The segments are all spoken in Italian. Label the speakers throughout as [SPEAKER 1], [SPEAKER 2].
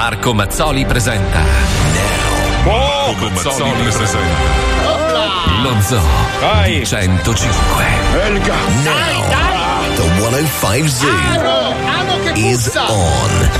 [SPEAKER 1] Marco Mazzoli presenta.
[SPEAKER 2] Oh,
[SPEAKER 1] Mazzoli Lo zoo di 105.
[SPEAKER 2] Elga!
[SPEAKER 3] Dai, dai!
[SPEAKER 4] The 105 Zoo
[SPEAKER 3] Amo, amo che
[SPEAKER 4] is
[SPEAKER 3] puzza!
[SPEAKER 4] on.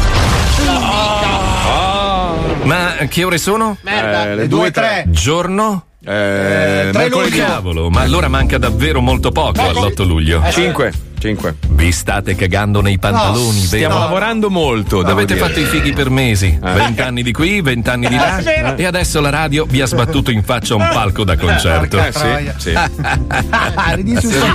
[SPEAKER 1] Ma che ore sono?
[SPEAKER 3] Merda!
[SPEAKER 2] Eh, le due, tre.
[SPEAKER 1] Giorno?
[SPEAKER 2] Oh. Eh, mercoledì
[SPEAKER 1] Cavolo, ma allora manca davvero molto poco all'8 luglio.
[SPEAKER 2] 5. 5.
[SPEAKER 1] Vi state cagando nei pantaloni,
[SPEAKER 2] Stiamo
[SPEAKER 1] vero?
[SPEAKER 2] lavorando molto, devo
[SPEAKER 1] Avete
[SPEAKER 2] dire. Eh.
[SPEAKER 1] fatto i fighi per mesi, vent'anni di qui, vent'anni di là, e adesso la radio vi ha sbattuto in faccia un palco da concerto.
[SPEAKER 2] Eh, sì, sì.
[SPEAKER 5] Ah.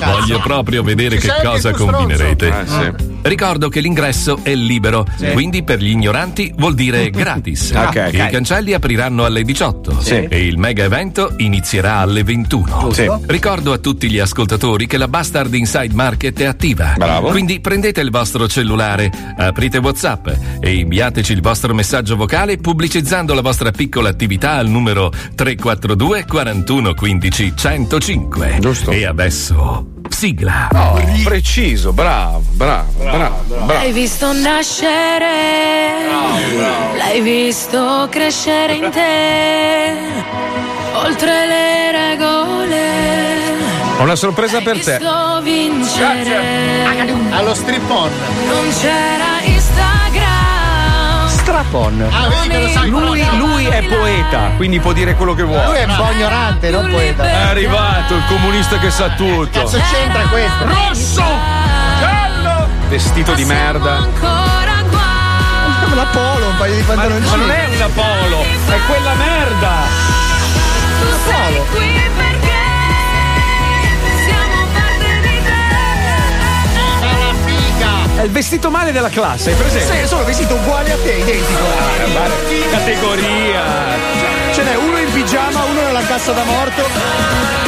[SPEAKER 1] Voglio proprio vedere che cosa combinerete.
[SPEAKER 2] Eh, sì.
[SPEAKER 1] Ricordo che l'ingresso è libero, quindi per gli ignoranti vuol dire gratis.
[SPEAKER 2] Ok,
[SPEAKER 1] I
[SPEAKER 2] ok.
[SPEAKER 1] cancelli apriranno alle 18
[SPEAKER 2] Sì.
[SPEAKER 1] e il mega evento inizierà alle 21.
[SPEAKER 2] Sì.
[SPEAKER 1] Ricordo a tutti gli ascoltatori che la Bastard Inside Market è attiva.
[SPEAKER 2] Bravo.
[SPEAKER 1] Quindi prendete il vostro cellulare, aprite WhatsApp e inviateci il vostro messaggio vocale pubblicizzando la vostra piccola attività al numero 342 41 15 105.
[SPEAKER 2] Giusto.
[SPEAKER 1] E adesso sigla.
[SPEAKER 2] Preciso, bravo, bravo, bravo, bravo.
[SPEAKER 5] L'hai visto nascere, l'hai visto crescere in te, oltre le regole.
[SPEAKER 2] Ho una sorpresa per
[SPEAKER 5] l'hai
[SPEAKER 2] te.
[SPEAKER 5] visto vincere,
[SPEAKER 3] Allo strip on!
[SPEAKER 5] non c'era Instagram.
[SPEAKER 6] Strapon.
[SPEAKER 3] Ah, vedi che lo sai
[SPEAKER 6] Lui,
[SPEAKER 3] lui,
[SPEAKER 6] lui è poeta, quindi può dire quello che
[SPEAKER 3] lui
[SPEAKER 6] vuole.
[SPEAKER 3] è un po' ignorante, non
[SPEAKER 5] È
[SPEAKER 3] poeta.
[SPEAKER 5] arrivato
[SPEAKER 2] il comunista che sa tutto.
[SPEAKER 3] Cazzo
[SPEAKER 5] eh,
[SPEAKER 3] c'entra questo?
[SPEAKER 5] Rosso,
[SPEAKER 2] Vestito di merda.
[SPEAKER 5] Ancora qua.
[SPEAKER 3] Come la polo, un paio di
[SPEAKER 6] Ma non
[SPEAKER 3] pantaloncini.
[SPEAKER 6] è una Polo, è quella merda.
[SPEAKER 5] Tu sei qui perché siamo parte di te.
[SPEAKER 3] Ma la figa!
[SPEAKER 6] È il vestito male della classe, hai presente?
[SPEAKER 3] Sei solo vestito uguale a te, identico.
[SPEAKER 6] Ah, Categoria.
[SPEAKER 3] Ce n'è uno in pigiama, uno nella cassa da morto.
[SPEAKER 6] Eh,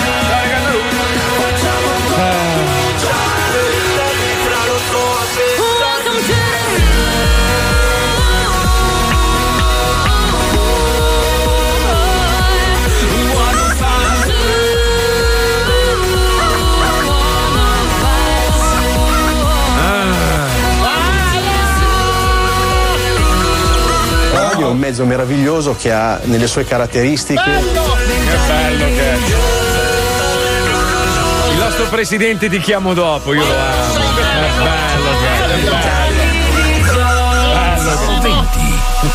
[SPEAKER 5] Welcome to Ah.
[SPEAKER 7] L'olio è un mezzo meraviglioso che ha nelle sue caratteristiche
[SPEAKER 2] Che bello che è.
[SPEAKER 6] Il nostro presidente ti chiamo dopo, io lo amo.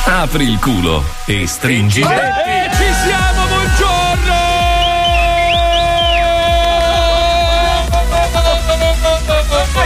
[SPEAKER 1] Apri il culo e stringi.
[SPEAKER 6] E
[SPEAKER 8] Eh,
[SPEAKER 6] ci siamo,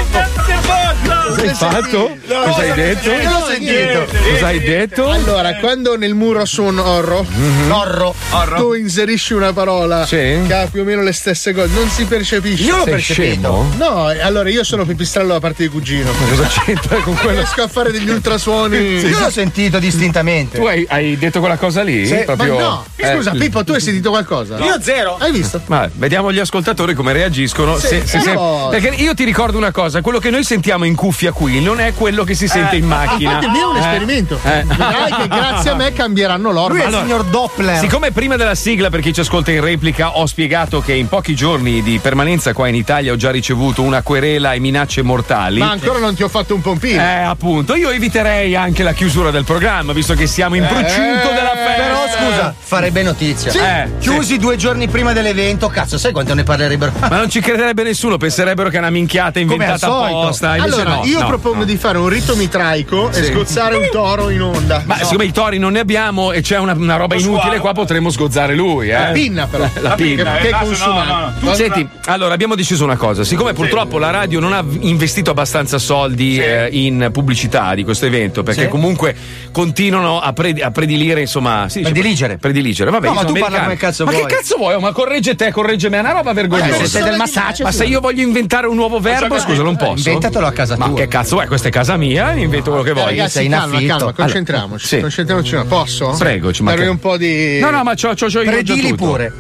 [SPEAKER 6] buongiorno! Cosa hai fatto? Cosa hai
[SPEAKER 3] Io
[SPEAKER 6] detto?
[SPEAKER 3] l'ho sentito.
[SPEAKER 6] Cosa hai detto? Mhm.
[SPEAKER 8] Allora, quando nel muro su un orro, orro, tu inserisci una parola
[SPEAKER 6] Sì.
[SPEAKER 8] che ha più o meno le stesse cose, non si percepisce.
[SPEAKER 3] Io l'ho
[SPEAKER 6] Sei
[SPEAKER 3] percepito.
[SPEAKER 6] scemo?
[SPEAKER 8] No, eh, allora io sono pipistrello da parte di cugino.
[SPEAKER 6] Cosa c'entra con quello?
[SPEAKER 8] Riesco a fare degli ultrasuoni.
[SPEAKER 3] Io l'ho sentito distintamente.
[SPEAKER 6] Tu hai, hai detto quella cosa lì?
[SPEAKER 8] Ma
[SPEAKER 6] Proprio-
[SPEAKER 8] no,
[SPEAKER 6] Eh,
[SPEAKER 8] scusa, Pippo, tu hai sentito qualcosa? Io zero. Hai visto?
[SPEAKER 6] Ma vediamo gli ascoltatori come reagiscono. se-
[SPEAKER 8] eh,
[SPEAKER 6] se- se-
[SPEAKER 8] no.
[SPEAKER 6] perché io ti ricordo una cosa: quello che noi sentiamo in cuffia qui non è quello che si sente in macchina.
[SPEAKER 8] Infatti Eh, il mio è un
[SPEAKER 6] Eh,
[SPEAKER 8] esperimento.
[SPEAKER 6] eh.
[SPEAKER 8] Vedrai che grazie a me cambieranno
[SPEAKER 3] Lui
[SPEAKER 8] l'orma.
[SPEAKER 3] è
[SPEAKER 8] Allora,
[SPEAKER 3] il signor Doppler.
[SPEAKER 6] Siccome prima della sigla, per chi ci ascolta in replica, ho spiegato che in pochi giorni di permanenza qua in Italia ho già ricevuto una querela e minacce mortali.
[SPEAKER 8] ma ancora non ti ho fatto un pompino.
[SPEAKER 6] Eh, appunto, io eviterei anche la chiusura del programma, visto che siamo
[SPEAKER 8] Eh,
[SPEAKER 6] in procinto della festa.
[SPEAKER 3] Però scusa, farebbe notizia.
[SPEAKER 6] Eh,
[SPEAKER 3] Chiusi due giorni prima dell'evento, cazzo, sai quanto ne parlerebbero?
[SPEAKER 6] Ma non ci crederebbe nessuno, penserebbero che è una minchiata inventata
[SPEAKER 3] solito.
[SPEAKER 6] apposta. invece
[SPEAKER 8] Allora,
[SPEAKER 6] no,
[SPEAKER 8] io
[SPEAKER 6] no,
[SPEAKER 8] propongo
[SPEAKER 6] no.
[SPEAKER 8] di fare un rito mitraico e sgozzare un toro in onda.
[SPEAKER 6] Ma siccome i tori non ne abbiamo e c'è una, una roba inutile, qua potremmo sgozzare lui, eh.
[SPEAKER 8] La pinna però.
[SPEAKER 6] La pinna. eh,
[SPEAKER 8] Che, che è consumata.
[SPEAKER 6] Senti, allora abbiamo deciso una cosa, siccome purtroppo la radio non ha investito abbastanza soldi eh, in pubblicità di questo evento, perché comunque continuano a, pre- a predilire, insomma, si dice-
[SPEAKER 3] Prediligere.
[SPEAKER 6] prediligere, vabbè,
[SPEAKER 3] No, ma
[SPEAKER 6] sono
[SPEAKER 3] tu parla
[SPEAKER 6] americani.
[SPEAKER 3] come cazzo
[SPEAKER 6] ma
[SPEAKER 3] vuoi.
[SPEAKER 6] che cazzo vuoi? Oh, Ma corregge te, corregge me, è una roba vergognosa.
[SPEAKER 3] se sei del massaccio,
[SPEAKER 6] ma se io voglio inventare un nuovo verbo, scusa, non posso.
[SPEAKER 3] Inventatelo a casa
[SPEAKER 6] Ma
[SPEAKER 3] tua.
[SPEAKER 6] Che cazzo, è questa è casa mia, mi invento quello che
[SPEAKER 8] Eh,
[SPEAKER 6] voglio.
[SPEAKER 8] ragazzi, calma, calma, concentriamoci.
[SPEAKER 6] Allora, sì.
[SPEAKER 8] Concentriamoci un attimo. Posso?
[SPEAKER 6] Prego, ci manca-
[SPEAKER 8] Darvi un po' di.
[SPEAKER 6] No, no, ma c'ho, c'ho, c'ho io già
[SPEAKER 3] Predili
[SPEAKER 6] tutto.
[SPEAKER 3] pure.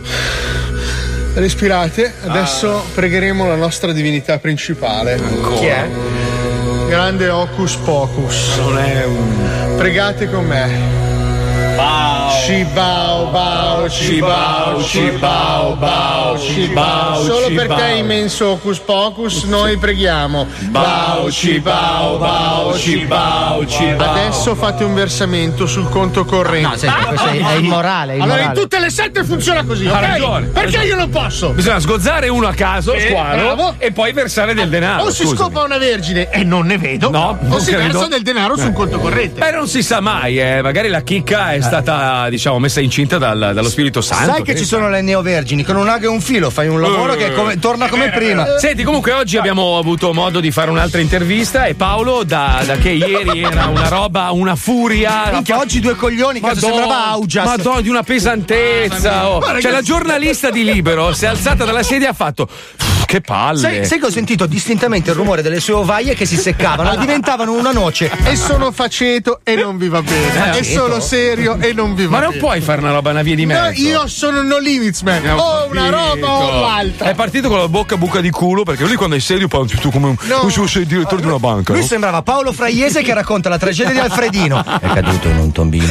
[SPEAKER 8] Respirate, adesso pregheremo la nostra divinità principale.
[SPEAKER 3] Chi è?
[SPEAKER 8] Grande Hocus Pocus. Non è un. Pregate con me. Cibao, bao, cibao, cibao, bao, cibao. Solo per te, immenso Hocus Pocus, noi preghiamo. Bao, cibao, bao, cibao, cibao. Adesso fate un versamento sul conto corrente.
[SPEAKER 4] No, senti, questo è, è immorale. è
[SPEAKER 8] allora, in
[SPEAKER 4] immorale.
[SPEAKER 8] tutte le sette funziona così, ok?
[SPEAKER 6] ragione,
[SPEAKER 8] Perché
[SPEAKER 6] ragione.
[SPEAKER 8] io non posso?
[SPEAKER 6] Bisogna sgozzare uno a caso,
[SPEAKER 8] Sì,
[SPEAKER 6] squalo,
[SPEAKER 8] bravo.
[SPEAKER 6] e poi versare del denaro.
[SPEAKER 8] o si
[SPEAKER 6] scusami.
[SPEAKER 8] scopa una vergine e non ne vedo,
[SPEAKER 6] No,
[SPEAKER 8] o
[SPEAKER 6] non
[SPEAKER 8] si
[SPEAKER 6] credo. Eh.
[SPEAKER 8] versa del denaro su un conto corrente.
[SPEAKER 6] Beh, non si sa mai, eh. magari la chicca è stata, diciamo, messa incinta dal- dallo Spirito Santo.
[SPEAKER 3] Sai che ci sono le neovergini con un ago e un filo, fai un lavoro
[SPEAKER 6] Uh.
[SPEAKER 3] che è come- torna come prima.
[SPEAKER 6] Eh. Senti, comunque oggi abbiamo avuto modo di fare un'altra intervista e Paolo, da, da che ieri era una roba, una furia.
[SPEAKER 3] Minchia, oggi due coglioni, cazzo,
[SPEAKER 6] Madonna,
[SPEAKER 3] sembrava Augias.
[SPEAKER 6] Madonna, di una pesantezza. oh. Cioè, la giornalista di Libero si è alzata dalla sedia e ha fatto. Che palle.
[SPEAKER 3] Sai, sai che ho sentito distintamente il rumore delle sue ovaie che si seccavano e diventavano una noce.
[SPEAKER 8] E sono faceto e non vi va bene.
[SPEAKER 6] Eh,
[SPEAKER 8] e sono serio e non vi va
[SPEAKER 6] Ma
[SPEAKER 8] bene.
[SPEAKER 6] non puoi fare una roba una via di
[SPEAKER 8] No,
[SPEAKER 6] mezzo.
[SPEAKER 8] io sono no limits man. O una roba o l'altra.
[SPEAKER 6] È partito con la bocca buca di culo perché lui quando è serio parla tutto come un,
[SPEAKER 8] No.
[SPEAKER 6] un suo sei direttore di una banca.
[SPEAKER 3] Lui
[SPEAKER 6] no?
[SPEAKER 3] sembrava Paolo Fraiese che racconta la tragedia di Alfredino. È caduto in un tombino.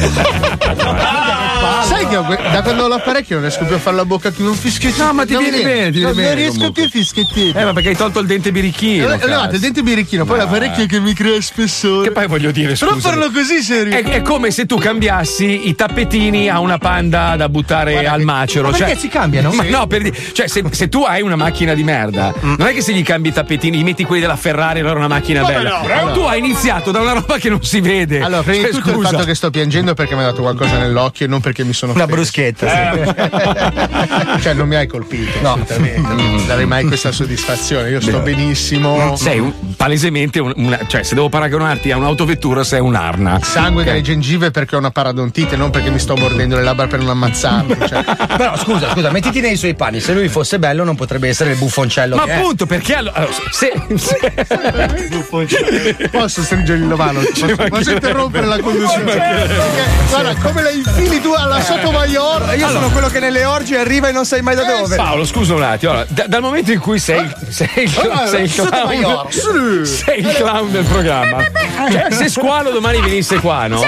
[SPEAKER 8] Sai che ho que- da quando ho l'apparecchio non riesco più a fare la bocca più un fischiettino.
[SPEAKER 6] No, ma ti
[SPEAKER 8] Non
[SPEAKER 6] viene bene, ti
[SPEAKER 8] No,
[SPEAKER 6] viene bene
[SPEAKER 8] Non riesco
[SPEAKER 6] comunque.
[SPEAKER 8] più a fischiettino.
[SPEAKER 6] Eh, ma perché hai tolto il dente birichino?
[SPEAKER 8] Allora,
[SPEAKER 6] cazzo. Eh.
[SPEAKER 8] allora, Eh, il dente birichino, poi l'apparecchio che mi crea spessore.
[SPEAKER 6] Che poi voglio dire,
[SPEAKER 8] Però
[SPEAKER 6] scusa.
[SPEAKER 8] farlo così serio.
[SPEAKER 6] È, è come se tu cambiassi i tappetini a una panda da buttare al macero.
[SPEAKER 3] ma perché
[SPEAKER 6] cioè-
[SPEAKER 3] si cambiano?
[SPEAKER 6] Ma no, per dire- cioè, se, se tu hai una macchina di merda,
[SPEAKER 8] Mm.
[SPEAKER 6] non è che se gli cambi i tappetini, gli metti quelli della Ferrari, allora è una macchina bella. Tu hai iniziato da una roba che non si vede.
[SPEAKER 8] Allora, prima
[SPEAKER 6] Cioè,
[SPEAKER 8] di tutto il
[SPEAKER 6] scusa.
[SPEAKER 8] fatto che sto piangendo è perché mi ha dato qualcosa nell'occhio e non perché mi sono
[SPEAKER 3] Una
[SPEAKER 8] offeso.
[SPEAKER 3] bruschetta. sì.
[SPEAKER 8] cioè non mi hai colpito assolutamente non darei mai questa soddisfazione io sto benissimo
[SPEAKER 6] Sei un- palesemente un- una. Cioè, se devo paragonarti a un'autovettura, sei un'arna.
[SPEAKER 8] sangue dalle gengive perché ho una paradontite non perché mi sto mordendo le labbra per non ammazzarmi cioè.
[SPEAKER 3] Però scusa, scusa, mettiti nei suoi panni. Se lui fosse bello, non potrebbe essere il buffoncello.
[SPEAKER 6] Ma
[SPEAKER 3] che è.
[SPEAKER 6] appunto, perché allo- allora. se- se-
[SPEAKER 8] posso stringere il novano posso,
[SPEAKER 6] mancherebbe.
[SPEAKER 8] posso interrompere la conduzione Perché, guarda come la infili tu
[SPEAKER 6] Eh.
[SPEAKER 8] alla sottomaior
[SPEAKER 3] Io sono quello che nelle orge arriva e non sai mai da dove.
[SPEAKER 6] Eh, Paolo, scusa un attimo. Allora, da- dal momento in cui sei, sei il, sei il clown, sei il clown del programma, cioè, se Squalo domani venisse qua no?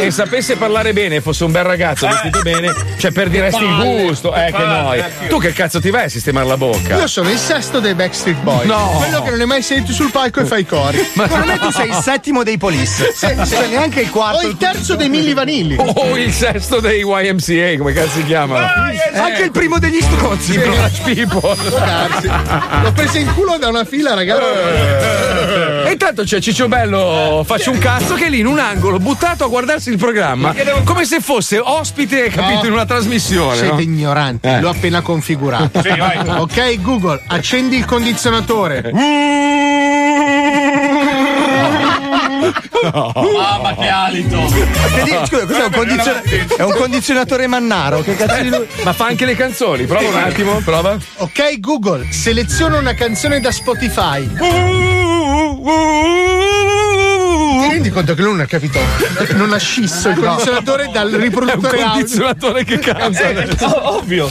[SPEAKER 6] e sapesse parlare bene, fosse un bel ragazzo vestito bene, cioè perdiresti il gusto. Eh, che noia. Tu che cazzo ti vai a sistemare la bocca?
[SPEAKER 8] io sono il sesto dei Backstreet Boys
[SPEAKER 6] No.
[SPEAKER 8] quello che non hai mai sentito sul palco e fai i cori
[SPEAKER 3] Secondo me tu sei il settimo dei police. Cioè, neanche il
[SPEAKER 8] o
[SPEAKER 3] quarto.
[SPEAKER 8] il terzo dei Milli Vanilli
[SPEAKER 6] O Oh, il sesto dei YMCA, eh, come cazzo si chiamano?
[SPEAKER 3] eh. Anche il primo degli strozzi. però.
[SPEAKER 6] Village People.
[SPEAKER 8] Cazzi. l'ho presa in culo da una fila ragazzi
[SPEAKER 6] Eh, E intanto c'è Ciccio Bello, faccio un cazzo che è lì in un angolo buttato a guardarsi il programma come se fosse ospite, capito, in una trasmissione. no? Eh.
[SPEAKER 8] Siete ignoranti, l'ho appena configurato. ok, Google, accendi il condizionatore.
[SPEAKER 6] Eh.
[SPEAKER 3] Che dici? Scusa, cos'è un condiziona- È un condizionatore mannaro. Che cazzo di lui?
[SPEAKER 6] Ma fa anche le canzoni, prova un attimo, prova.
[SPEAKER 8] Ok, Google, seleziona una canzone da Spotify. Ti rendi conto che lui non ha capito? Non ha scisso il condizionatore dal
[SPEAKER 6] È un
[SPEAKER 8] riproduttore audio. Eh,
[SPEAKER 6] condizionatore che canta.
[SPEAKER 9] Ovvio.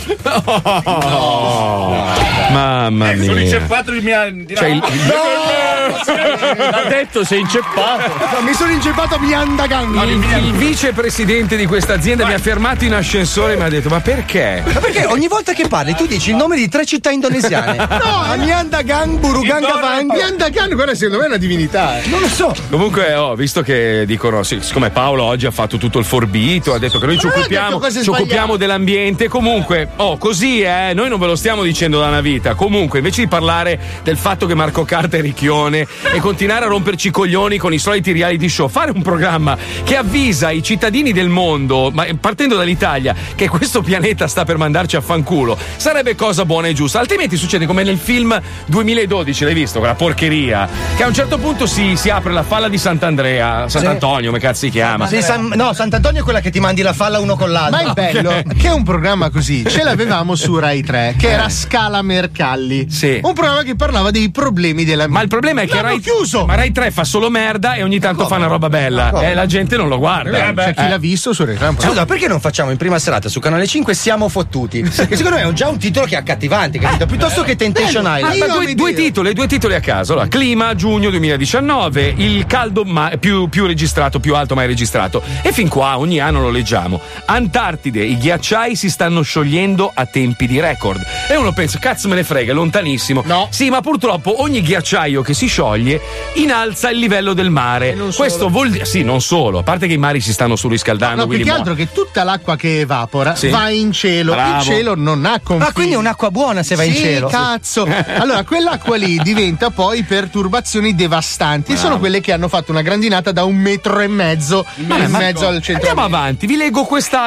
[SPEAKER 6] Mamma
[SPEAKER 9] Eh,
[SPEAKER 10] Eh,
[SPEAKER 9] Sono
[SPEAKER 6] mia.
[SPEAKER 9] inceppato di mia.
[SPEAKER 6] Cioè, il- il-
[SPEAKER 9] L'ha detto, sei inceppato.
[SPEAKER 8] Mi sono inceppato Miandaganga.
[SPEAKER 6] il- il vicepresidente di questa azienda mi ha fermato in ascensore e mi ha detto: Ma perché?
[SPEAKER 3] Ma perché ogni volta che parli tu dici il nome di tre città indonesiane? No,
[SPEAKER 6] eh.
[SPEAKER 3] Amiandagang, Buruganga, Vang.
[SPEAKER 8] Miandagang, guarda, secondo me è una divinità. eh.
[SPEAKER 3] Non lo so.
[SPEAKER 6] Comunque, ho visto che dicono, sì, siccome Paolo oggi ha fatto tutto il forbito, ha detto che noi ci
[SPEAKER 8] Ma non è che
[SPEAKER 6] occupiamo,
[SPEAKER 8] cose
[SPEAKER 6] ci occupiamo
[SPEAKER 8] sbagliate.
[SPEAKER 6] dell'ambiente. Comunque, oh, così eh, noi non ve lo stiamo dicendo da una vita. Comunque, invece di parlare del fatto che Marco Carta è ricchione e continuare a romperci i coglioni con i soliti reality show, fare un programma che avvisa i cittadini del mondo, ma partendo dall'Italia, che questo pianeta sta per mandarci a fanculo, sarebbe cosa buona e giusta. Altrimenti succede come nel film 2012, l'hai visto, quella porcheria, che a un certo punto si, si apre la falla di Sant'Andrea, Sant'Antonio, come cazzo si chiama.
[SPEAKER 3] Sì, San- no, Sant'Antonio è quella che ti mandi la falla uno con l'altro.
[SPEAKER 6] Eh.
[SPEAKER 8] Ma è bello che un programma così ce l'avevamo su Rai 3, che era Scala Mercalli. Un programma che parlava dei problemi della
[SPEAKER 6] Ma il problema è che
[SPEAKER 8] L'hanno
[SPEAKER 6] Rai,
[SPEAKER 8] chiuso.
[SPEAKER 6] ma Rai 3 fa solo merda e ogni tanto fa una roba bella.
[SPEAKER 3] Come?
[SPEAKER 6] E la gente non lo guarda.
[SPEAKER 3] Eh, beh,
[SPEAKER 6] Eh.
[SPEAKER 8] cioè, visto su Reclampo.
[SPEAKER 3] Scusa, perché non facciamo in prima serata su Canale 5 Siamo fottuti? Che secondo me è un- già un titolo che è accattivante,
[SPEAKER 8] Eh,
[SPEAKER 3] capito? Piuttosto che Temptation
[SPEAKER 6] Ah,
[SPEAKER 3] Island.
[SPEAKER 6] ma due, due titoli, due titoli a caso. Allora, clima giugno 2019, il caldo ma- più, più registrato, più alto mai registrato. E fin qua ogni anno lo leggiamo. Antartide, i ghiacciai si stanno sciogliendo a tempi di record. E uno pensa, cazzo me ne frega, è lontanissimo. No. Sì, ma purtroppo ogni ghiacciaio che si scioglie innalza il livello del mare. Questo vuol dire, sì, non solo, a parte che i mari si stanno surriscaldando.
[SPEAKER 8] No, più
[SPEAKER 6] quindi
[SPEAKER 8] che
[SPEAKER 6] muo-
[SPEAKER 8] altro che tutta l'acqua che evapora
[SPEAKER 6] Sì.
[SPEAKER 8] va in cielo.
[SPEAKER 6] Bravo.
[SPEAKER 8] Il cielo non ha confini.
[SPEAKER 6] Ah, quindi è
[SPEAKER 3] un'acqua buona se va in cielo.
[SPEAKER 8] cazzo. Allora, quell'acqua lì diventa poi perturbazioni devastanti.
[SPEAKER 6] Bravo.
[SPEAKER 8] Sono quelle che hanno fatto una grandinata da un metro e mezzo in
[SPEAKER 6] Vabbè, ma-
[SPEAKER 8] mezzo al centro.
[SPEAKER 6] Andiamo avanti, vi leggo quest'altra.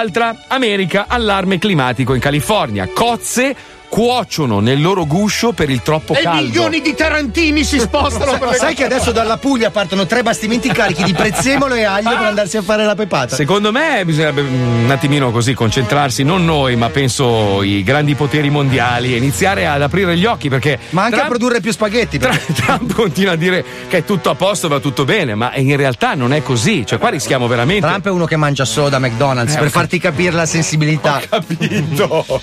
[SPEAKER 6] America, allarme climatico in California. Cozze cuociono nel loro guscio per il troppo
[SPEAKER 8] E
[SPEAKER 6] caldo.
[SPEAKER 8] milioni di tarantini si spostano. per-
[SPEAKER 3] Sai che adesso dalla Puglia partono tre bastimenti carichi di prezzemolo e aglio
[SPEAKER 8] Ah.
[SPEAKER 3] per andarsi a fare la pepata.
[SPEAKER 6] Secondo me bisognerebbe mm, un attimino così concentrarsi, non noi, ma penso i grandi poteri mondiali, e iniziare ad aprire gli occhi perché. Ma
[SPEAKER 3] anche a produrre più spaghetti.
[SPEAKER 6] Trump continua a dire che è tutto a posto, va tutto bene, ma in realtà non è così. Cioè, qua rischiamo veramente.
[SPEAKER 3] Trump è uno che mangia solo da McDonald's
[SPEAKER 6] Eh,
[SPEAKER 3] per
[SPEAKER 6] ho cap-
[SPEAKER 3] farti capire la sensibilità.
[SPEAKER 6] capito.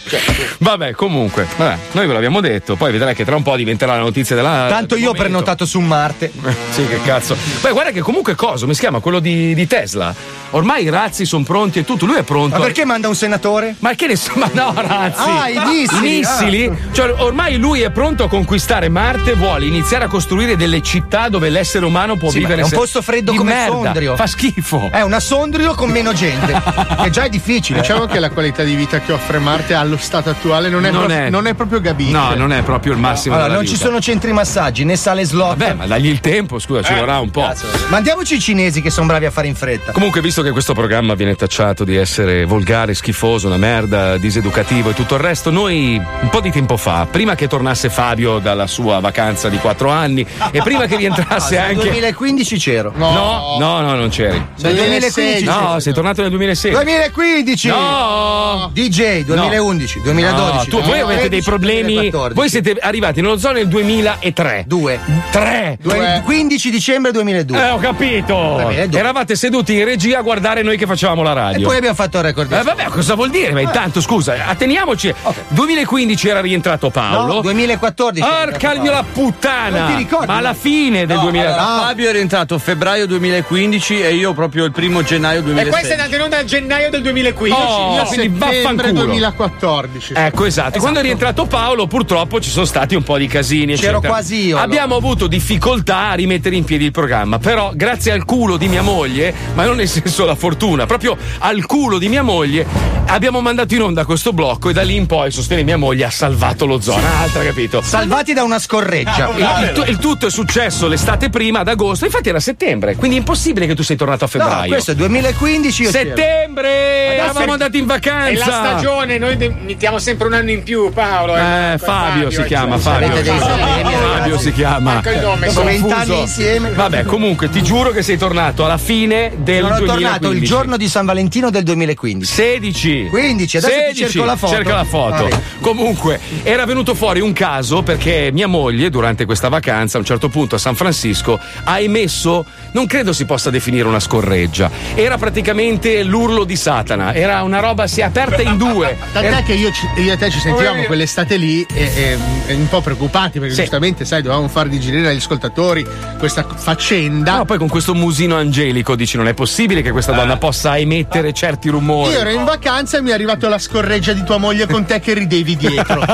[SPEAKER 6] Vabbè, comunque, vabbè, noi ve l'abbiamo detto, poi vedrai che tra un po' diventerà la notizia della.
[SPEAKER 3] Tanto io ho prenotato su Marte.
[SPEAKER 6] Sì, che cazzo. Beh, guarda che comunque coso, mi si chiama quello di, di Tesla. Ormai i razzi sono pronti e tutto, lui è pronto.
[SPEAKER 3] Ma perché manda un senatore?
[SPEAKER 6] Ma che ne so, ma no, razzi!
[SPEAKER 3] Ah, i missili, Ah.
[SPEAKER 6] missili? Cioè, ormai lui è pronto a conquistare Marte, vuole iniziare a costruire delle città dove l'essere umano può
[SPEAKER 3] Sì,
[SPEAKER 6] vivere
[SPEAKER 3] ma è un
[SPEAKER 6] se-
[SPEAKER 3] posto freddo
[SPEAKER 6] di
[SPEAKER 3] come
[SPEAKER 6] merda.
[SPEAKER 3] Sondrio.
[SPEAKER 6] Fa schifo.
[SPEAKER 3] È un assondrio con meno gente. che già è difficile.
[SPEAKER 8] Diciamo che la qualità di vita che offre Marte allo stato attuale non è,
[SPEAKER 6] Non
[SPEAKER 8] prof-
[SPEAKER 6] è-
[SPEAKER 8] non è proprio gabino.
[SPEAKER 6] No, non è proprio il massimo
[SPEAKER 3] Allora,
[SPEAKER 6] della
[SPEAKER 3] non ci
[SPEAKER 6] vita.
[SPEAKER 3] sono centri massaggi né sale slot. Eh,
[SPEAKER 6] Vabbè, ma dagli il tempo, scusa, ci vorrà un po'.
[SPEAKER 3] Mandiamoci i cinesi che sono bravi a fare in fretta.
[SPEAKER 6] Comunque, visto che questo programma viene tacciato di essere volgare, schifoso, una merda, diseducativo e tutto il resto, noi un po' di tempo fa, prima che tornasse Fabio dalla sua vacanza di quattro anni e prima che rientrasse
[SPEAKER 3] Nel
[SPEAKER 6] anche.
[SPEAKER 3] 2015 c'ero.
[SPEAKER 6] No, no, no, non c'eri.
[SPEAKER 3] Nel 2015.
[SPEAKER 6] No, sei tornato nel 2016.
[SPEAKER 3] 2015.
[SPEAKER 6] No!
[SPEAKER 3] DJ 2011, 2012.
[SPEAKER 6] No, tu- voi
[SPEAKER 3] 2013,
[SPEAKER 6] avete dei problemi.
[SPEAKER 3] 2014.
[SPEAKER 6] Voi siete arrivati nello zoo nel 2003.
[SPEAKER 3] Due.
[SPEAKER 6] Tre.
[SPEAKER 3] Due- 15 dicembre 2002.
[SPEAKER 6] Eh, ho capito.
[SPEAKER 3] Va bene, due.
[SPEAKER 6] Eravate seduti in regia a guardare noi che facevamo la radio.
[SPEAKER 3] e poi abbiamo fatto il record. di-
[SPEAKER 6] Eh, vabbè, cosa vuol dire? Ma intanto, scusa, atteniamoci. 2015 era rientrato Paolo.
[SPEAKER 3] No, 2014.
[SPEAKER 6] Porca la puttana!
[SPEAKER 3] Non ti ricordi?
[SPEAKER 6] Ma alla fine del Ah. 2000.
[SPEAKER 9] Allora, Fabio è rientrato febbraio 2015 e io proprio il primo gennaio 2016.
[SPEAKER 8] andata in onda a gennaio del 2015.
[SPEAKER 6] Oh, quindi
[SPEAKER 8] settembre
[SPEAKER 6] vaffanculo.
[SPEAKER 8] 2014.
[SPEAKER 6] Ecco, esatto. Quando è rientrato Paolo, purtroppo ci sono stati un po' di casini.
[SPEAKER 3] C'ero
[SPEAKER 6] eccetera.
[SPEAKER 3] quasi io, allora.
[SPEAKER 6] Abbiamo avuto difficoltà a rimettere in piedi il programma. Però, grazie al culo di mia moglie, ma non nel senso la fortuna, proprio al culo di mia moglie, abbiamo mandato in onda questo blocco e da lì in poi, sostiene mia moglie, ha salvato lo zona. Un'altra, capito?
[SPEAKER 3] Salvati da una scorreggia.
[SPEAKER 6] Il, tu- il tutto è successo l'estate prima, ad agosto, infatti era settembre, quindi è impossibile che tu sei tornato a febbraio.
[SPEAKER 3] No, questo è 2015. Io c'ero.
[SPEAKER 6] settembre! Eravamo andati in vacanza!
[SPEAKER 10] noi mettiamo sempre un anno in più, Paolo. Ecco,
[SPEAKER 6] Eh, Fabio si chiama, Fabio.
[SPEAKER 3] Avete dei problemi,
[SPEAKER 6] Fabio si chiama.
[SPEAKER 10] Ecco il nome,
[SPEAKER 3] Dopo
[SPEAKER 6] Sono
[SPEAKER 3] vent'anni
[SPEAKER 6] fuso.
[SPEAKER 3] insieme.
[SPEAKER 6] Vabbè, comunque ti giuro che sei tornato alla fine del
[SPEAKER 3] Sono
[SPEAKER 6] 2015.
[SPEAKER 3] tornato il giorno di San Valentino del 2015.
[SPEAKER 6] 16
[SPEAKER 3] 15, adesso ti
[SPEAKER 6] 16,
[SPEAKER 3] cerco la foto.
[SPEAKER 6] cerca la foto.
[SPEAKER 3] Vabbè.
[SPEAKER 6] Comunque, era venuto fuori un caso perché mia moglie, durante questa vacanza, a un certo punto a San Francisco, ha emesso, non credo si possa definire una scorreggia. Era praticamente l'urlo di Satana. Era una roba si è aperta in due.
[SPEAKER 8] Tant'è che io, ci- io e te ci sentivamo quell'estate lì e, e- e un po' preoccupati perché
[SPEAKER 6] Sì.
[SPEAKER 8] giustamente, sai, dovevamo far digerire agli ascoltatori questa faccenda.
[SPEAKER 6] No, poi con questo musino angelico dici non è possibile che questa
[SPEAKER 3] Ah.
[SPEAKER 6] donna possa emettere certi rumori.
[SPEAKER 8] Io ero in vacanza e mi è arrivato la scorreggia di tua moglie con te che ridevi dietro.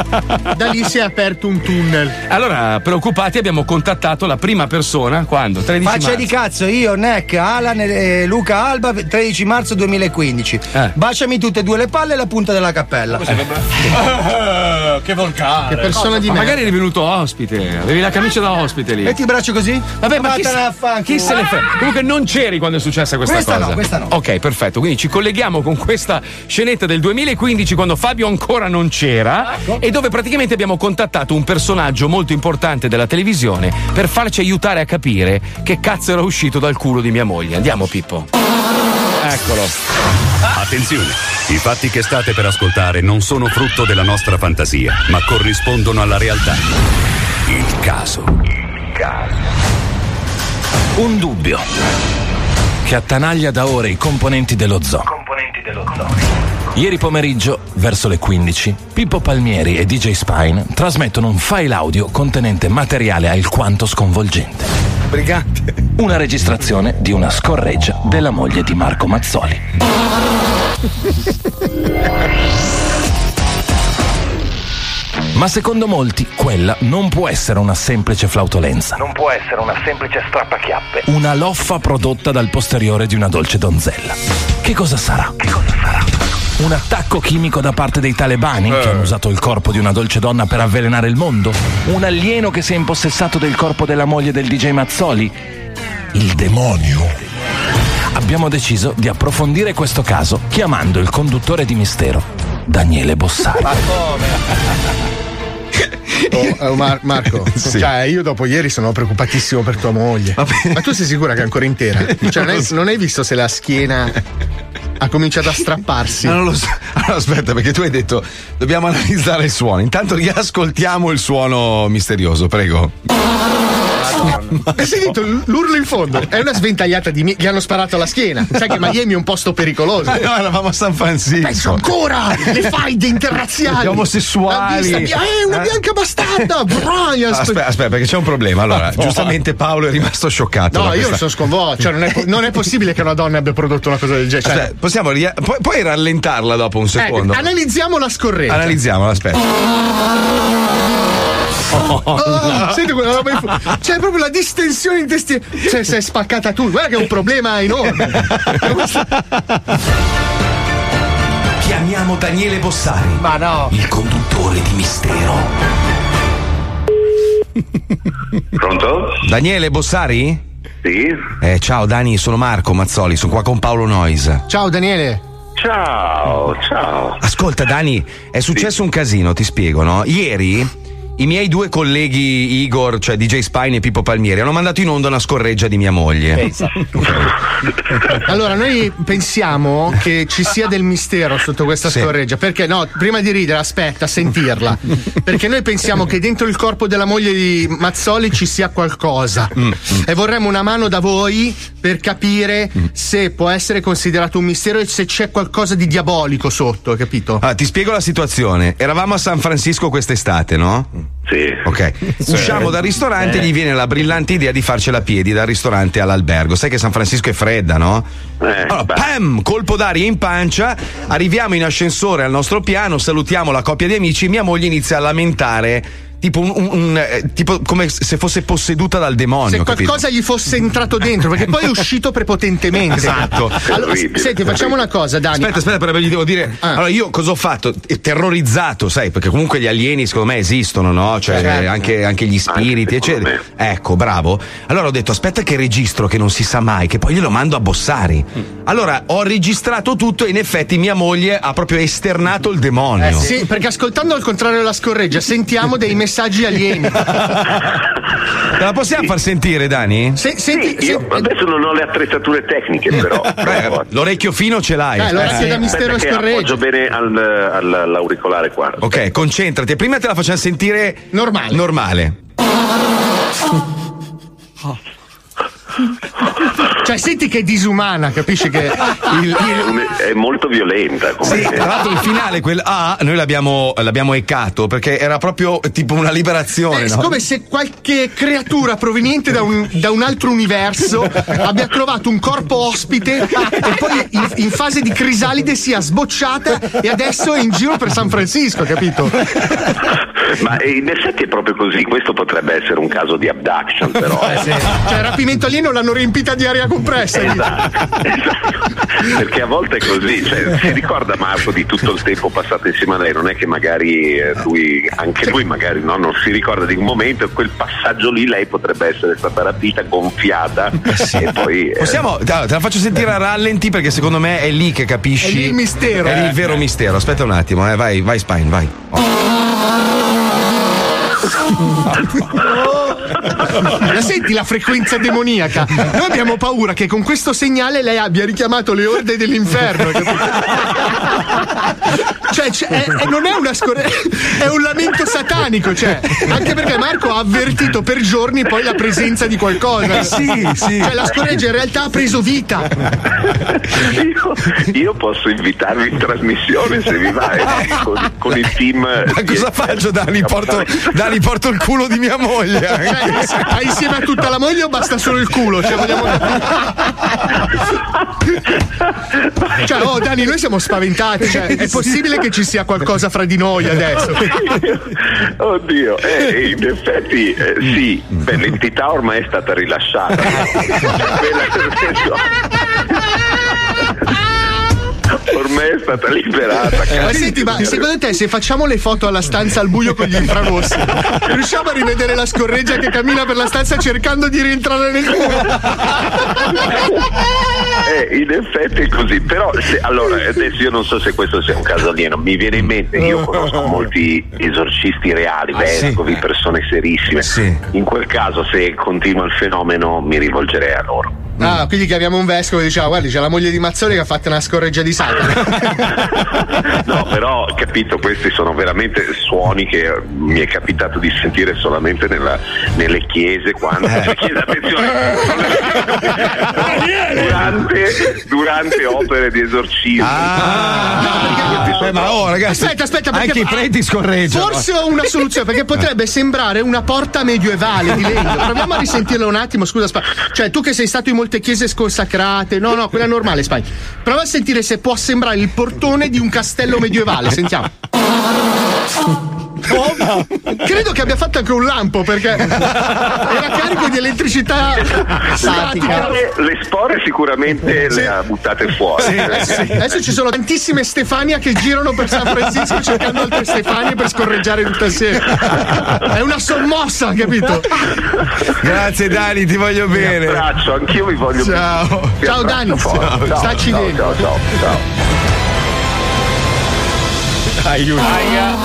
[SPEAKER 8] da lì si è aperto un tunnel.
[SPEAKER 6] Allora, preoccupati, abbiamo contattato la prima persona quando? 13
[SPEAKER 3] Faccia
[SPEAKER 6] marzo.
[SPEAKER 3] di cazzo, io, Neck, Alan e Luca Alba, 13 marzo 2015.
[SPEAKER 6] Eh.
[SPEAKER 3] Baciami tutte e due le palle e la punta della cappella.
[SPEAKER 9] che volcano.
[SPEAKER 8] Che persona di
[SPEAKER 6] Ma
[SPEAKER 8] me.
[SPEAKER 6] magari eri venuto ospite, avevi la camicia da ospite lì.
[SPEAKER 3] E ti braccio così?
[SPEAKER 6] Vabbè, ma chi,
[SPEAKER 3] Vattene a fanculo.
[SPEAKER 6] chi se ne frega? Comunque non c'eri quando è successa questa,
[SPEAKER 3] Questa
[SPEAKER 6] cosa.
[SPEAKER 3] no, questa no.
[SPEAKER 6] Ok, perfetto. Quindi ci colleghiamo con questa scenetta del 2015 quando Fabio ancora non c'era
[SPEAKER 3] Ecco.
[SPEAKER 6] e dove praticamente abbiamo contattato un personaggio molto importante della televisione per farci aiutare a capire che cazzo era uscito dal culo di mia moglie. Andiamo, Pippo. Eh,
[SPEAKER 11] Eccolo.
[SPEAKER 12] Attenzione! I fatti che state per ascoltare non sono frutto della nostra fantasia, ma corrispondono alla realtà. Il caso. Il caso.
[SPEAKER 10] Un dubbio che attanaglia da ore i componenti dello zoo.
[SPEAKER 13] Componenti dello zoo.
[SPEAKER 10] Ieri pomeriggio, verso le 15, Pippo Palmieri e DJ Spine trasmettono un file audio contenente materiale alquanto sconvolgente. Brigante. Una registrazione di una scorreggia della moglie di Marco Mazzoli. Ma secondo molti, quella non può essere una semplice flautolenza.
[SPEAKER 13] Non può essere una semplice strappachiappe.
[SPEAKER 10] Una loffa prodotta dal posteriore di una dolce donzella. Che cosa sarà? Eh. Un attacco chimico da parte dei talebani che hanno usato il corpo di una dolce donna per avvelenare il mondo? Un alieno che si è impossessato del corpo della moglie del DJ Mazzoli? Il demonio? Abbiamo deciso di approfondire questo caso chiamando il conduttore di mistero, Daniele Bossari.
[SPEAKER 8] Oh, oh, Mar- Marco, cioè, io dopo ieri sono preoccupatissimo per tua moglie. Ma tu sei sicura che è ancora intera? Cioè, non, hai, non hai visto se la schiena ha cominciato a strapparsi?
[SPEAKER 14] No, Ah, non lo so. Allora, aspetta, perché tu hai detto dobbiamo analizzare il suono. Intanto riascoltiamo il suono misterioso, prego.
[SPEAKER 8] Hai sentito l- l'urlo in fondo? È una sventagliata di mi- Gli hanno sparato alla schiena. Sai che Miami è un posto pericoloso.
[SPEAKER 14] No, eravamo a San Francisco.
[SPEAKER 8] Oh, Penso ancora! Le faide interrazziali!
[SPEAKER 14] Gli omosessuali.
[SPEAKER 8] L'ha vista Bia- Eh, una bianca bastarda! Brian! spe-
[SPEAKER 14] Aspetta, aspetta, perché c'è un problema. Allora,
[SPEAKER 8] Ma-
[SPEAKER 14] giustamente Paolo è rimasto scioccato.
[SPEAKER 8] No,
[SPEAKER 14] da
[SPEAKER 8] io
[SPEAKER 14] questa-
[SPEAKER 8] sono sconvolto. Cioè, non, è, po- non è possibile che una donna abbia prodotto una cosa del genere. Cioè,
[SPEAKER 14] Aspetta, possiamo ria- puoi, puoi rallentarla dopo un
[SPEAKER 8] Ecco,
[SPEAKER 14] secondo?
[SPEAKER 8] analizziamo la scorreggia.
[SPEAKER 14] Analizziamola, aspetta. Oh.
[SPEAKER 8] Ah, Senti quella roba in fu- C'è proprio la distensione intestinale. Cioè, sei spaccata tu. Guarda che è un problema enorme.
[SPEAKER 10] Chiamiamo Daniele Bossari.
[SPEAKER 8] Ma no.
[SPEAKER 10] Il conduttore di mistero.
[SPEAKER 14] Pronto? Daniele Bossari? Sì. Eh, ciao Dani, sono Marco Mazzoli, sono qua con Paolo Nois.
[SPEAKER 8] Ciao Daniele.
[SPEAKER 14] Ciao, ciao. Ascolta Dani, è successo un casino, ti spiego, no? Ieri i miei due colleghi Igor, cioè DJ Spine e Pippo Palmieri, hanno mandato in onda una scorreggia di mia moglie.
[SPEAKER 8] Allora, noi pensiamo che ci sia del mistero sotto questa scorreggia. Perché no, prima di ridere, aspetta, sentirla. Perché noi pensiamo che dentro il corpo della moglie di Mazzoli ci sia qualcosa.
[SPEAKER 14] Mm,
[SPEAKER 8] E vorremmo una mano da voi per capire
[SPEAKER 14] Mm.
[SPEAKER 8] se può essere considerato un mistero e se c'è qualcosa di diabolico sotto, hai capito?
[SPEAKER 14] Ah, ti spiego la situazione. Eravamo a San Francisco quest'estate, no? Sì. Ok.
[SPEAKER 8] Sì.
[SPEAKER 14] Usciamo dal ristorante e
[SPEAKER 6] Eh.
[SPEAKER 14] gli viene la brillante idea di farcela a piedi dal ristorante all'albergo. Sai che San Francisco è fredda, no? allora, pam! Colpo d'aria in pancia, arriviamo in ascensore al nostro piano, salutiamo la coppia di amici, mia moglie inizia a lamentare. Tipo, un- un- un, eh, tipo come se fosse posseduta dal demonio.
[SPEAKER 8] se
[SPEAKER 14] capito?
[SPEAKER 8] qualcosa gli fosse entrato dentro, perché poi è uscito prepotentemente.
[SPEAKER 14] Esatto.
[SPEAKER 8] Allora,
[SPEAKER 14] Terribile,
[SPEAKER 8] senti, facciamo una cosa, Dani.
[SPEAKER 14] Aspetta, aspetta, però gli devo dire.
[SPEAKER 8] Eh.
[SPEAKER 14] Allora, io cosa ho fatto? Eh, Terrorizzato, sai, perché comunque gli alieni, secondo me, esistono, no? Cioè,
[SPEAKER 8] Certo.
[SPEAKER 14] eh, anche, anche gli spiriti, eccetera. Ecco, bravo. Allora ho detto: aspetta che registro che non si sa mai, che poi glielo mando a Bossari.
[SPEAKER 8] Mm.
[SPEAKER 14] Allora, ho registrato tutto e in effetti mia moglie ha proprio esternato il demonio.
[SPEAKER 8] Eh, sì, perché ascoltando al contrario la scorreggia sentiamo dei messaggi alieni.
[SPEAKER 14] Te la possiamo far sentire, Dani?
[SPEAKER 8] Se- senti,
[SPEAKER 13] Io adesso non ho le attrezzature tecniche, però.
[SPEAKER 14] Beh, eh, l'orecchio fino ce l'hai. Eh.
[SPEAKER 13] Aspetta.
[SPEAKER 14] aspetta.
[SPEAKER 13] Aspetta che Appoggio bene al- al- all'auricolare qua.
[SPEAKER 14] Ok, concentrati. Prima te la facciamo sentire normale. normale.
[SPEAKER 8] cioè, senti che è disumana, capisci che
[SPEAKER 13] È molto violenta. Come
[SPEAKER 14] Sì, tra l'altro il finale, quel A, noi l'abbiamo, l'abbiamo eccato perché era proprio tipo una
[SPEAKER 13] Eh,
[SPEAKER 14] liberazione.
[SPEAKER 8] è
[SPEAKER 14] no?
[SPEAKER 8] come se qualche creatura proveniente da un, da un altro universo abbia trovato un corpo ospite e poi in, in fase di crisalide sia sbocciata e adesso è in giro per San Francisco, capito? Cioè,
[SPEAKER 13] Ma eh, in effetti è proprio così. Questo potrebbe essere un caso di abduction, però. eh.
[SPEAKER 8] Cioè, rapimento alieno l'hanno riempita di aria compressa.
[SPEAKER 13] Perché a volte è così, cioè, si ricorda Marco di tutto il tempo passato insieme a lei, non è che magari eh, lui, anche lui magari no, non si ricorda di un momento, quel passaggio lì lei potrebbe essere stata rapita, gonfiata e poi... eh,
[SPEAKER 14] Possiamo, te la te la faccio sentire a rallenti perché secondo me è lì che capisci.
[SPEAKER 13] È lì il mistero.
[SPEAKER 14] eh,
[SPEAKER 5] Ah.
[SPEAKER 14] È lì il vero mistero. Aspetta un attimo, eh. vai, vai, Spine, vai.
[SPEAKER 8] La senti la frequenza demoniaca? Noi abbiamo paura che con questo segnale lei abbia richiamato le orde dell'inferno. capito? Cioè, c'è- è- è- non è una scorre- è un lamento satanico, cioè. Anche perché Marco ha avvertito per giorni poi la presenza di qualcosa.
[SPEAKER 13] Eh sì, sì.
[SPEAKER 8] Cioè, la scoreggia in realtà ha preso vita.
[SPEAKER 13] Io, io posso invitarvi in trasmissione se vi va eh, con, con il team. Ma
[SPEAKER 14] cosa faccio, Dani? Porto, Dani, porto il culo di mia moglie.
[SPEAKER 6] eh.
[SPEAKER 14] anche.
[SPEAKER 8] Cioè, ma insieme a tutta la moglie o basta solo il culo? Cioè, vogliamo capire. Cioè, oh Dani, noi siamo spaventati. cioè, è possibile che ci sia qualcosa fra di noi adesso?
[SPEAKER 13] Oddio, eh, in effetti eh, sì, beh, l'entità ormai è stata rilasciata. Quella- ormai è stata liberata.
[SPEAKER 8] Eh, ma
[SPEAKER 13] capito?
[SPEAKER 8] senti, ma secondo te se facciamo le foto alla stanza al buio con gli infrarossi, riusciamo a rivedere la scorreggia che cammina per la stanza cercando di rientrare nel culo?
[SPEAKER 13] Eh, in effetti è così, però se- allora adesso io non so se questo sia un caso alieno, mi viene in mente, io conosco molti esorcisti
[SPEAKER 8] Ah,
[SPEAKER 13] reali, vescovi, persone serissime, in quel caso se continua il fenomeno mi rivolgerei a loro.
[SPEAKER 8] Ah, quindi chiamiamo un vescovo e diciamo, guardi, c'è la moglie di Mazzoni che ha fatto una scorreggia di sangue.
[SPEAKER 13] No, però capito, questi sono veramente suoni che mi è capitato di sentire solamente nella- nelle chiese quando... nelle chiese, attenzione, durante, durante opere di esorcismo.
[SPEAKER 14] ma oh, ragazzi,
[SPEAKER 8] Aspetta, aspetta, perché
[SPEAKER 14] anche i preti scorreggiano.
[SPEAKER 8] Forse ho una soluzione, perché potrebbe sembrare una porta medioevale di legno. Proviamo a risentirla un attimo, scusa Spy. Cioè, tu che sei stato in molte chiese sconsacrate, no, no, quella normale, Spy. Prova a sentire se può sembrare il portone di un castello medioevale, sentiamo. Credo che abbia fatto anche un lampo perché era carico di elettricità statica.
[SPEAKER 13] Le, le spore sicuramente le ha buttate fuori.
[SPEAKER 8] eh, Adesso ci sono tantissime Stefania che girano per San Francisco cercando altre Stefanie per scorreggiare tutta sera. È una sommossa, capito?
[SPEAKER 14] Grazie Dani, ti voglio bene.
[SPEAKER 13] Un abbraccio, anch'io vi voglio
[SPEAKER 8] Ciao.
[SPEAKER 13] bene. Vi
[SPEAKER 8] Ciao,
[SPEAKER 13] abbraccio
[SPEAKER 8] Dani.
[SPEAKER 13] forte.
[SPEAKER 8] Ciao.
[SPEAKER 13] Ciao,
[SPEAKER 8] Stacci
[SPEAKER 13] ciao,
[SPEAKER 8] dentro.
[SPEAKER 13] Ciao, ciao, ciao.
[SPEAKER 3] Aiuto.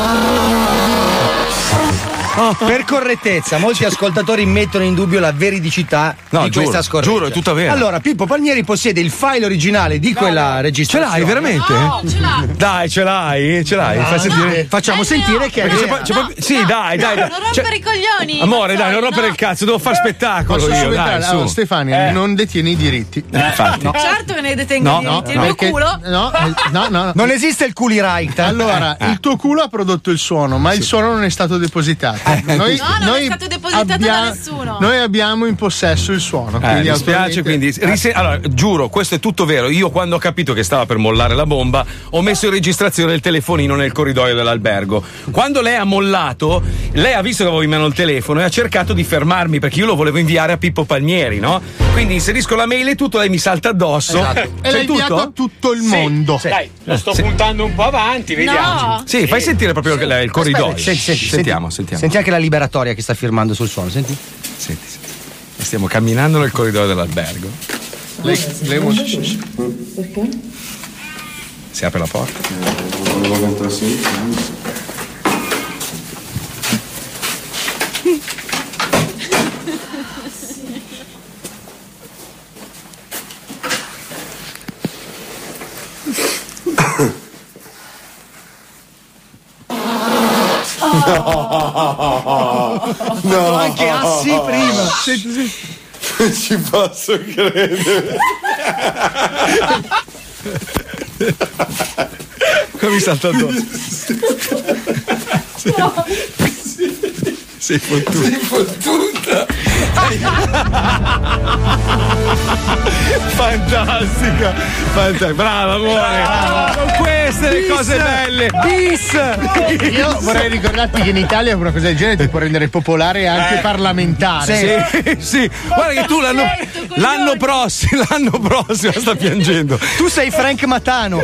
[SPEAKER 14] Oh,
[SPEAKER 3] Per correttezza, molti ascoltatori mettono in dubbio la veridicità
[SPEAKER 14] No,
[SPEAKER 3] di
[SPEAKER 14] giuro,
[SPEAKER 3] questa scorreggia.
[SPEAKER 14] giuro, è tutta vera.
[SPEAKER 3] Allora, Pippo Palmieri possiede il file originale di quella registrazione.
[SPEAKER 14] Ce l'hai veramente? No,
[SPEAKER 3] ce l'hai.
[SPEAKER 14] Dai, ce l'hai, Eh, ce l'hai.
[SPEAKER 3] No,
[SPEAKER 14] Fai
[SPEAKER 6] Eh,
[SPEAKER 14] sentire.
[SPEAKER 3] no, Facciamo è sentire mio. che è
[SPEAKER 14] Perché c'è
[SPEAKER 3] vera.
[SPEAKER 14] po- c'è proprio- Sì, dai, dai. dai.
[SPEAKER 5] Non
[SPEAKER 6] Cioè,
[SPEAKER 5] rompere i coglioni.
[SPEAKER 6] Amore, dai, non rompere il cazzo, devo fare spettacolo
[SPEAKER 8] Posso
[SPEAKER 6] io,
[SPEAKER 8] subentrare?
[SPEAKER 6] dai, su.
[SPEAKER 8] Allora, Stefania non detiene i diritti.
[SPEAKER 6] infatti.
[SPEAKER 8] No.
[SPEAKER 5] Certo che ne detengo
[SPEAKER 8] No,
[SPEAKER 5] i
[SPEAKER 8] no,
[SPEAKER 5] diritti, il mio
[SPEAKER 8] perché-
[SPEAKER 5] culo.
[SPEAKER 8] No,
[SPEAKER 15] eh,
[SPEAKER 8] no, no.
[SPEAKER 3] Non esiste il culi right.
[SPEAKER 8] Allora, il tuo culo ha prodotto il suono, ma il suono non è stato depositato.
[SPEAKER 3] Eh,
[SPEAKER 8] Noi,
[SPEAKER 5] No, non è
[SPEAKER 8] Eh, noi
[SPEAKER 5] stato depositato da
[SPEAKER 8] abbia-
[SPEAKER 5] nessuno.
[SPEAKER 8] Noi abbiamo in possesso il suono.
[SPEAKER 6] Eh, mi
[SPEAKER 8] quindi
[SPEAKER 6] dispiace, quindi.
[SPEAKER 8] attualmente-
[SPEAKER 6] risen- allora, giuro, questo è tutto vero. Io, quando ho capito che stava per mollare la bomba, ho messo in registrazione il telefonino nel corridoio dell'albergo. Quando lei ha mollato, lei ha visto che avevo in mano il telefono e ha cercato di fermarmi perché io lo volevo inviare a Pippo Palmieri, no? Quindi inserisco la mail e tutto, lei mi salta addosso.
[SPEAKER 10] Esatto. E
[SPEAKER 6] C'è
[SPEAKER 10] l'hai inviato
[SPEAKER 6] tutto?
[SPEAKER 10] a tutto il mondo. Dai, lo sto puntando un po' avanti, vediamo.
[SPEAKER 6] Sì, fai sentire proprio il- il corridoio.
[SPEAKER 3] Aspetta, senti, senti,
[SPEAKER 6] sentiamo,
[SPEAKER 3] senti.
[SPEAKER 6] sentiamo.
[SPEAKER 3] Senti anche la liberatoria che sta firmando sul suono, senti.
[SPEAKER 6] Senti, senti. Stiamo camminando nel corridoio dell'albergo.
[SPEAKER 8] Le- le voci-
[SPEAKER 6] Si apre la porta.
[SPEAKER 16] No,
[SPEAKER 5] No, anche assi prima.
[SPEAKER 16] Non ci posso credere.
[SPEAKER 6] Come mi salta addosso? Sei fottuto.
[SPEAKER 16] Sei fottuta.
[SPEAKER 6] Fantastica, fantastica, brava amore. Sono queste le cose belle. Bis.
[SPEAKER 8] Io vorrei ricordarti che in Italia una cosa del genere ti può rendere popolare e anche
[SPEAKER 6] Eh.
[SPEAKER 8] parlamentare.
[SPEAKER 6] Sì, sì, Guarda che tu l'anno, l'anno prossimo, l'anno prossimo sta piangendo.
[SPEAKER 3] Tu sei Frank Matano.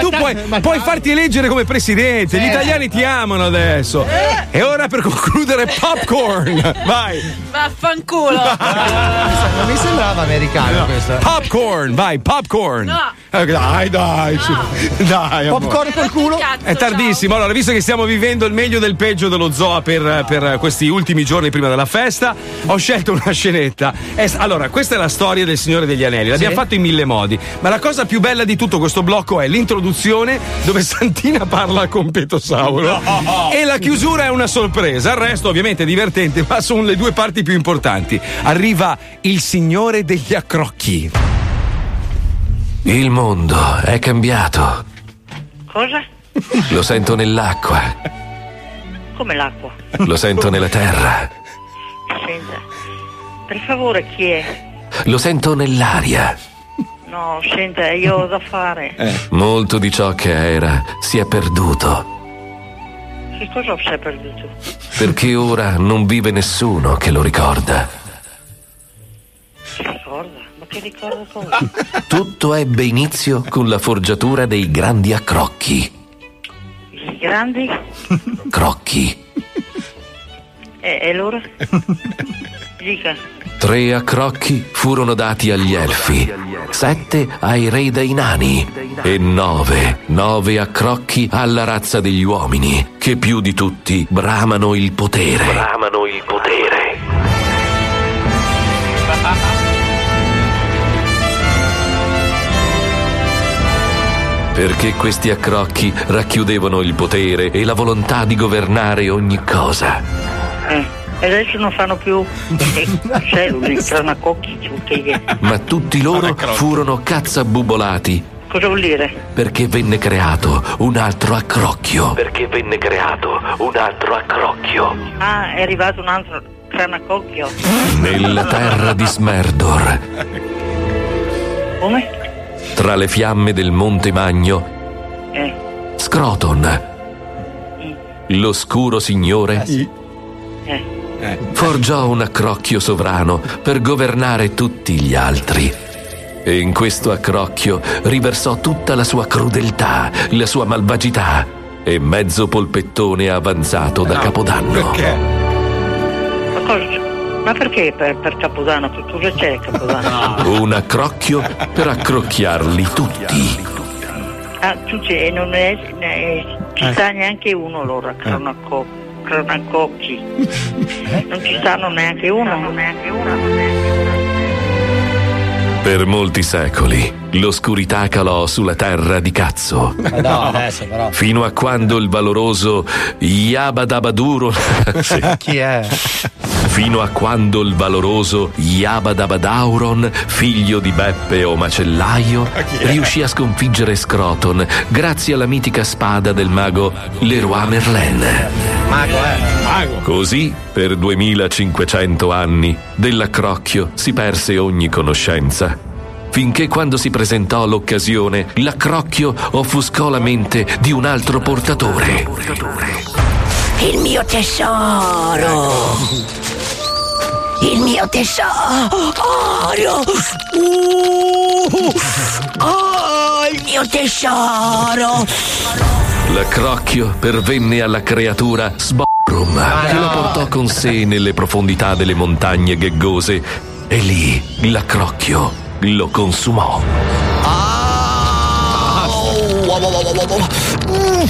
[SPEAKER 6] Tu puoi, puoi farti eleggere come presidente. Gli italiani ti amano adesso. E ora per concludere, popcorn. Vai.
[SPEAKER 5] Vaffanculo.
[SPEAKER 3] Non mi sembrava americano questo.
[SPEAKER 6] Popcorn, vai, popcorn.
[SPEAKER 5] No.
[SPEAKER 6] Eh, Dai, dai. su.
[SPEAKER 8] Dai, amore.
[SPEAKER 6] Popcorn
[SPEAKER 5] col culo.
[SPEAKER 3] Eh,
[SPEAKER 6] È tardissimo. Allora, visto che stiamo vivendo il meglio del peggio dello zoo per, per questi ultimi giorni prima della festa, ho scelto una scenetta. È- allora, questa è la storia del Signore degli Anelli. L'abbiamo
[SPEAKER 17] Sì.
[SPEAKER 6] fatto in mille modi. Ma la cosa più bella di tutto questo blocco è l'introduzione dove Santina parla con Petosauro.
[SPEAKER 17] No.
[SPEAKER 6] E la chiusura è una sorpresa. Il resto, ovviamente, è divertente, ma sono le due parti più importanti. Arriva il Signore degli Accrocchi.
[SPEAKER 1] Il mondo è cambiato,
[SPEAKER 18] Cosa?
[SPEAKER 1] lo sento nell'acqua,
[SPEAKER 18] Come l'acqua.
[SPEAKER 1] lo sento nella terra,
[SPEAKER 18] Senta. Per favore, chi è?
[SPEAKER 1] lo sento nell'aria.
[SPEAKER 18] No, senta, io ho da fare.
[SPEAKER 2] Eh.
[SPEAKER 1] Molto di ciò che era si è perduto,
[SPEAKER 18] Che cosa ho sei perduto?
[SPEAKER 1] perché ora non vive nessuno che lo ricorda.
[SPEAKER 18] Che ricorda? Ma che ricordo cosa?
[SPEAKER 1] Tutto ebbe inizio con la forgiatura dei grandi accrocchi.
[SPEAKER 18] I grandi?
[SPEAKER 1] Crocchi.
[SPEAKER 18] E, e loro? Dica.
[SPEAKER 1] Tre accrocchi furono dati agli elfi, sette ai re dei nani e nove, nove accrocchi alla razza degli uomini, che più di tutti bramano il potere. Bramano il potere. Perché questi accrocchi racchiudevano il potere e la volontà di governare ogni cosa.
[SPEAKER 18] Eh, E adesso non fanno più eh, cellule, tranacocchi, ciucchie.
[SPEAKER 1] Ma tutti loro furono cazzabubolati
[SPEAKER 18] Cosa vuol dire?
[SPEAKER 1] perché venne creato un altro accrocchio. Perché venne creato un altro accrocchio.
[SPEAKER 18] Ah, è arrivato un altro tranacocchio.
[SPEAKER 1] Nella terra di Smerdor.
[SPEAKER 18] Come?
[SPEAKER 1] Tra le fiamme del Monte Magno,
[SPEAKER 18] Eh.
[SPEAKER 1] Scroton, l'oscuro signore,
[SPEAKER 18] Ah, Eh.
[SPEAKER 1] forgiò un accrocchio sovrano per governare tutti gli altri. E in questo accrocchio riversò tutta la sua crudeltà, la sua malvagità e mezzo polpettone avanzato da Capodanno. Perché?
[SPEAKER 18] Ma, cosa- ma perché per, per Capodanno? Che cosa c'è a Capodanno?
[SPEAKER 1] Un accrocchio per accrocchiarli tutti.
[SPEAKER 18] Ah, tu c'è, non è, ne- ci
[SPEAKER 1] Eh.
[SPEAKER 18] sta neanche uno loro, cronaco, cronacocchi. Non ci stanno neanche uno. neanche
[SPEAKER 1] Per molti secoli l'oscurità calò sulla terra di cazzo.
[SPEAKER 3] Ma no, adesso però.
[SPEAKER 1] Fino a quando il valoroso Yabadabaduro. Sì.
[SPEAKER 3] Chi è?
[SPEAKER 1] Fino a quando il valoroso Yabadabadauron, figlio di Beppe o macellaio, riuscì a sconfiggere Scroton grazie alla mitica spada del mago Leroy Merlin.
[SPEAKER 3] Mago, eh.
[SPEAKER 8] Mago.
[SPEAKER 1] Così, per 2500 anni, dell'accrocchio si perse ogni conoscenza. Finché quando si presentò l'occasione, l'accrocchio offuscò la mente di un altro portatore.
[SPEAKER 19] Il mio tesoro! Il mio tesoro! Uh, oh, il mio tesoro!
[SPEAKER 1] L'accrocchio pervenne alla creatura Sbobrum, che lo portò con sé nelle profondità delle montagne gheggose. E lì l'accrocchio lo consumò.
[SPEAKER 19] Oh, oh, oh, oh, oh, oh. Mm.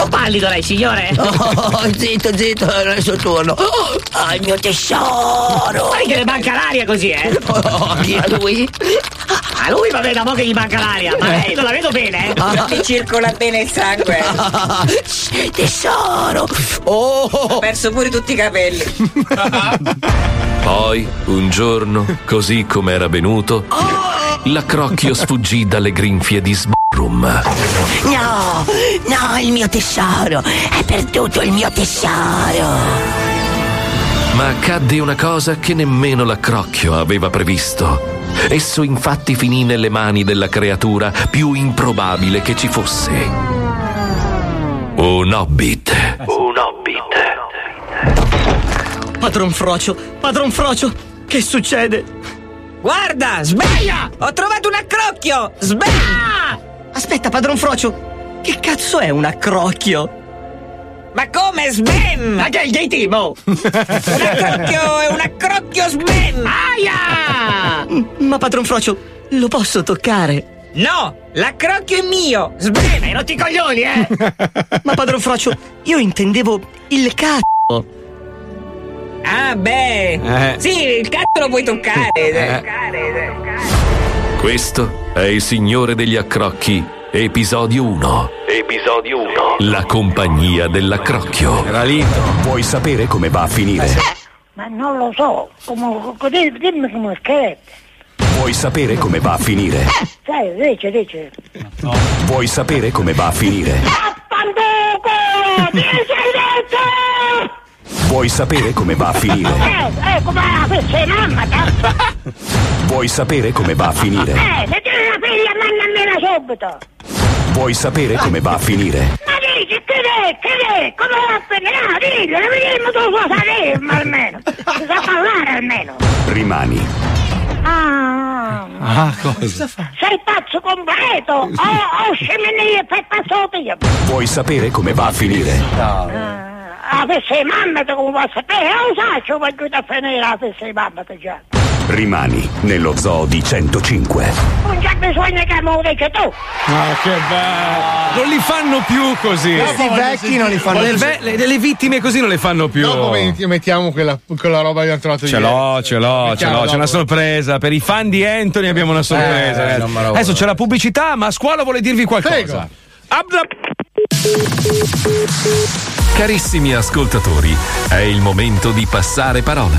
[SPEAKER 19] Oh, pallido lei, signore! Oh, zitto, zitto, era il suo turno! Oh, il mio tesoro!
[SPEAKER 20] Sai che le manca l'aria così, eh?
[SPEAKER 19] Oh, chi è lui?
[SPEAKER 20] A lui va bene, da mo' che gli manca l'aria, ma lei non la vedo bene, eh?
[SPEAKER 19] Ah.
[SPEAKER 21] Ti circola bene il sangue.
[SPEAKER 19] Tesoro! Oh.
[SPEAKER 21] Ho perso pure tutti i capelli.
[SPEAKER 1] Poi, un giorno, così come era venuto, l'accrocchio sfuggì dalle grinfie di Sbrum.
[SPEAKER 19] No, no, il mio tesoro! È perduto il mio tesoro!
[SPEAKER 1] Ma accadde una cosa che nemmeno l'accrocchio aveva previsto. Esso infatti finì nelle mani della creatura più improbabile che ci fosse. Un hobbit. Un hobbit.
[SPEAKER 20] Padron Frocio, padron Frocio, che succede? Guarda, sveglia! Ho trovato un accrocchio! Sveglia! Ah! Aspetta, padron Frocio, che cazzo è un accrocchio? Ma come sbem? Ma che il gay timo! un accrocchio è un accrocchio sbem! Aia! Ma padron Frocio, lo posso toccare? No, l'accrocchio è mio! Sbrena, e non ti coglioni, eh! Ma padron Frocio, io intendevo il cazzo!
[SPEAKER 21] Ah, beh.
[SPEAKER 12] Eh.
[SPEAKER 21] Sì, il cazzo lo puoi toccare.
[SPEAKER 12] Eh.
[SPEAKER 1] Questo è il Signore degli Accrocchi, episodio 1.
[SPEAKER 12] Episodio 1.
[SPEAKER 1] La compagnia dell'accrocchio.
[SPEAKER 12] Era lì. Vuoi sapere come va a finire?
[SPEAKER 18] Ma non lo so, come, dimmi, dimmi come scherzo.
[SPEAKER 12] Vuoi sapere come va a finire?
[SPEAKER 18] Sai, dice, dice.
[SPEAKER 12] Vuoi sapere come va a finire?
[SPEAKER 18] Fanduco! Dice, dice!
[SPEAKER 12] Vuoi sapere come va a finire?
[SPEAKER 18] Eh, eh, come la fece mamma,
[SPEAKER 12] Vuoi sapere come va a finire?
[SPEAKER 18] Eh, se tieni la figlia, mandamela subito!
[SPEAKER 12] Vuoi sapere come va a finire?
[SPEAKER 18] Ma dici, che è, che è, come va a finire? No, dillo, vediamo tu cosa dirmi almeno! Si sa parlare almeno!
[SPEAKER 12] Rimani.
[SPEAKER 18] Ah,
[SPEAKER 12] Ah, cosa?
[SPEAKER 18] sei pazzo completo! O, o scemelie per pazzo io!
[SPEAKER 12] Vuoi sapere come va a finire?
[SPEAKER 18] Ah, per sei mamma, te come posso sapere? Lo sai, ci voglio da finire la per sei mamma, te già!
[SPEAKER 12] Rimani nello zoo di 105.
[SPEAKER 18] Non c'è bisogno che me lo dici tu!
[SPEAKER 6] Ma Ah, che bello! Non li fanno più così.
[SPEAKER 8] Questi vecchi non li fanno
[SPEAKER 6] Le
[SPEAKER 8] più.
[SPEAKER 6] ve- le- delle vittime così non le fanno più.
[SPEAKER 8] Dopo metti- mettiamo quella, quella roba che abbiamo trovato
[SPEAKER 6] Ce
[SPEAKER 8] ieri.
[SPEAKER 6] l'ho, ce l'ho, ce
[SPEAKER 8] Mettiamo
[SPEAKER 6] l'ho. C'è una
[SPEAKER 8] dopo.
[SPEAKER 6] sorpresa. Per i fan di Anthony abbiamo una
[SPEAKER 8] Eh,
[SPEAKER 6] sorpresa. ragazzi.
[SPEAKER 8] non me lo
[SPEAKER 6] Adesso
[SPEAKER 8] voglio.
[SPEAKER 6] c'è la pubblicità, ma a scuola vuole dirvi qualcosa.
[SPEAKER 1] Carissimi ascoltatori, è il momento di passare parola.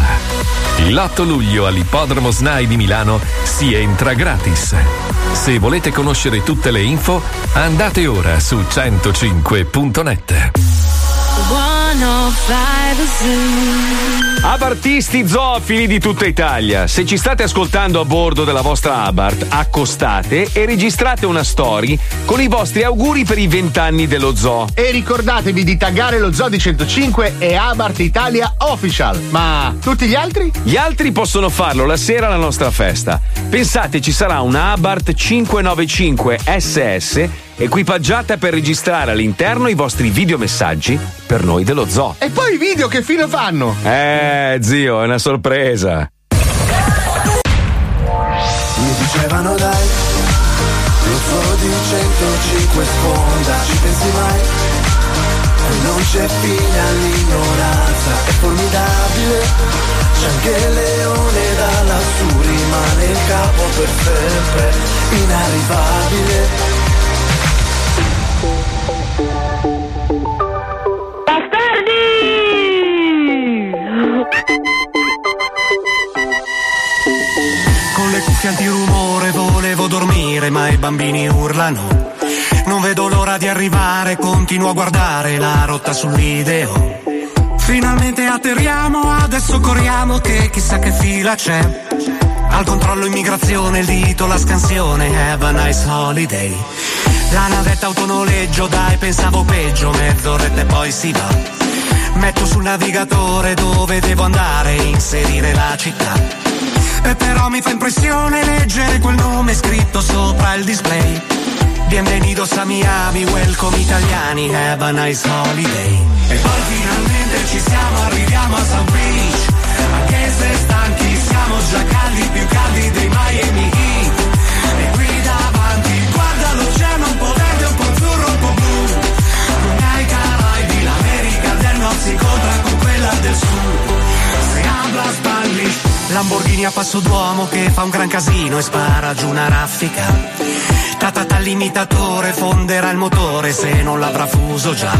[SPEAKER 1] L'8 luglio all'Ippodromo SNAI di Milano si entra gratis. Se volete conoscere tutte le info, andate ora su 105.net.
[SPEAKER 5] 105 Zoo.
[SPEAKER 6] Abartisti zoofili di tutta Italia, se ci state ascoltando a bordo della vostra Abart, accostate e registrate una story con i vostri auguri per i vent'anni dello zoo.
[SPEAKER 8] E ricordatevi di taggare lo Zoo di 105 e Abart Italia Official. Ma tutti gli altri?
[SPEAKER 6] Gli altri possono farlo la sera alla nostra festa. Pensate, ci sarà una Abarth 595 SS equipaggiata per registrare all'interno i vostri videomessaggi per noi dello zoo.
[SPEAKER 8] E poi i video che fine fanno?
[SPEAKER 6] Eh, zio, è una sorpresa.
[SPEAKER 16] Mi dicevano dai, lo zoo di 105 sponda, ci pensi mai? E non c'è fine all'ignoranza, è formidabile, c'è anche il leone da lassù, rimane il capo per sempre, inarrivabile.
[SPEAKER 17] Con le cuffie antirumore volevo dormire, ma i bambini urlano. Non vedo l'ora di arrivare, continuo a guardare la rotta sull'ideo. Finalmente atterriamo, adesso corriamo che chissà che fila c'è. Al controllo immigrazione, il dito, la scansione, have a nice holiday. La navetta autonoleggio, dai pensavo peggio, mezz'oretta e poi si va. Metto sul navigatore dove devo andare, inserire la città. E però mi fa impressione leggere quel nome scritto sopra il display. Bienvenidos a Miami, welcome italiani, have a nice holiday. E poi finalmente ci siamo, arriviamo a San Beach. Anche se stanchi siamo già caldi, più caldi dei Miami Heat. E qui davanti, guarda l'oceano, un po' verde, un po' azzurro, un po' blu. Come ai Caraibi, l'America del Nord si incontra con quella del Sud. Se habla Spanish. Lamborghini a passo d'uomo che fa un gran casino e spara giù una raffica. Tatata l'imitatore fonderà il motore se non l'avrà fuso già.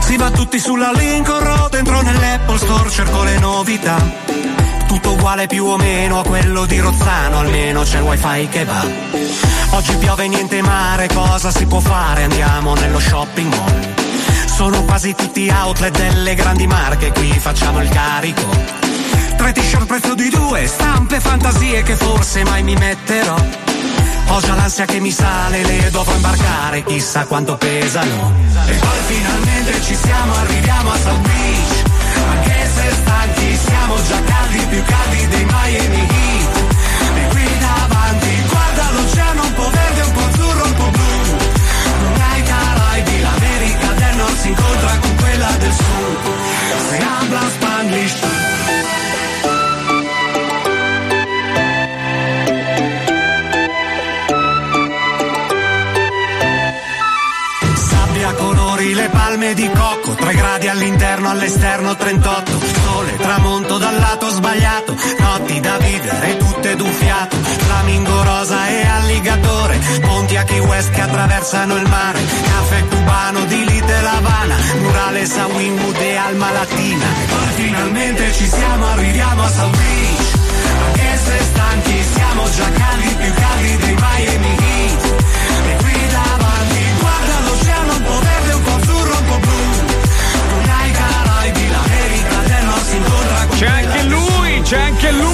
[SPEAKER 17] Si va tutti sulla Lincoln Road, entro nell'Apple Store, cerco le novità. Tutto uguale più o meno a quello di Rozzano, almeno c'è il wifi che va. Oggi piove niente mare, cosa si può fare? Andiamo nello shopping mall. Sono quasi tutti outlet delle grandi marche, qui facciamo il carico. Tre t-shirt al prezzo di due, stampe fantasie che forse mai mi metterò. Ho già l'ansia che mi sale, le dovrò imbarcare, chissà quanto pesano. E poi finalmente ci siamo, arriviamo a South Beach. Anche se stanchi siamo già caldi, più caldi dei Miami Heat. E qui davanti, guarda l'oceano, un po' verde, un po' azzurro, un po' blu. Come ai Caraibi, l'America del Nord si incontra con quella del Sud. Se habla Spanish.
[SPEAKER 16] Thank you.
[SPEAKER 17] creme di cocco, 3 gradi all'interno, all'esterno 38, sole, tramonto dal lato sbagliato, notti da vivere tutte d'un fiato, flamingo rosa e alligatore, ponti a Key West che attraversano il mare, caffè cubano di Little Havana, murale San Winwood e Alma Latina, e poi finalmente ci siamo, arriviamo a South Beach, anche se stanchi siamo già caldi, più caldi di Miami Heat, e qui davanti guarda l'oceano un po' verde, un po' azzurro, un po' blu, tu dai Caraibi, l'America del Nord si incontra con
[SPEAKER 6] C'è anche lui, c'è anche lui.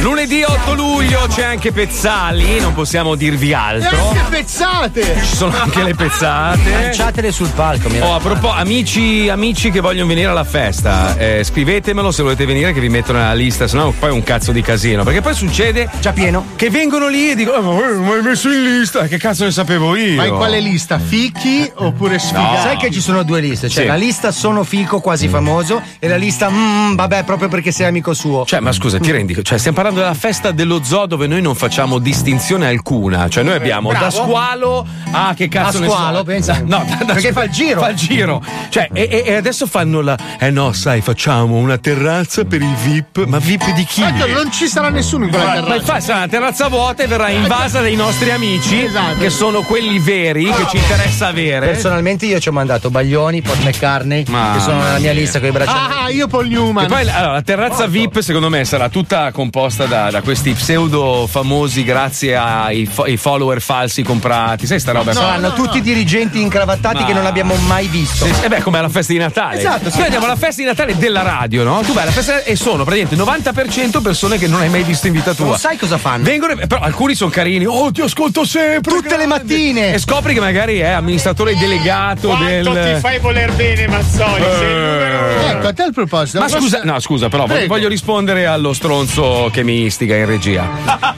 [SPEAKER 6] Lunedì 8 luglio c'è anche Pezzali, non possiamo dirvi
[SPEAKER 8] E
[SPEAKER 6] altro.
[SPEAKER 8] anche Eh, pezzate!
[SPEAKER 6] Ci sono anche le pezzate.
[SPEAKER 3] Lanciatele sul palco, mi
[SPEAKER 6] Oh, a proposito, amici, amici che vogliono venire alla festa, eh, scrivetemelo se volete venire che vi metto nella lista, sennò poi è un cazzo di casino. Perché poi succede
[SPEAKER 3] già pieno.
[SPEAKER 6] che vengono lì e dicono: "Oh, ma voi mi hai messo in lista, Eh, che cazzo ne sapevo io?
[SPEAKER 8] Ma in quale lista? Fichi oppure sfigati?
[SPEAKER 3] Sai che ci sono due liste, cioè
[SPEAKER 6] Sì. Mm.
[SPEAKER 3] la lista sono fico quasi famoso e la lista mm, vabbè proprio perché sei amico suo.
[SPEAKER 6] Cioè, ma scusa, ti rendi cioè, stiamo parlando della festa dello zoo dove noi non facciamo distinzione alcuna. Cioè, noi abbiamo da squalo a che cazzo
[SPEAKER 3] A
[SPEAKER 6] ne
[SPEAKER 3] squalo,
[SPEAKER 6] so.
[SPEAKER 3] pensa.
[SPEAKER 6] No, da- da-
[SPEAKER 3] Perché fa il giro.
[SPEAKER 6] Fa il giro. Cioè, e, e- e adesso fanno la. Eh no, sai, facciamo una terrazza per i VIP. Ma VIP di chi?
[SPEAKER 8] Tanto non ci sarà nessuno in quella
[SPEAKER 6] Ma ma
[SPEAKER 8] terrazza.
[SPEAKER 6] infatti sarà una terrazza vuota e verrà invasa dai nostri amici,
[SPEAKER 8] Esatto,
[SPEAKER 6] che sono quelli veri, che ci interessa avere.
[SPEAKER 3] Personalmente io ci ho mandato Baglioni, Paul McCartney, che sono nella
[SPEAKER 6] mia.
[SPEAKER 3] mia lista con i braccianti.
[SPEAKER 8] Ah, io Paul Newman.
[SPEAKER 6] E poi allora, la terrazza VIP, secondo me, sarà tutta composta da, da questi pseudo famosi grazie ai fo- ai follower falsi comprati. Sai, sta roba qua?
[SPEAKER 3] Saranno tutti i dirigenti incravattati
[SPEAKER 6] Ma-
[SPEAKER 3] che non abbiamo mai visto.
[SPEAKER 6] Sì, sì, E beh, come alla festa di Natale.
[SPEAKER 3] Esatto, sì.
[SPEAKER 6] Noi andiamo alla festa di Natale della radio, no? Tu vai alla festa e sono praticamente 90% persone che non hai mai visto in vita tua.
[SPEAKER 3] Non sai cosa fanno.
[SPEAKER 6] Vengono, però alcuni sono carini. Oh, ti ascolto sempre.
[SPEAKER 3] Tutte le mattine.
[SPEAKER 6] E scopri che magari è amministratore delegato
[SPEAKER 10] Quanto
[SPEAKER 6] del.
[SPEAKER 10] ti fai voler bene, Mazzoli? Sei il numero uno.
[SPEAKER 8] Ecco, a te al proposito.
[SPEAKER 6] Ma
[SPEAKER 8] posso-
[SPEAKER 6] scusa, no, scusa, però voglio,
[SPEAKER 8] Prego.
[SPEAKER 6] voglio rispondere allo stronzo che mi istiga in regia.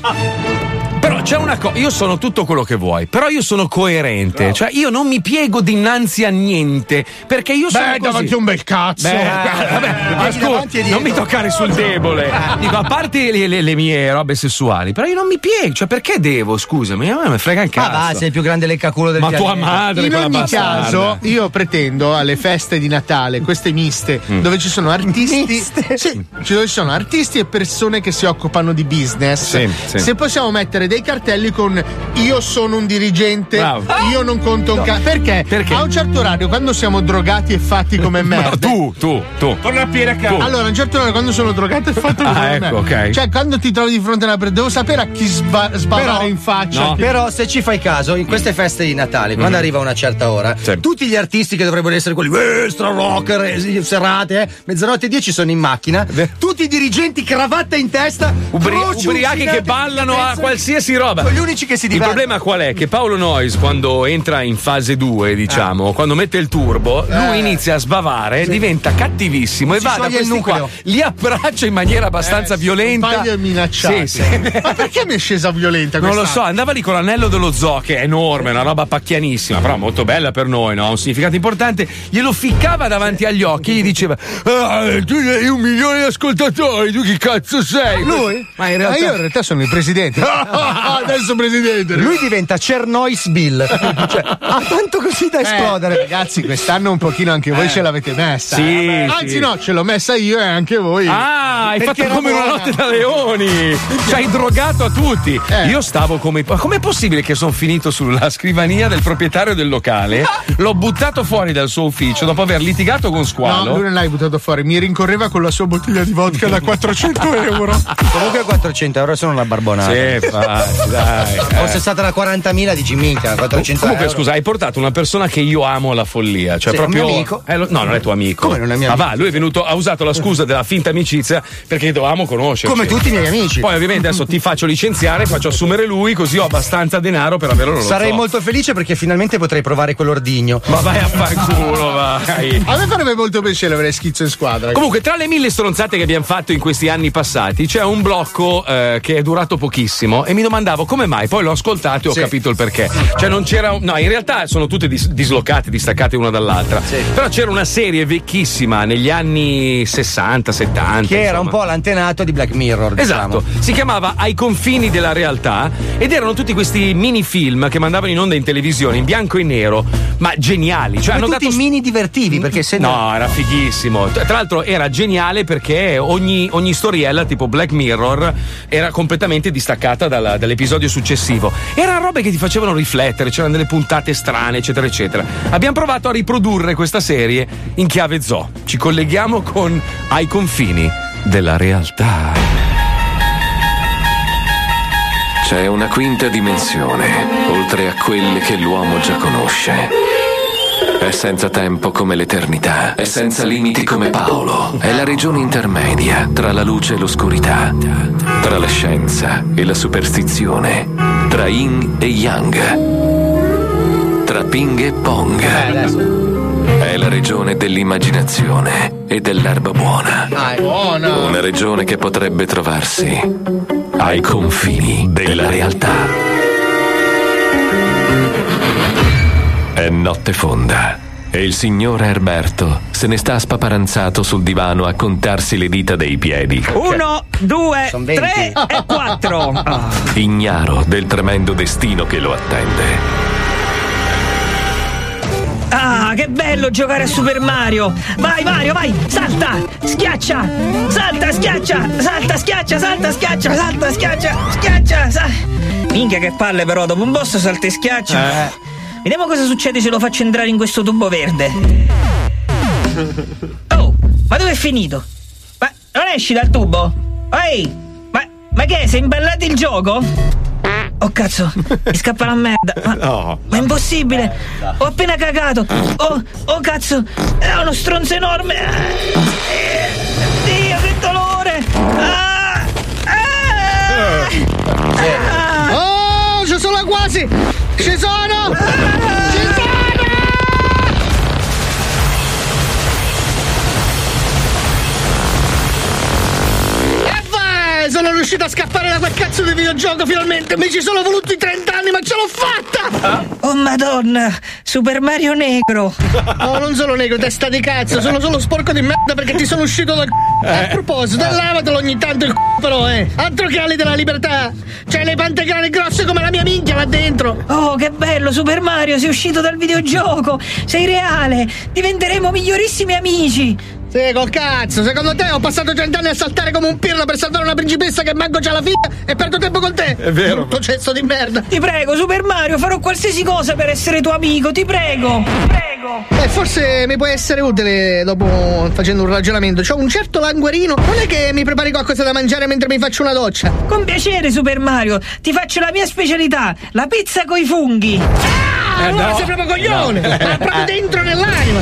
[SPEAKER 6] Però c'è una cosa, io sono tutto quello che vuoi, però io sono coerente, cioè io non mi piego dinanzi a niente, perché io sono
[SPEAKER 8] Beh,
[SPEAKER 6] così.
[SPEAKER 8] davanti a un bel cazzo.
[SPEAKER 6] Beh,
[SPEAKER 8] Eh,
[SPEAKER 6] vabbè, ma
[SPEAKER 8] vedi
[SPEAKER 6] scusa,
[SPEAKER 8] davanti e
[SPEAKER 6] non
[SPEAKER 8] dietro.
[SPEAKER 6] mi toccare sul debole. Dico, a parte le, le- le mie robe sessuali, però io non mi piego, cioè perché devo, scusami, a me me frega il
[SPEAKER 3] Ah,
[SPEAKER 6] cazzo.
[SPEAKER 3] va, sei il più grande leccaculo del
[SPEAKER 6] Ma
[SPEAKER 3] pianeta.
[SPEAKER 6] tua madre,
[SPEAKER 8] In
[SPEAKER 6] quella
[SPEAKER 8] ogni
[SPEAKER 6] bastarda.
[SPEAKER 8] caso, io pretendo alle feste di Natale, queste miste,
[SPEAKER 6] Mm.
[SPEAKER 8] dove ci sono artisti, Sì, ci- dove ci sono artisti e persone che si occupano di business.
[SPEAKER 6] Sì, sì.
[SPEAKER 8] Se possiamo mettere dei cartelli con io sono un dirigente,
[SPEAKER 6] Bravo.
[SPEAKER 8] io non conto un cazzo. Perché?
[SPEAKER 6] Perché?
[SPEAKER 8] a un certo orario, quando siamo drogati e fatti come
[SPEAKER 6] No,
[SPEAKER 8] merda.
[SPEAKER 6] tu, tu, tu.
[SPEAKER 10] Torna a piedi a casa.
[SPEAKER 6] Tu.
[SPEAKER 8] Allora, a un certo orario, quando sono drogato e fatto
[SPEAKER 6] Ah,
[SPEAKER 8] come
[SPEAKER 6] ecco,
[SPEAKER 8] merda.
[SPEAKER 6] ok.
[SPEAKER 8] Cioè, quando ti trovi di fronte a una persona, devo sapere a chi sba- sbavare in faccia.
[SPEAKER 6] No. Mm.
[SPEAKER 8] Però-
[SPEAKER 3] Cioè, Però se ci fai caso, in queste feste di Natale, quando arriva una certa ora, tutti gli artisti che dovrebbero essere quelli "Eh, stra rocker, eh, sì, serate, eh, mezzanotte e dieci sono in macchina, tutti i dirigenti cravatta in testa,
[SPEAKER 6] Ubri-
[SPEAKER 3] croci
[SPEAKER 6] ubriachi
[SPEAKER 3] uncinate,
[SPEAKER 6] che ballano a
[SPEAKER 3] pensa-
[SPEAKER 6] qualsiasi roba.
[SPEAKER 3] Sono gli unici che si
[SPEAKER 6] Il
[SPEAKER 3] divertono.
[SPEAKER 6] problema qual è? Che Paolo Noyes, quando entra in fase 2,
[SPEAKER 3] Ah.
[SPEAKER 6] diciamo, quando mette il turbo, lui inizia a sbavare, diventa cattivissimo e
[SPEAKER 3] Eh. Si
[SPEAKER 6] va da
[SPEAKER 3] scioglie il
[SPEAKER 6] questi qua,
[SPEAKER 3] nucleo. Eh,
[SPEAKER 6] li abbraccia in maniera abbastanza
[SPEAKER 8] Un
[SPEAKER 6] violenta.
[SPEAKER 8] paio minacciati.
[SPEAKER 6] Sì, sì.
[SPEAKER 8] Ma perché mi è scesa violenta
[SPEAKER 6] Non lo
[SPEAKER 8] quest'anno?
[SPEAKER 6] so, andava lì con l'anello dello zoo che è enorme, una roba pacchianissima, però molto bella per noi, no? Ha un significato importante. Glielo ficcava davanti agli occhi e gli diceva: "Ah, Tu hai un milione di ascoltatori, tu chi cazzo sei?
[SPEAKER 8] Lui?
[SPEAKER 6] Ma in realtà.
[SPEAKER 8] io in realtà sono il presidente. Adesso presidente.
[SPEAKER 3] Lui diventa Cernois Bill. cioè, ha tanto così da esplodere.
[SPEAKER 8] Eh, ragazzi, quest'anno un pochino anche voi ce l'avete messa.
[SPEAKER 6] Eh. Sì,
[SPEAKER 8] eh. Vabbè.
[SPEAKER 6] sì.
[SPEAKER 8] Anzi, no, ce l'ho messa io e anche voi.
[SPEAKER 6] Ah, hai fatto
[SPEAKER 8] Perché era
[SPEAKER 6] come una
[SPEAKER 8] buona.
[SPEAKER 6] notte da leoni. Ci hai drogato a tutti.
[SPEAKER 8] Eh.
[SPEAKER 6] Io stavo come. Ma com'è possibile che sono finito sulla scrivania del proprietario del locale? L'ho buttato fuori dal suo ufficio dopo aver litigato con
[SPEAKER 8] No,
[SPEAKER 6] Squalo.
[SPEAKER 8] lui non l'hai buttato fuori, mi rincorreva con la sua bottiglia di vodka da 400 euro.
[SPEAKER 3] Comunque 400 euro sono una barbonata.
[SPEAKER 6] Sì, fa, dai. eh.
[SPEAKER 3] Fosse stata la 40.000 dici minchia, 400
[SPEAKER 6] Comunque,
[SPEAKER 3] euro.
[SPEAKER 6] scusa, hai portato una persona che io amo alla follia. Cioè,
[SPEAKER 3] eh, Sì, è un
[SPEAKER 6] proprio.
[SPEAKER 3] mio amico.
[SPEAKER 6] Eh, lo- no, non è tuo amico.
[SPEAKER 3] Come non è mio
[SPEAKER 6] Ma va, lui è venuto, ha usato la scusa della finta amicizia perché dovevamo conoscerci.
[SPEAKER 3] Come tutti i miei amici.
[SPEAKER 6] Poi, ovviamente, adesso ti faccio licenziare, faccio assumere lui, così ho abbastanza denaro per averlo. non lo
[SPEAKER 3] Sarei
[SPEAKER 6] so.
[SPEAKER 3] molto felice perché finalmente potrei provare quell'ordigno.
[SPEAKER 6] Ma vai a fanculo, vai.
[SPEAKER 8] A me farebbe molto piacere avere schizzo in squadra.
[SPEAKER 6] Comunque, tra le mille stronzate che abbiamo fatto in questi anni passati, c'è un blocco eh, che è durato pochissimo e mi domandavo come mai, poi l'ho ascoltato e ho capito il perché. Cioè non c'era. un- No, in realtà sono tutte dis- dislocate, distaccate una dall'altra. Però c'era una serie vecchissima negli anni 60, 70.
[SPEAKER 3] Che era un
[SPEAKER 6] insomma.
[SPEAKER 3] po' l'antenato di Black Mirror. diciamo.
[SPEAKER 6] Esatto, si chiamava Ai confini della realtà ed erano tutti questi mini film che mandavano in onda in televisione in bianco e nero, ma geniali. Cioè,
[SPEAKER 3] Cioè,
[SPEAKER 6] hanno
[SPEAKER 3] tutti
[SPEAKER 6] dato Mm,
[SPEAKER 3] mini divertivi perché se no.
[SPEAKER 6] No, era fighissimo. Tra tra l'altro era geniale perché ogni, ogni storiella, tipo Black Mirror, era completamente distaccata dalla- dall'episodio successivo. Erano robe che ti facevano riflettere, c'erano delle puntate strane, eccetera, eccetera. Abbiamo provato a riprodurre questa serie in chiave zoo. Ci colleghiamo con Ai confini della realtà.
[SPEAKER 1] C'è una quinta dimensione, oltre a quelle che l'uomo già conosce. È senza tempo come l'eternità, è senza limiti come Paolo. È la regione intermedia tra la luce e l'oscurità, tra la scienza e la superstizione, tra yin e yang, tra ping e pong. È la regione dell'immaginazione e dell'erba buona. Una regione che potrebbe trovarsi ai confini della realtà. È notte fonda e il signor Herberto se ne sta spaparanzato sul divano a contarsi le dita dei piedi.
[SPEAKER 5] Uno, due, tre e quattro. Ah.
[SPEAKER 1] Ignaro del tremendo destino che lo attende.
[SPEAKER 20] Ah, che bello giocare a Super Mario! Vai Mario, vai! Salta! Schiaccia! Salta, schiaccia! Salta, schiaccia, salta, schiaccia, salta, schiaccia, schiaccia! sa- Minchia che palle però, dopo un boss salta e schiaccia. Vediamo cosa succede se lo faccio entrare in questo tubo verde. Oh, ma dove è finito? Ma non esci dal tubo? Ehi! Ma, ma che? è, Sei imballato il gioco? Oh cazzo, mi scappa la merda. Ma, ma è impossibile! Ho appena cagato! Oh, oh cazzo! È uno stronzo enorme! Eh, Dio, che dolore! Ah! Ah!
[SPEAKER 15] Oh, ci sono quasi! Ci sono! Ci sono! E vai! Sono riuscito a scappare da quel cazzo di videogioco finalmente! Mi ci sono voluti 30 anni, ma ce l'ho fatta!
[SPEAKER 20] Oh madonna! Super Mario Negro!
[SPEAKER 15] Oh, non sono negro, testa di cazzo, sono solo sporco di merda perché ti sono uscito dal c***o. A proposito, lavatelo ogni tanto il c***o però, eh. Altro che ali della libertà. C'hai le pantegane grosse come la mia minchia là dentro.
[SPEAKER 20] Oh, che bello, Super Mario, sei uscito dal videogioco! Sei reale! Diventeremo migliorissimi amici!
[SPEAKER 15] Sì, col cazzo, secondo te ho passato cent'anni a saltare come un pirla per salvare una principessa che manco c'ha la figlia e perdo tempo con te? È vero. Tutto cesso di merda.
[SPEAKER 20] Ti prego, Super Mario, farò qualsiasi cosa per essere tuo amico, ti prego!
[SPEAKER 15] Eh, forse mi può essere utile dopo facendo un ragionamento. C'ho un certo languerino. Non è che mi prepari qualcosa da mangiare mentre mi faccio una doccia.
[SPEAKER 20] Con piacere, Super Mario, ti faccio la mia specialità, la pizza coi funghi!
[SPEAKER 6] Eh,
[SPEAKER 15] Ah, allora sei proprio coglione! Ma proprio dentro nell'anima!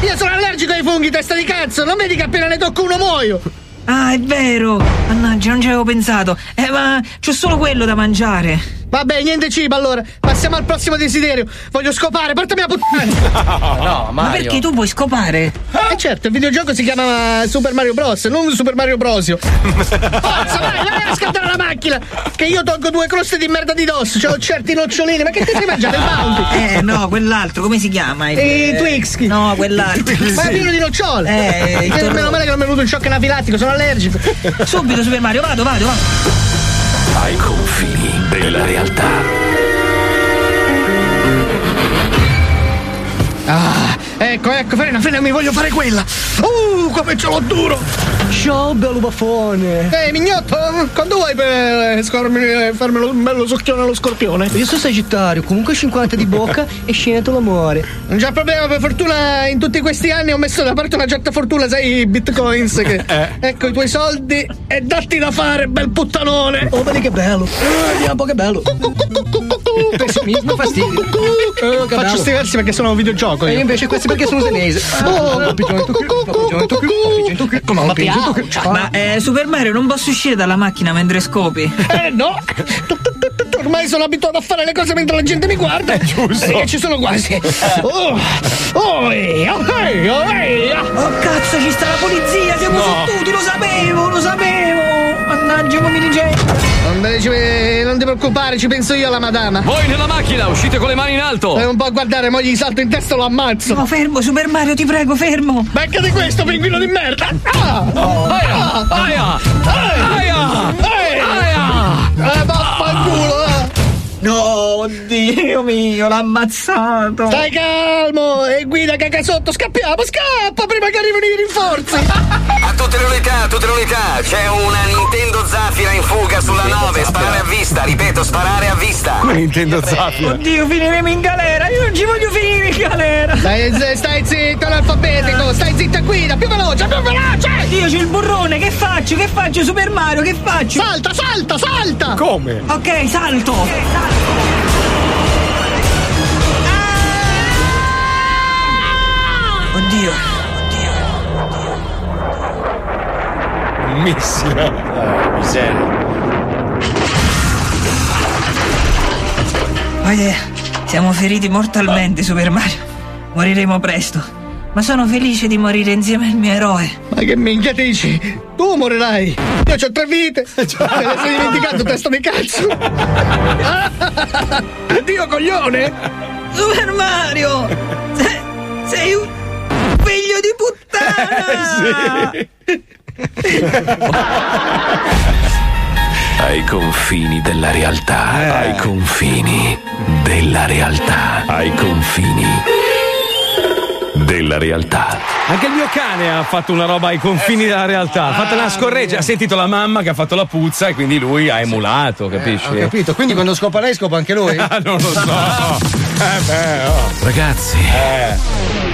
[SPEAKER 6] Eh.
[SPEAKER 15] Io sono allergico ai funghi, testa di cazzo! Non vedi che appena ne tocco uno muoio!
[SPEAKER 20] Ah, è vero! Mannaggia, non ci avevo pensato. Eh, ma c'ho solo quello da mangiare.
[SPEAKER 15] Vabbè, niente cibo allora. Passiamo al prossimo desiderio. Voglio scopare, portami a puttana!
[SPEAKER 20] Ma perché tu puoi scopare?
[SPEAKER 15] Eh certo, il videogioco si chiama Super Mario Bros, non Super Mario Brosio. Forza, vai, vai a scattare la macchina! Che io tolgo due croste di merda di dosso, c'ho certi nocciolini, ma che te sei mangiato il bounty? Eh,
[SPEAKER 20] Eh, no, quell'altro, come si chiama? Il- eh,
[SPEAKER 15] E Twixky.
[SPEAKER 20] No, quell'altro.
[SPEAKER 15] Ma è pieno di nocciole!
[SPEAKER 20] Eh, il
[SPEAKER 15] Eh,
[SPEAKER 20] torro-
[SPEAKER 15] meno male che non mi è venuto un shock anafilattico, sono allergico!
[SPEAKER 20] Subito, Super Mario, vado, vado, vado.
[SPEAKER 1] Ai confini della realtà.
[SPEAKER 15] Ah, ecco, ecco, frena, frena, mi voglio fare quella! Uh, come ce l'ho duro! Ciao, bello bafone! Ehi, mignotto, quando vuoi per eh, scormi- farmelo un bello succhione allo scorpione? Io sono Sagittario, comunque 50 di bocca e scenato l'amore. Non c'è problema, per fortuna in tutti questi anni ho messo da parte una certa fortuna, sai, i bitcoins che... Ecco i tuoi soldi e datti da fare, bel puttanone! Oh, vedi che bello! Vedi un po' che bello! Pessimismo, fastidio. Eh, Faccio
[SPEAKER 3] bello.
[SPEAKER 15] sti versi perché sono un videogioco.
[SPEAKER 20] Eh,
[SPEAKER 3] E
[SPEAKER 15] io.
[SPEAKER 3] invece questi perché sono
[SPEAKER 20] Ah,
[SPEAKER 3] senese.
[SPEAKER 15] Oh,
[SPEAKER 20] Ma, eh, Super Mario, non posso uscire dalla macchina mentre scopi.
[SPEAKER 15] Eh no! ormai sono abituato a fare le cose mentre la gente mi
[SPEAKER 20] Eh,
[SPEAKER 15] guarda.
[SPEAKER 16] giusto.
[SPEAKER 15] Perché ci sono quasi. Oh, oh, eh, oh, eh, oh, eh.
[SPEAKER 20] Oh cazzo, ci sta la polizia, siamo
[SPEAKER 15] No.
[SPEAKER 20] fottuti, lo sapevo, lo sapevo! Mannaggia, non mi dice.
[SPEAKER 8] Non, te- ci- eh, non ti preoccupare, ci penso io alla madama.
[SPEAKER 6] Voi nella macchina, uscite con le mani in alto.
[SPEAKER 8] Fai un po' a guardare, mo gli salto in testa e lo ammazzo.
[SPEAKER 20] No, fermo, Super Mario, ti prego, fermo.
[SPEAKER 8] Beccati questo, pinguino di merda. Ah! Ah!
[SPEAKER 6] Aia! Aia!
[SPEAKER 8] Aia!
[SPEAKER 15] boh.
[SPEAKER 8] Eh, vaffanculo, eh.
[SPEAKER 20] No, Dio mio, l'ha ammazzato!
[SPEAKER 8] Stai calmo e guida caca sotto, scappiamo, scappa prima che arrivino i rinforzi.
[SPEAKER 22] A tutte le unità, a tutte le unità, c'è una Nintendo Zafira in fuga sulla 9, sparare a vista, ripeto, sparare a vista.
[SPEAKER 2] Come Nintendo Zafira.
[SPEAKER 20] Oddio, finiremo in galera, io non ci voglio finire in galera.
[SPEAKER 8] Stai, z- stai zitto, l'alfabetico, stai zitta e guida, più veloce, più veloce.
[SPEAKER 20] Dio, c'è il burrone, che faccio? Che faccio, Super Mario? Che faccio?
[SPEAKER 8] Salta, salta, salta!
[SPEAKER 2] Come?
[SPEAKER 20] Ok, salto! Ah! Oddio,
[SPEAKER 2] Missile.
[SPEAKER 6] Eh, Miseria.
[SPEAKER 20] Oye, siamo feriti mortalmente, Super Mario. Moriremo presto. Ma sono felice di morire insieme al mio eroe.
[SPEAKER 8] Ma che minchia dici? Tu morirai! Io ho tre vite! Te ne sei dimenticato, testa di cazzo! Dio coglione!
[SPEAKER 20] Super Mario! se- Sei un figlio di puttana!
[SPEAKER 1] Ai confini della realtà, ai confini della realtà, ai confini della realtà.
[SPEAKER 6] Anche il mio cane ha fatto una roba ai
[SPEAKER 3] Eh
[SPEAKER 6] confini della realtà. Ha fatto una scorreggia, ha sentito la mamma che ha fatto la puzza e quindi lui ha emulato, capisci?
[SPEAKER 3] Eh, Ho capito, quindi quando scopa lei scopa anche lui? Eh,
[SPEAKER 6] non lo so.
[SPEAKER 1] Ragazzi, Eh.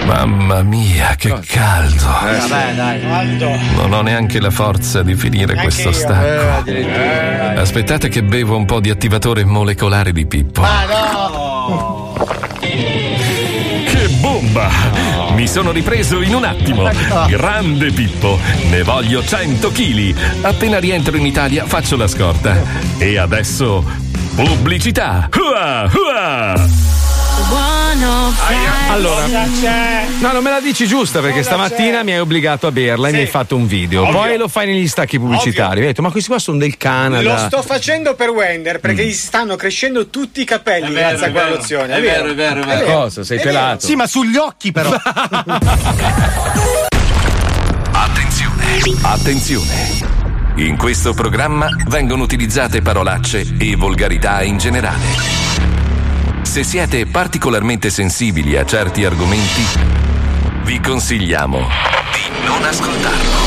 [SPEAKER 1] mamma mia, che caldo!
[SPEAKER 16] Vabbè, dai.
[SPEAKER 1] Non ho neanche la forza di finire
[SPEAKER 16] Neanche io.
[SPEAKER 1] questo
[SPEAKER 16] Eh,
[SPEAKER 1] stacco.
[SPEAKER 16] addirittura.
[SPEAKER 1] Aspettate che bevo un po' di attivatore molecolare di Pippo.
[SPEAKER 16] Ma no!
[SPEAKER 1] Che bomba! Mi sono ripreso in un attimo. Grande Pippo, ne voglio 100 kg. Appena rientro in Italia faccio la scorta. E adesso pubblicità. Hua, hua.
[SPEAKER 6] Allora,
[SPEAKER 16] c'è?
[SPEAKER 6] No, non me la dici giusta perché stamattina mi hai obbligato a berla e mi hai fatto un video.
[SPEAKER 10] Ovvio.
[SPEAKER 6] Poi lo fai negli stacchi pubblicitari. Mi hai detto, ma questi qua sono del Canada.
[SPEAKER 10] Lo sto facendo per Wender perché gli stanno crescendo tutti i capelli grazie a quella lozione. È vero, è vero,
[SPEAKER 6] Ma cosa? Sei pelato.
[SPEAKER 3] Sì, ma sugli occhi però.
[SPEAKER 1] Attenzione, attenzione. In questo programma vengono utilizzate parolacce e volgarità in generale. Se siete particolarmente sensibili a certi argomenti, vi consigliamo di non ascoltarlo.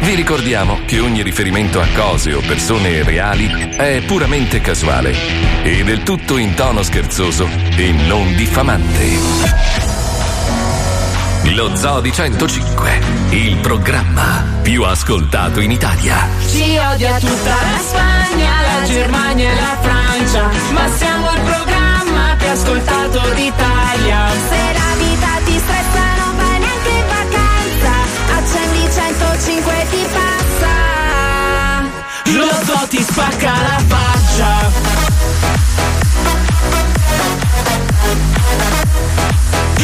[SPEAKER 1] Vi ricordiamo che ogni riferimento a cose o persone reali è puramente casuale e del tutto in tono scherzoso e non diffamante. Lo Zoo di 105, il programma più ascoltato in Italia.
[SPEAKER 5] Ci odia tutta la Spagna, la Germania e la Francia, ma siamo il programma più ascoltato d'Italia. Se la vita ti stressa non vai neanche in vacanza, accendi 105 e ti passa. Lo so ti spacca la faccia.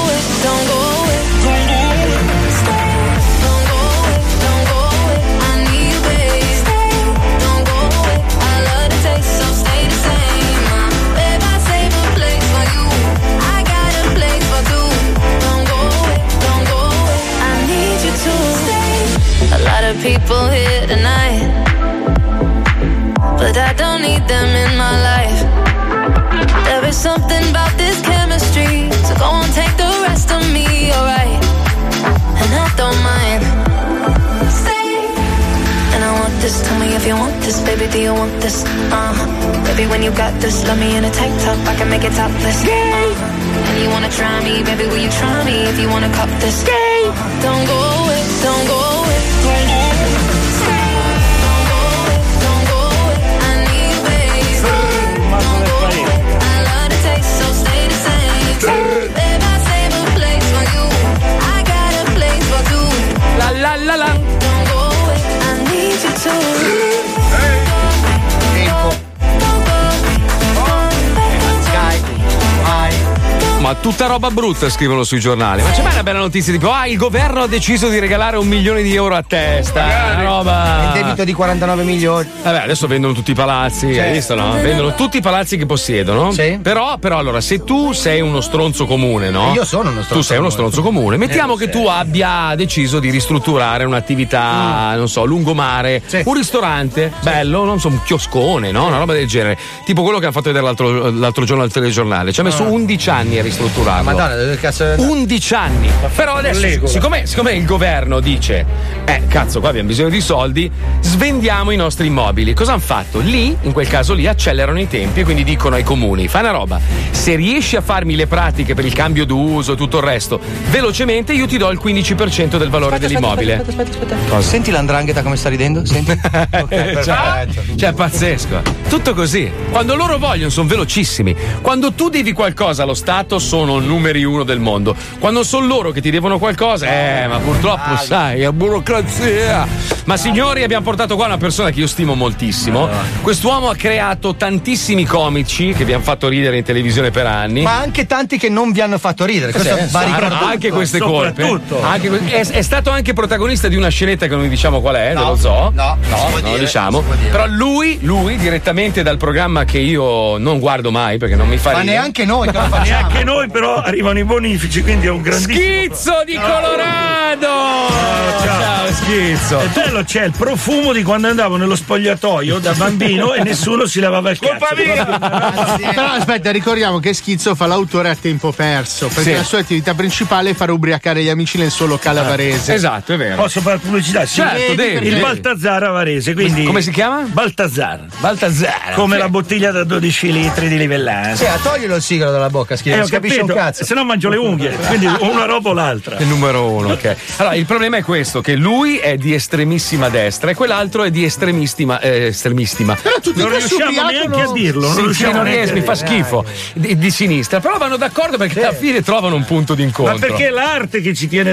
[SPEAKER 23] away. Don't go away. Don't go away. Stay. Don't go away. Don't go away. I need you, baby. Stay. Don't go away. I love the taste, so stay the same. Uh, babe, I save a place for you. I got a place for people here tonight, but I don't need them in my life. There is something about this chemistry, so go and take the rest of me, alright? And I don't mind. Stay. And I want this, tell me if you want this, baby, do you want this? Uh huh. Baby, when you got this, love me in a tank top, I can make it topless. Uh-huh. And you wanna try me, baby, will you try me if you wanna cup this? Uh-huh. Don't go away, don't go away. Stay. Don't go away, don't go away. I need you, baby. Don't go away. I love the taste, so stay the same. Babe, I save a place for you. I got a place for two. La la la la. Don't go away, I need you too.
[SPEAKER 6] Ma tutta roba brutta scrivono sui giornali. Ma c'è mai una bella notizia tipo: Ah, il governo ha deciso di regalare un milione di euro a testa. Ah, Una roba.
[SPEAKER 3] Il debito di 49 milioni.
[SPEAKER 6] Vabbè, adesso vendono tutti i palazzi,
[SPEAKER 3] Sì.
[SPEAKER 6] hai visto no? Vendono tutti i palazzi che possiedono. Però, però, allora, se tu sei uno stronzo comune, no?
[SPEAKER 3] Io sono uno stronzo
[SPEAKER 6] Tu sei uno stronzo comune. Mettiamo
[SPEAKER 3] Eh,
[SPEAKER 6] che
[SPEAKER 3] sì.
[SPEAKER 6] tu abbia deciso di ristrutturare un'attività,
[SPEAKER 3] Mm.
[SPEAKER 6] non so, lungomare, un ristorante, bello, non so, un chioscone, no? Una roba del genere. Tipo quello che hanno fatto vedere l'altro, l'altro giorno al telegiornale. Ci ha
[SPEAKER 3] Ah.
[SPEAKER 6] messo 11 anni a ristrutturarlo.
[SPEAKER 3] Madonna, dove cazzo.
[SPEAKER 6] 11 anni. Però adesso, siccome, siccome il governo dice, eh cazzo, qua abbiamo bisogno di soldi, svendiamo i nostri immobili. Cosa hanno fatto? Lì, in quel caso lì, accelerano i tempi e quindi dicono ai comuni, fai una roba, se riesci a farmi le pratiche per il cambio d'uso e tutto il resto, velocemente io ti do il 15% del valore dell'immobile.
[SPEAKER 3] Aspetta, aspetta, aspetta. Senti l'andrangheta come sta ridendo? Senti. Ok,
[SPEAKER 6] Eh, cioè, cioè, è pazzesco. Tutto così. Quando loro vogliono sono velocissimi. Quando tu devi qualcosa allo Stato sono numeri uno del mondo. Quando sono loro che ti devono qualcosa, eh, ma purtroppo sai, è burocrazia. Ma signori, abbiamo portato qua una persona che io stimo moltissimo. Quest'uomo ha creato tantissimi comici che vi hanno fatto ridere in televisione per anni.
[SPEAKER 3] Ma anche tanti che non vi hanno fatto ridere. Questo
[SPEAKER 6] Sì,
[SPEAKER 3] va ricordato.
[SPEAKER 6] Cioè, anche queste colpe Anche que- è, è stato anche protagonista di una scenetta che non vi diciamo qual è dello zoo no no,
[SPEAKER 3] può
[SPEAKER 6] lo
[SPEAKER 3] dire,
[SPEAKER 6] diciamo però lui lui direttamente dal programma che io non guardo mai perché non mi fa
[SPEAKER 3] Ma
[SPEAKER 6] ridere
[SPEAKER 3] neanche noi. che lo
[SPEAKER 4] Ma
[SPEAKER 3] facciamo.
[SPEAKER 4] neanche noi, però, arrivano i bonifici, quindi è un grandissimo.
[SPEAKER 6] Schizzo di Colorado! Ciao, schizzo.
[SPEAKER 4] E bello c'è il profumo di quando andavo nello spogliatoio da bambino e nessuno si lavava il cazzo.
[SPEAKER 8] Però aspetta, ricordiamo che Schizzo fa l'autore a tempo perso, perché
[SPEAKER 4] Sì.
[SPEAKER 8] la sua attività principale è far ubriacare gli amici nel suo locale avarese.
[SPEAKER 6] Esatto, è vero.
[SPEAKER 4] Posso fare pubblicità? Sì,
[SPEAKER 8] Certo,
[SPEAKER 4] Vedi,
[SPEAKER 8] devi,
[SPEAKER 4] il
[SPEAKER 8] devi.
[SPEAKER 4] Baltazzar Avarese. Quindi
[SPEAKER 6] Come si chiama?
[SPEAKER 4] Baltazzar.
[SPEAKER 6] Baltazzar.
[SPEAKER 4] Come
[SPEAKER 6] Sì.
[SPEAKER 4] la bottiglia da 12 litri di livellante.
[SPEAKER 3] Sì, ah, toglilo il sigaro dalla bocca, schifo.
[SPEAKER 4] Eh,
[SPEAKER 3] non
[SPEAKER 4] ho
[SPEAKER 3] si capisce un
[SPEAKER 4] capito,
[SPEAKER 3] cazzo.
[SPEAKER 4] Se no mangio le unghie, quindi o una roba o l'altra.
[SPEAKER 6] Il numero uno, ok. Allora, il problema è questo: che lui è di estremissima destra e quell'altro è di estremissima. Eh, estremissima.
[SPEAKER 4] Però tutti Non e tre riusciamo subiaco neanche non- a dirlo, non
[SPEAKER 6] Sì, sì,
[SPEAKER 4] riusciamo
[SPEAKER 6] non
[SPEAKER 4] neanche a
[SPEAKER 6] riesco, mi fa
[SPEAKER 4] dirlo.
[SPEAKER 6] schifo. Di, di sinistra. Però vanno d'accordo perché alla fine trovano un punto d'incontro.
[SPEAKER 4] Ma perché è l'arte che ci tiene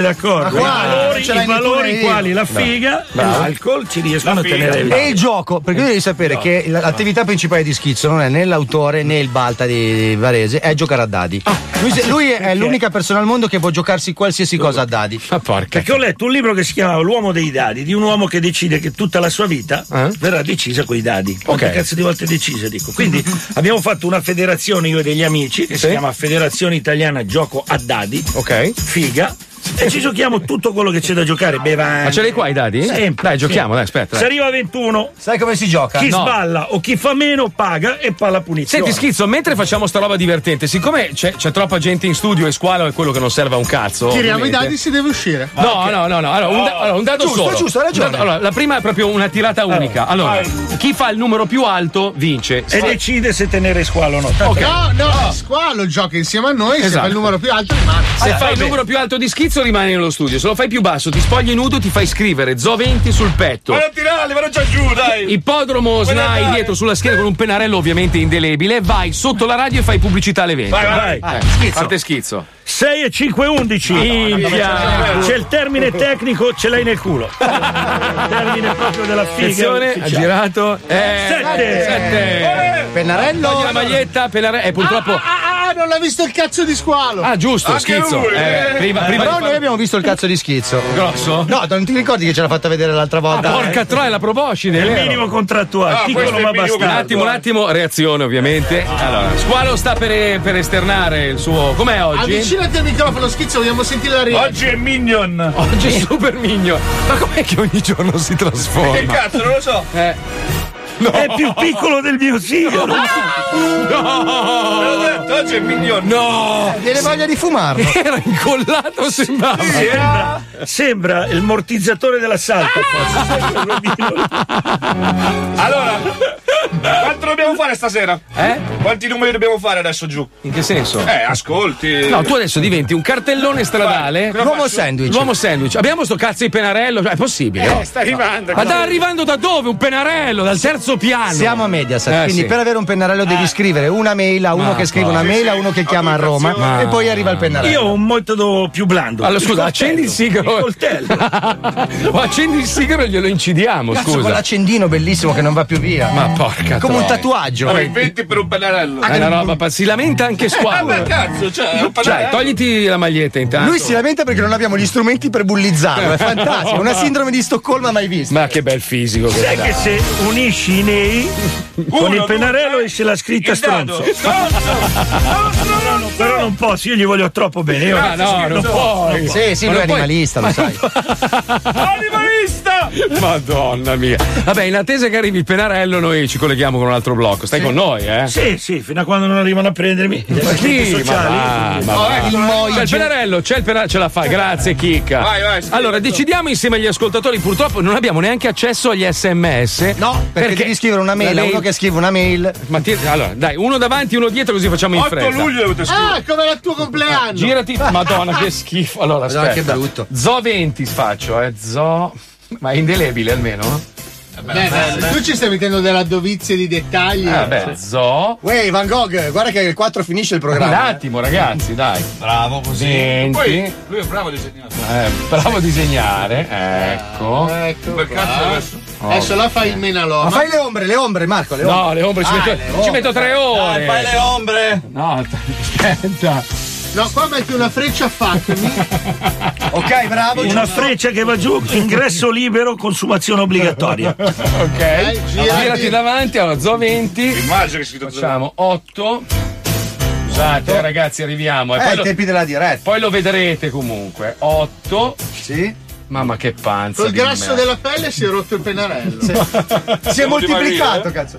[SPEAKER 6] Ma
[SPEAKER 4] d'accordo? I
[SPEAKER 6] quale?
[SPEAKER 3] Ah,
[SPEAKER 4] valori,
[SPEAKER 6] Non ce l'hai
[SPEAKER 4] i
[SPEAKER 6] neanche tu,
[SPEAKER 4] valori
[SPEAKER 6] né io.
[SPEAKER 4] quali la
[SPEAKER 6] Bravo.
[SPEAKER 4] figa e
[SPEAKER 6] Bravo.
[SPEAKER 4] l'alcol ci riescono
[SPEAKER 6] La
[SPEAKER 4] a
[SPEAKER 6] figa.
[SPEAKER 4] tenere vivo.
[SPEAKER 3] E il gioco, perché tu devi sapere
[SPEAKER 4] No.
[SPEAKER 3] che la- l'attività principale di Schizzo non è né l'autore né il Balta di di Varese, è giocare a dadi.
[SPEAKER 6] Ah,
[SPEAKER 3] Lui, se- lui è l'unica persona al mondo che può giocarsi qualsiasi cosa a dadi.
[SPEAKER 6] Ma Ah, porca.
[SPEAKER 4] Perché ho letto un libro che si chiamava L'uomo dei dadi, di un uomo che decide che tutta la sua vita verrà decisa coi dadi. Quante
[SPEAKER 6] Eh? Ok.
[SPEAKER 4] cazzo di volte decise, dico. Quindi abbiamo fatto una federazione, io e degli amici, che si chiama Federazione Italiana Gioco a Dadi.
[SPEAKER 6] Ok.
[SPEAKER 4] Figa. E ci giochiamo tutto quello che c'è da giocare, bevande.
[SPEAKER 6] Ma ce l'hai qua i dadi?
[SPEAKER 4] Sempre.
[SPEAKER 6] Dai, giochiamo, dai, aspetta,
[SPEAKER 4] Se
[SPEAKER 6] dai.
[SPEAKER 4] arriva a 21.
[SPEAKER 3] Sai come si gioca?
[SPEAKER 4] Chi
[SPEAKER 6] No.
[SPEAKER 4] sballa o chi fa meno paga e fa la punizione.
[SPEAKER 6] Senti schizzo, mentre facciamo sta roba divertente, siccome c'è, c'è troppa gente in studio e squalo è quello che non serve a un cazzo.
[SPEAKER 8] Tiriamo i
[SPEAKER 6] ovviamente.
[SPEAKER 8] dadi si deve uscire.
[SPEAKER 6] No, no, no, no. Allora, un, da- allora, un dato
[SPEAKER 8] Ah, Oh, Giusto,
[SPEAKER 6] solo.
[SPEAKER 8] giusto, hai
[SPEAKER 6] Un
[SPEAKER 8] ragione.
[SPEAKER 6] dato- allora, la prima è proprio una tirata unica. Allora, chi fa il numero più alto vince.
[SPEAKER 4] E decide se tenere squalo o no.
[SPEAKER 6] Ok.
[SPEAKER 8] Oh, No, no, squalo gioca insieme a noi, se
[SPEAKER 6] Ah. Esatto.
[SPEAKER 8] fa il numero più alto rimane.
[SPEAKER 6] Se fai il numero più alto di schizzo rimani nello studio, se lo fai più basso ti spogli nudo ti fai scrivere Zo 20 sul petto.
[SPEAKER 4] Vado a
[SPEAKER 6] tirarle,
[SPEAKER 4] vado già giù, dai.
[SPEAKER 6] Ippodromo
[SPEAKER 4] Voglio
[SPEAKER 6] Snai
[SPEAKER 4] andare.
[SPEAKER 6] dietro sulla schiena con un pennarello ovviamente indelebile, vai sotto la radio e fai pubblicità alle 20.
[SPEAKER 4] Vai, vai, vai. Schizzo.
[SPEAKER 6] Parte schizzo.
[SPEAKER 4] 6 e 5 11
[SPEAKER 6] Minchia.
[SPEAKER 4] c'è il termine tecnico ce l'hai nel culo termine proprio della figa
[SPEAKER 6] Attenzione, ha girato. Eh,
[SPEAKER 4] Sette.
[SPEAKER 6] sette.
[SPEAKER 3] Pennarello.
[SPEAKER 6] Togli la maglietta, pennarello. Eh, purtroppo.
[SPEAKER 4] Ah,
[SPEAKER 8] non l'ha visto il cazzo di squalo.
[SPEAKER 6] Ah, giusto, schizzo. Eh, prima- prima
[SPEAKER 3] Però
[SPEAKER 6] di
[SPEAKER 3] noi
[SPEAKER 6] far-
[SPEAKER 3] abbiamo visto il cazzo di schizzo.
[SPEAKER 6] Grosso? Ah,
[SPEAKER 3] No, non ti ricordi che ce l'ha fatta vedere l'altra volta?
[SPEAKER 6] Porca troia, la proboscide.
[SPEAKER 3] Il
[SPEAKER 6] vero?
[SPEAKER 3] minimo
[SPEAKER 4] contrattuale,
[SPEAKER 6] Ah,
[SPEAKER 4] piccolo
[SPEAKER 6] questo è
[SPEAKER 4] ma
[SPEAKER 6] il minimo
[SPEAKER 4] bastardo.
[SPEAKER 6] Un attimo, un attimo, reazione ovviamente. Allora, Squalo sta per, per esternare il suo. Com'è oggi?
[SPEAKER 8] Avvicinati al microfono, schizzo, vogliamo sentire la reazione.
[SPEAKER 6] Oggi è Minion. Oggi è Super Minion. Ma com'è che ogni giorno si trasforma? Eh.
[SPEAKER 8] Che cazzo,
[SPEAKER 6] non lo so.
[SPEAKER 4] È più piccolo del mio sigaro.
[SPEAKER 6] No!
[SPEAKER 2] Oggi è mignon.
[SPEAKER 6] No!
[SPEAKER 3] Viene voglia di fumarlo.
[SPEAKER 6] Era incollato, sembrava.
[SPEAKER 4] Sembra, sembra il mortizzatore
[SPEAKER 6] Ah!
[SPEAKER 4] dell'assalto.
[SPEAKER 2] Allora, quanto dobbiamo fare stasera? Eh? Quanti numeri dobbiamo fare adesso giù?
[SPEAKER 6] In che senso?
[SPEAKER 2] Eh, ascolti.
[SPEAKER 6] No, tu adesso diventi un cartellone stradale.
[SPEAKER 2] Vai,
[SPEAKER 6] L'uomo sandwich. L'uomo sandwich. Abbiamo sto cazzo di penarello. Cioè, È possibile? no?
[SPEAKER 3] Eh, sta arrivando.
[SPEAKER 6] Ma sta arrivando da dove? Un penarello? Dal terzo piano.
[SPEAKER 3] Siamo a Mediaset,
[SPEAKER 6] Eh,
[SPEAKER 3] quindi
[SPEAKER 6] sì.
[SPEAKER 3] per avere un pennarello devi scrivere una mail a uno
[SPEAKER 6] Ma
[SPEAKER 3] che scrive
[SPEAKER 6] no.
[SPEAKER 3] una
[SPEAKER 6] Sì,
[SPEAKER 3] mail, a
[SPEAKER 6] sì,
[SPEAKER 3] uno che chiama a Roma
[SPEAKER 6] autorizzazione.
[SPEAKER 3] e poi arriva il pennarello.
[SPEAKER 4] Io ho un metodo più blando.
[SPEAKER 6] Allora, scusa, accendi il sigaro.
[SPEAKER 4] Il coltello.
[SPEAKER 6] O accendi il sigaro e glielo incidiamo,
[SPEAKER 3] Cazzo,
[SPEAKER 6] scusa.
[SPEAKER 3] con l'accendino bellissimo che non va più via.
[SPEAKER 6] Ma porca
[SPEAKER 3] Come un
[SPEAKER 6] troia.
[SPEAKER 3] tatuaggio.
[SPEAKER 6] Vabbè,
[SPEAKER 2] Inventi per un pennarello.
[SPEAKER 6] È una roba pazza. Si lamenta anche squalo.
[SPEAKER 2] Eh, ma cazzo, cioè, è un
[SPEAKER 6] Cioè,
[SPEAKER 2] pennarello.
[SPEAKER 6] togliti la maglietta intanto.
[SPEAKER 3] Lui si lamenta perché non abbiamo gli strumenti per bullizzarlo. È fantastico. Una sindrome di Stoccolma mai vista.
[SPEAKER 6] Ma che bel fisico che
[SPEAKER 4] Sai
[SPEAKER 6] ha.
[SPEAKER 4] che se unisci i nei con il penarello esce la scritta stronzo. Però non posso, io gli voglio troppo bene. Io
[SPEAKER 6] Ah, no, non
[SPEAKER 4] non
[SPEAKER 6] puoi.
[SPEAKER 4] puoi.
[SPEAKER 3] Sì, sì,
[SPEAKER 6] Ma
[SPEAKER 3] lui
[SPEAKER 6] non
[SPEAKER 3] è
[SPEAKER 6] puoi-
[SPEAKER 3] animalista, lo
[SPEAKER 6] ma
[SPEAKER 3] sai.
[SPEAKER 2] Animalista!
[SPEAKER 6] Madonna mia. Vabbè, in attesa che arrivi il penarello, noi ci colleghiamo con un altro blocco. Stai con noi, eh?
[SPEAKER 4] Sì, sì, fino a quando non arrivano a prendermi. le
[SPEAKER 6] Ma
[SPEAKER 4] scritte
[SPEAKER 6] chi? Ma
[SPEAKER 4] sociali. Oh, eh,
[SPEAKER 6] va, ma va. Cioè, C'è il penarello, c'è il penarello, ce la fai, grazie Chicca.
[SPEAKER 4] Vai, vai, scrivi.
[SPEAKER 6] allora, decidiamo insieme agli ascoltatori, purtroppo non abbiamo neanche accesso agli sms. No,
[SPEAKER 3] Perché, devi scrivere una mail a uno che scrive una mail.
[SPEAKER 6] Ma ti- allora, dai, uno davanti, uno dietro, così facciamo in fretta.
[SPEAKER 8] Ah, come era il tuo compleanno.
[SPEAKER 6] Ah, Girati, madonna, che schifo. Allora,
[SPEAKER 8] Madonna,
[SPEAKER 6] aspetta.
[SPEAKER 8] che
[SPEAKER 6] brutto. Zo 20 faccio, eh, Zo. Ma è indelebile almeno?
[SPEAKER 8] Beh, beh, tu ci stai mettendo della dovizia di dettagli.
[SPEAKER 6] Ah, beh, Zo.
[SPEAKER 3] Uè, Van Gogh, guarda che il 4 finisce il
[SPEAKER 6] Un
[SPEAKER 3] programma. eh.
[SPEAKER 6] attimo, ragazzi, dai. Bravo
[SPEAKER 3] così.
[SPEAKER 2] Poi lui è bravo a disegnare.
[SPEAKER 6] Eh, bravo a disegnare, ecco.
[SPEAKER 3] Eh,
[SPEAKER 6] Oh.
[SPEAKER 8] Ecco.
[SPEAKER 2] Per cazzo adesso.
[SPEAKER 6] Eh,
[SPEAKER 8] Adesso la fai il menalò.
[SPEAKER 3] Ma fai le ombre, le ombre, Marco. Le ombre.
[SPEAKER 6] No, le ombre ci,
[SPEAKER 3] Ah,
[SPEAKER 6] metto,
[SPEAKER 3] le
[SPEAKER 6] ci
[SPEAKER 3] ombre.
[SPEAKER 6] metto tre ore.
[SPEAKER 3] Dai, fai le
[SPEAKER 6] ombre. No, t- aspetta.
[SPEAKER 8] No, qua metti una freccia a fatemi. ok, bravo.
[SPEAKER 4] Una freccia che va giù, ingresso libero, consumazione obbligatoria.
[SPEAKER 6] Ok, girati, davanti, allora Zo 20.
[SPEAKER 2] Immagino che scritto
[SPEAKER 6] Facciamo 8. Scusate, eh, ragazzi, arriviamo.
[SPEAKER 3] Eh,
[SPEAKER 6] poi
[SPEAKER 3] ai
[SPEAKER 6] lo-
[SPEAKER 3] tempi della diretta.
[SPEAKER 6] Poi lo vedrete comunque. 8.
[SPEAKER 3] Sì.
[SPEAKER 6] Mamma che panza.
[SPEAKER 8] Col
[SPEAKER 6] di
[SPEAKER 8] grasso
[SPEAKER 6] merda.
[SPEAKER 8] della pelle si è rotto il pennarello.
[SPEAKER 3] Si è moltiplicato, cazzo.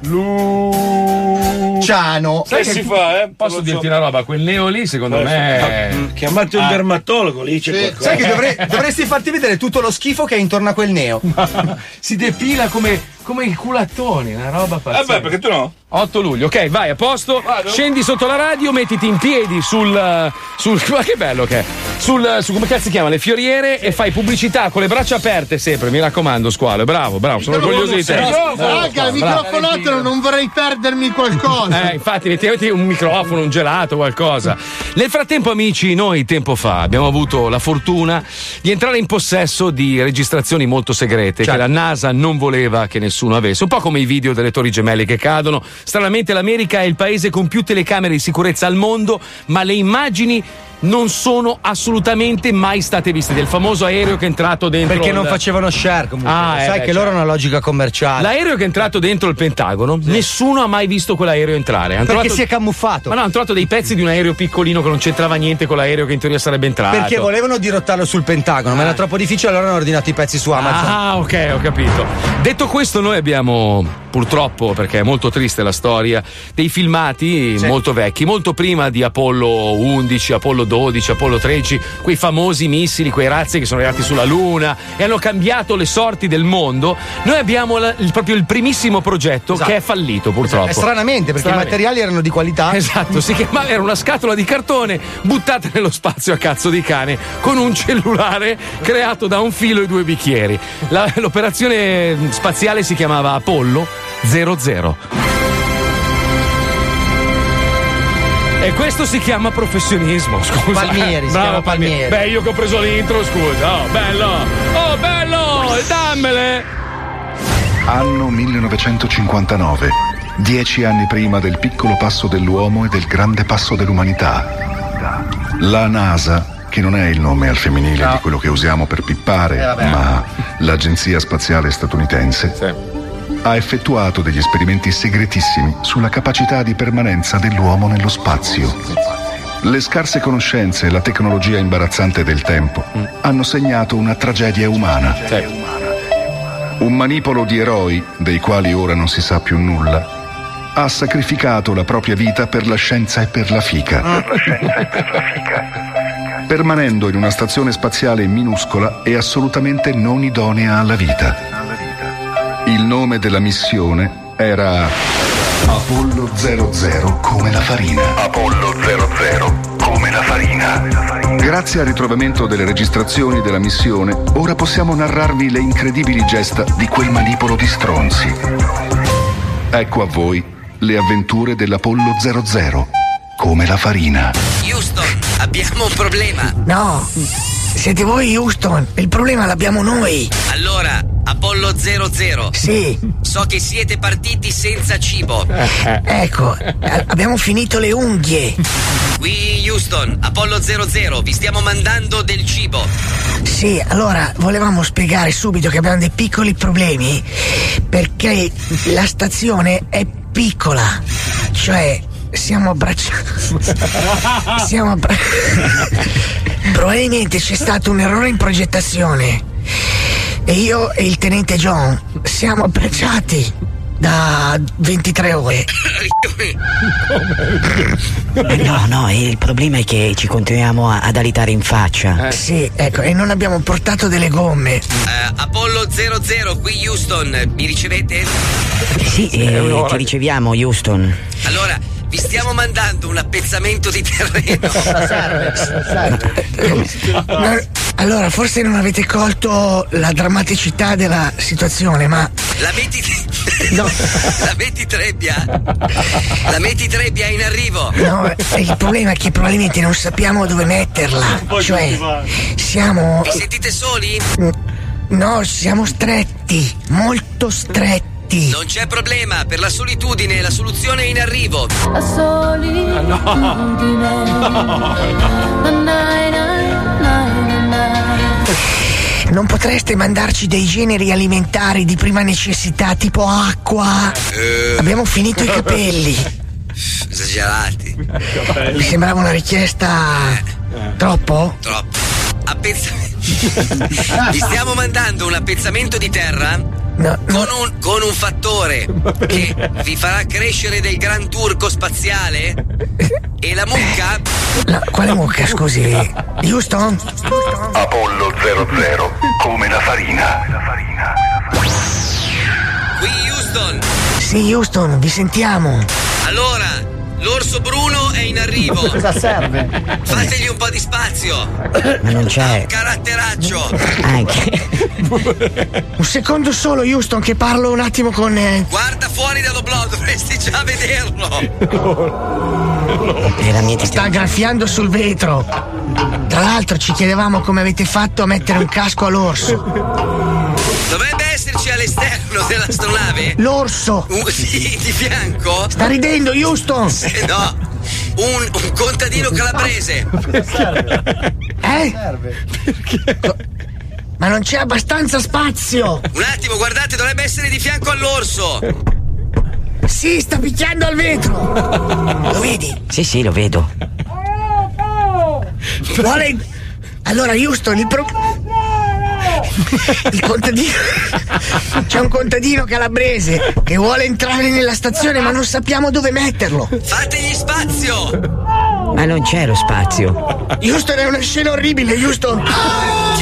[SPEAKER 3] Luciano.
[SPEAKER 6] eh.
[SPEAKER 8] eh,
[SPEAKER 6] Sai che eh? Posso dirti una roba? Quel neo lì, secondo me.
[SPEAKER 4] Chiamate un
[SPEAKER 6] Ah.
[SPEAKER 4] dermatologo, lì c'è qualcosa.
[SPEAKER 3] Sai che dovrei- dovresti farti vedere tutto lo schifo che è intorno a quel neo.
[SPEAKER 6] si depila come, come il culattone, una roba pazzesca.
[SPEAKER 2] Vabbè, Eh perché tu no?
[SPEAKER 6] 8 luglio, ok, vai a posto, scendi sotto la radio, mettiti in piedi sul. eh, sul ma che bello che è! Sul, eh, su come cazzo si chiama? Le fioriere e fai pubblicità con le braccia aperte sempre, mi raccomando, squalo. Bravo, bravo, sono orgoglioso di te.
[SPEAKER 8] Però,
[SPEAKER 6] Bravo,
[SPEAKER 8] Raga,
[SPEAKER 6] bravo.
[SPEAKER 8] microfonatelo, non vorrei perdermi qualcosa.
[SPEAKER 6] Eh, infatti, mettetevi un microfono, un gelato, qualcosa. Nel frattempo, amici, noi tempo fa abbiamo avuto la fortuna di entrare in possesso di registrazioni molto segrete
[SPEAKER 3] Certo.
[SPEAKER 6] che la NASA non voleva che nessuno avesse. Un po' come i video delle Torri Gemelle che cadono. Stranamente, l'America è il paese con più telecamere di sicurezza al mondo, ma le immagini. Non sono assolutamente mai state viste del famoso aereo che è entrato dentro.
[SPEAKER 3] Perché non
[SPEAKER 6] il-
[SPEAKER 3] facevano share comunque.
[SPEAKER 6] Ah, eh,
[SPEAKER 3] Sai
[SPEAKER 6] beh,
[SPEAKER 3] che loro hanno una logica commerciale.
[SPEAKER 6] L'aereo che è entrato dentro il Pentagono, nessuno ha mai visto quell'aereo entrare. Han
[SPEAKER 3] Perché
[SPEAKER 6] trovato-
[SPEAKER 3] si è camuffato.
[SPEAKER 6] Ma no, hanno trovato dei pezzi di un aereo piccolino che non c'entrava niente con l'aereo che in teoria sarebbe entrato.
[SPEAKER 3] Perché volevano dirottarlo sul Pentagono, ma era troppo difficile, allora hanno ordinato i pezzi su Amazon.
[SPEAKER 6] Eh. Ah, ok, ho capito. Detto questo, noi abbiamo purtroppo, perché è molto triste la storia, dei filmati molto vecchi, molto prima di Apollo 11, Apollo 12, Apollo 13, quei famosi missili, quei razzi che sono arrivati sulla Luna e hanno cambiato le sorti del mondo. Noi abbiamo la- il- proprio il primissimo progetto che è fallito, purtroppo.
[SPEAKER 3] Eh, Esatto. stranamente, perché
[SPEAKER 6] Stranamente.
[SPEAKER 3] i materiali erano di qualità.
[SPEAKER 6] Esatto, si chiamava, era una scatola di cartone buttata nello spazio a cazzo di cane con un cellulare creato da un filo e due bicchieri. La- l'operazione spaziale si chiamava Apollo 00. E questo si chiama professionismo, scusa.
[SPEAKER 3] Palmieri, si
[SPEAKER 6] Bravo,
[SPEAKER 3] chiama Palmieri.
[SPEAKER 6] Beh, io che ho preso l'intro, scusa. Oh, bello. Oh, bello, dammele.
[SPEAKER 7] Anno 1959. dieci anni prima del piccolo passo dell'uomo e del grande passo dell'umanità. La NASA, che non è il nome al femminile di quello che usiamo per pippare,
[SPEAKER 9] Eh, vabbè.
[SPEAKER 7] ma l'Agenzia Spaziale Statunitense, ha effettuato degli esperimenti segretissimi sulla capacità di permanenza dell'uomo nello spazio. Le scarse conoscenze e la tecnologia imbarazzante del tempo
[SPEAKER 9] Mm.
[SPEAKER 7] hanno segnato una tragedia umana. Un manipolo di eroi, dei quali ora non si sa più nulla, ha sacrificato la propria vita per la scienza e per la fica. Permanendo in una stazione spaziale minuscola e assolutamente non idonea alla vita. Il nome della missione era Apollo 00 come la farina.
[SPEAKER 13] Apollo 00 come la farina.
[SPEAKER 7] Grazie al ritrovamento delle registrazioni della missione, ora possiamo narrarvi le incredibili gesta di quel manipolo di stronzi. Ecco a voi le avventure dell'Apollo 00, come la farina.
[SPEAKER 24] Houston, abbiamo un problema.
[SPEAKER 25] No, siete voi Houston, il problema l'abbiamo noi.
[SPEAKER 24] Allora, Apollo 00.
[SPEAKER 25] Sì.
[SPEAKER 24] So che siete partiti senza cibo. Eh.
[SPEAKER 25] Ecco, a- abbiamo finito le unghie.
[SPEAKER 24] Qui Houston, Apollo 00, vi stiamo mandando del cibo.
[SPEAKER 25] Sì, allora volevamo spiegare subito che abbiamo dei piccoli problemi perché la stazione è piccola, cioè siamo abbracciati. siamo abbracciati. Probabilmente c'è stato un errore in progettazione e io e il tenente John siamo abbracciati da 23 ore.
[SPEAKER 26] No, no, il problema è che ci continuiamo a- ad alitare in faccia.
[SPEAKER 25] Sì, ecco, e non abbiamo portato delle gomme.
[SPEAKER 24] Eh, Apollo 00, qui Houston, mi ricevete?
[SPEAKER 26] Sì, eh, ti riceviamo, Houston.
[SPEAKER 24] Allora, vi stiamo mandando un appezzamento di terreno.
[SPEAKER 25] Ma- allora, forse non avete colto la drammaticità della situazione, ma
[SPEAKER 24] La metti. La metti trebbia? La metti trebbia è in arrivo.
[SPEAKER 25] no, eh, il problema è che probabilmente non sappiamo dove metterla. Cioè, siamo. Mm,
[SPEAKER 24] Vi sentite soli?
[SPEAKER 25] No, siamo stretti, molto stretti.
[SPEAKER 24] Non c'è problema, per la solitudine la soluzione è in arrivo.
[SPEAKER 5] La solitudine. Na, na, na, na, na.
[SPEAKER 25] Non potreste mandarci dei generi alimentari di prima necessità, tipo acqua? Abbiamo finito i capelli.
[SPEAKER 24] Esagerati.
[SPEAKER 25] Mi sembrava una richiesta. troppo?
[SPEAKER 24] Eh. Troppo. Appezzamento. Vi stiamo mandando un appezzamento di terra con, un, con un fattore che vi farà crescere del gran turco spaziale e la mucca.
[SPEAKER 25] No, quale mucca, scusi? Houston?
[SPEAKER 13] Apollo 00 come la farina.
[SPEAKER 24] Qui Houston.
[SPEAKER 25] Sì, Houston, vi sentiamo.
[SPEAKER 24] Allora, l'orso bruno è in arrivo.
[SPEAKER 25] Cosa serve?
[SPEAKER 24] Fategli un po' di spazio. Ah,
[SPEAKER 25] Ma non c'è. Ah,
[SPEAKER 24] Caratteraccio.
[SPEAKER 25] Un secondo solo, Houston, che parlo un attimo con. eh,
[SPEAKER 24] Guarda fuori dallo blog, dovresti già vederlo.
[SPEAKER 25] Sta graffiando sul vetro. Tra l'altro ci chiedevamo come avete fatto a mettere un casco all'orso.
[SPEAKER 24] Dovrebbe esserci all'esterno dell'astronave.
[SPEAKER 25] L'orso!
[SPEAKER 24] Un, sì, di fianco.
[SPEAKER 25] Sta ridendo, Houston!
[SPEAKER 24] Eh, no, un, un contadino calabrese.
[SPEAKER 25] Eh? Co- Ma non c'è abbastanza spazio!
[SPEAKER 24] Un attimo, guardate, dovrebbe essere di fianco all'orso.
[SPEAKER 25] Sì, sta picchiando al vetro! Lo vedi?
[SPEAKER 26] Sì, sì, lo vedo.
[SPEAKER 25] Vuole. Allora, Houston, il pro. Il contadino. C'è un contadino calabrese che vuole entrare nella stazione, ma non sappiamo dove metterlo.
[SPEAKER 24] Fategli spazio.
[SPEAKER 26] Ma non c'è lo spazio.
[SPEAKER 25] Houston è una scena orribile, Houston.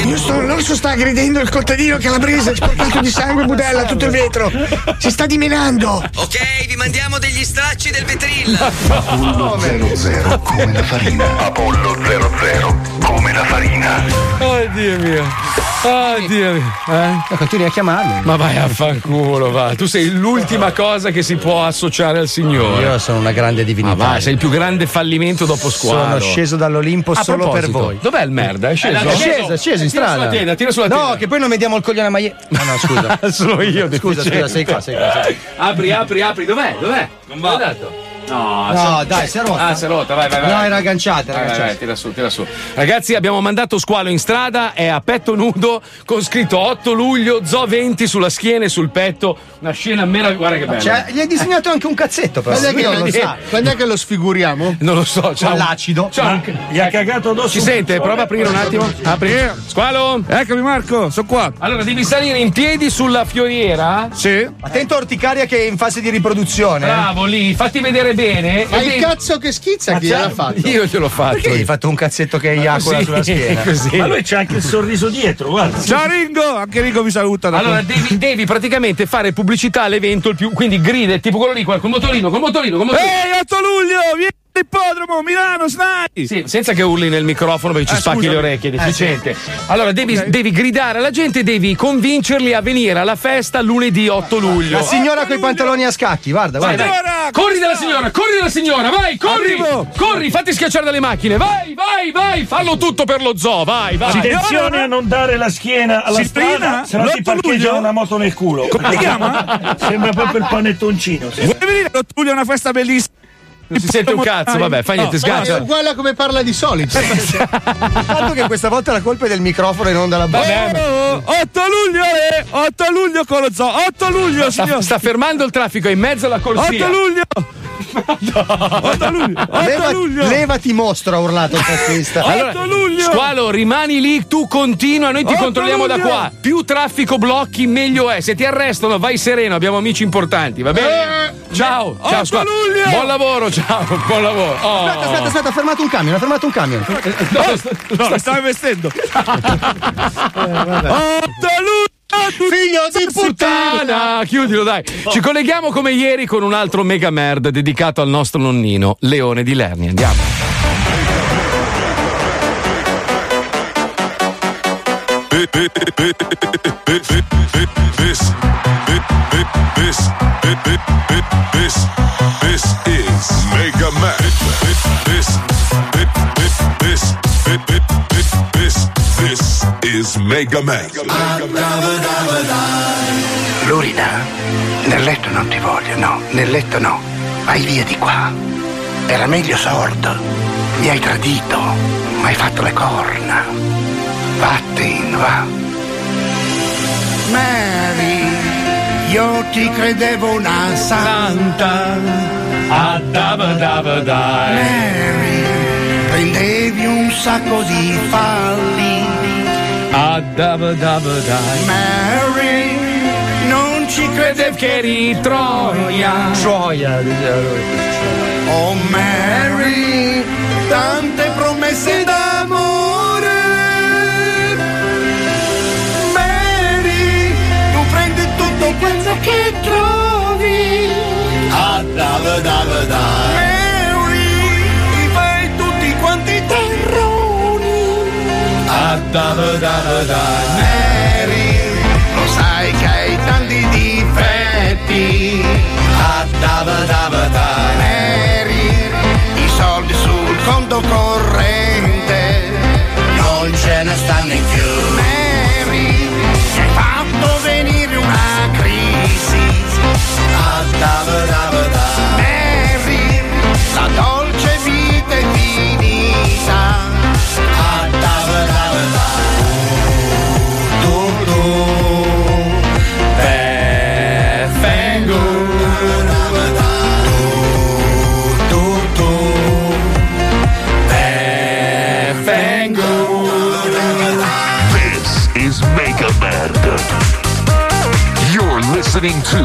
[SPEAKER 25] Houston, l'orso sta aggredendo il contadino calabrese, sporcato di sangue e budella tutto il vetro. Si sta dimenando.
[SPEAKER 24] Ok, vi mandiamo degli stracci del vetril.
[SPEAKER 7] Apollo 00 come la farina.
[SPEAKER 13] Apollo 00 come la farina.
[SPEAKER 6] Oh Dio mio. Ah, Dio. Eh?
[SPEAKER 3] Ecco, Continui a chiamarlo.
[SPEAKER 6] Ma vai a fanculo, Eh, va. Tu sei l'ultima cosa che si può associare al Signore.
[SPEAKER 3] Io sono una grande divinità.
[SPEAKER 6] Ma vai, sei il più grande fallimento dopo squadra.
[SPEAKER 3] Sono sceso dall'Olimpo
[SPEAKER 6] A
[SPEAKER 3] solo per
[SPEAKER 6] proposito,
[SPEAKER 3] voi.
[SPEAKER 6] Dov'è il merda? È sceso?
[SPEAKER 3] È sceso, è sceso in
[SPEAKER 6] Tira
[SPEAKER 3] strada.
[SPEAKER 6] sulla tenda, Ah, tira sulla
[SPEAKER 3] no,
[SPEAKER 6] tenda.
[SPEAKER 3] che poi non vediamo il coglione a maglietta. No, no, scusa.
[SPEAKER 6] Sono io,
[SPEAKER 3] Scusa, scusa, sei qua, sei qua.
[SPEAKER 6] Apri, apri, apri. Dov'è? Dov'è? Non va. No,
[SPEAKER 3] No,
[SPEAKER 6] c'è-
[SPEAKER 3] dai, si è rotta.
[SPEAKER 6] Ah, si è rotta, vai, vai, vai.
[SPEAKER 3] No, era agganciata, era
[SPEAKER 6] Vai, vai,
[SPEAKER 3] agganciata.
[SPEAKER 6] vai, tira su, tira su. Ragazzi, abbiamo mandato Squalo in strada, è a petto nudo, con scritto 8 luglio, Zo 20 sulla schiena e sul petto. Una scena meravigliosa, guarda che bella.
[SPEAKER 3] Cioè, gli hai disegnato anche un cazzetto, però.
[SPEAKER 6] Quando è che
[SPEAKER 3] Io
[SPEAKER 6] lo
[SPEAKER 3] non
[SPEAKER 6] sa?
[SPEAKER 3] so.
[SPEAKER 25] Quando è che lo sfiguriamo?
[SPEAKER 6] Non lo so, c'ha
[SPEAKER 3] Con
[SPEAKER 6] un-
[SPEAKER 3] l'acido.
[SPEAKER 6] c'ha un-
[SPEAKER 4] Gli ha cagato addosso.
[SPEAKER 6] Ci sente? Prova a aprire un attimo. Apri. Squalo? Eccomi Marco, sono qua. Allora, devi salire in piedi sulla fioriera.
[SPEAKER 3] Sì. Attento a orticaria che è in fase di riproduzione. eh.
[SPEAKER 6] Bravo lì, fatti vedere bene.
[SPEAKER 25] Ma
[SPEAKER 6] E
[SPEAKER 25] il
[SPEAKER 6] devi-
[SPEAKER 25] cazzo che schizza
[SPEAKER 6] Ma
[SPEAKER 25] chi
[SPEAKER 6] c'è-
[SPEAKER 25] l'ha fatto?
[SPEAKER 6] Io gliel'ho fatto.
[SPEAKER 3] Perché gli hai fatto un cazzetto che eiacula
[SPEAKER 6] così,
[SPEAKER 3] sulla schiena?
[SPEAKER 6] così.
[SPEAKER 4] Ma lui c'ha anche il sorriso dietro, guarda.
[SPEAKER 6] Ciao,
[SPEAKER 4] Ringo! Anche Ringo vi saluta.
[SPEAKER 6] Allora devi, devi praticamente fare pubblicità all'evento il più, quindi grida, è tipo quello lì, quel- col motorino, col motorino, col motorino.
[SPEAKER 14] Ehi, 8 luglio, vieni all'ippodromo, Milano, Snai!
[SPEAKER 6] Sì, senza che urli nel microfono perché ci
[SPEAKER 14] Eh,
[SPEAKER 6] spacchi
[SPEAKER 14] scusami.
[SPEAKER 6] le orecchie, è
[SPEAKER 14] Eh,
[SPEAKER 6] deficiente.
[SPEAKER 14] sì.
[SPEAKER 6] Allora devi, devi gridare alla gente, devi convincerli a venire alla festa lunedì 8 luglio.
[SPEAKER 3] La signora coi pantaloni a scacchi, guarda,
[SPEAKER 6] Vai,
[SPEAKER 3] guarda.
[SPEAKER 6] dai. Corri dalla signora, corri dalla signora, vai, corri! Corri, fatti schiacciare dalle macchine, vai, vai, vai, fallo tutto per lo zoo, vai, vai.
[SPEAKER 4] Attenzione a non dare la schiena alla
[SPEAKER 6] Signorina,
[SPEAKER 4] strada, se no ti
[SPEAKER 6] l'8
[SPEAKER 4] parcheggia
[SPEAKER 6] luglio?
[SPEAKER 4] una moto nel culo.
[SPEAKER 14] Come si chiama?
[SPEAKER 4] Sembra proprio il panettoncino.
[SPEAKER 14] Vuoi venire a Tullio a una festa bellissima?
[SPEAKER 6] Non si sente un cazzo, vabbè, fai niente, Esatto.
[SPEAKER 25] Ma È
[SPEAKER 6] sgancia.
[SPEAKER 25] uguale a come parla di solito.
[SPEAKER 3] Il fatto che questa volta la colpa è del microfono e non della bocca.
[SPEAKER 14] Oh, 8 luglio, eh, 8 luglio con lo zoo, 8 luglio,
[SPEAKER 6] Sta,
[SPEAKER 14] signor.
[SPEAKER 6] sta fermando il traffico è in mezzo alla
[SPEAKER 14] 8
[SPEAKER 6] corsia.
[SPEAKER 14] luglio! 8 luglio! 8
[SPEAKER 6] ecco
[SPEAKER 3] Leva-
[SPEAKER 14] luglio!
[SPEAKER 3] Levati mostro, ha urlato il tassista.
[SPEAKER 6] Allora, Squalo, rimani lì, tu continua, noi ti
[SPEAKER 14] Otto
[SPEAKER 6] controlliamo da
[SPEAKER 14] luglio.
[SPEAKER 6] qua. Più traffico blocchi, meglio è. Se ti arrestano, vai sereno, abbiamo amici importanti, va bene? ciao, ciao,
[SPEAKER 14] Eh! otto
[SPEAKER 6] Squalo.
[SPEAKER 14] luglio.
[SPEAKER 6] Buon lavoro, ciao, buon lavoro. Oh.
[SPEAKER 3] Aspetta, aspetta, aspetta, ha fermato un camion, ha fermato un camion.
[SPEAKER 14] No, no, stavo investendo. 8 luglio!
[SPEAKER 3] Figlio di
[SPEAKER 6] Puttana, chiudilo dai. Ci colleghiamo come ieri con un altro mega merda dedicato al nostro nonnino, Leone di Lerni. Andiamo.
[SPEAKER 5] This, this, this, this is Mega Mac. This, this, this, this, this is Mega Mac.
[SPEAKER 27] Lurida, nel letto non ti voglio, no, nel letto no. Vai via di qua. Era meglio sordo. Mi hai tradito, mi hai fatto le corna. Vattene, va.
[SPEAKER 9] Mary, io ti credevo una santa. Mary, prendevi un sacco di falli. Mary, non ci credevo che eri Troia.
[SPEAKER 3] Troia, diceva lui.
[SPEAKER 9] Oh Mary, tante promesse d'amore. Mary, tu prendi tutto quello che trovi. Ah, dava, dava, dava. Mary, ti fai tutti quanti terroni. Ah, dava, dava, dava. Mary, lo sai che hai tanti difetti. Ah, dava, dava, dava. Mary, i soldi sul conto corrente non ce ne stanno più. Mary, ci hai fatto venire una crisi. Ah, dava, dava, dava. Mary, la dolce vita è finita. Ah, dava, dava, dava. Tu, tu, Vengo. Tu, tu,
[SPEAKER 5] This is Mega Merda. You're listening to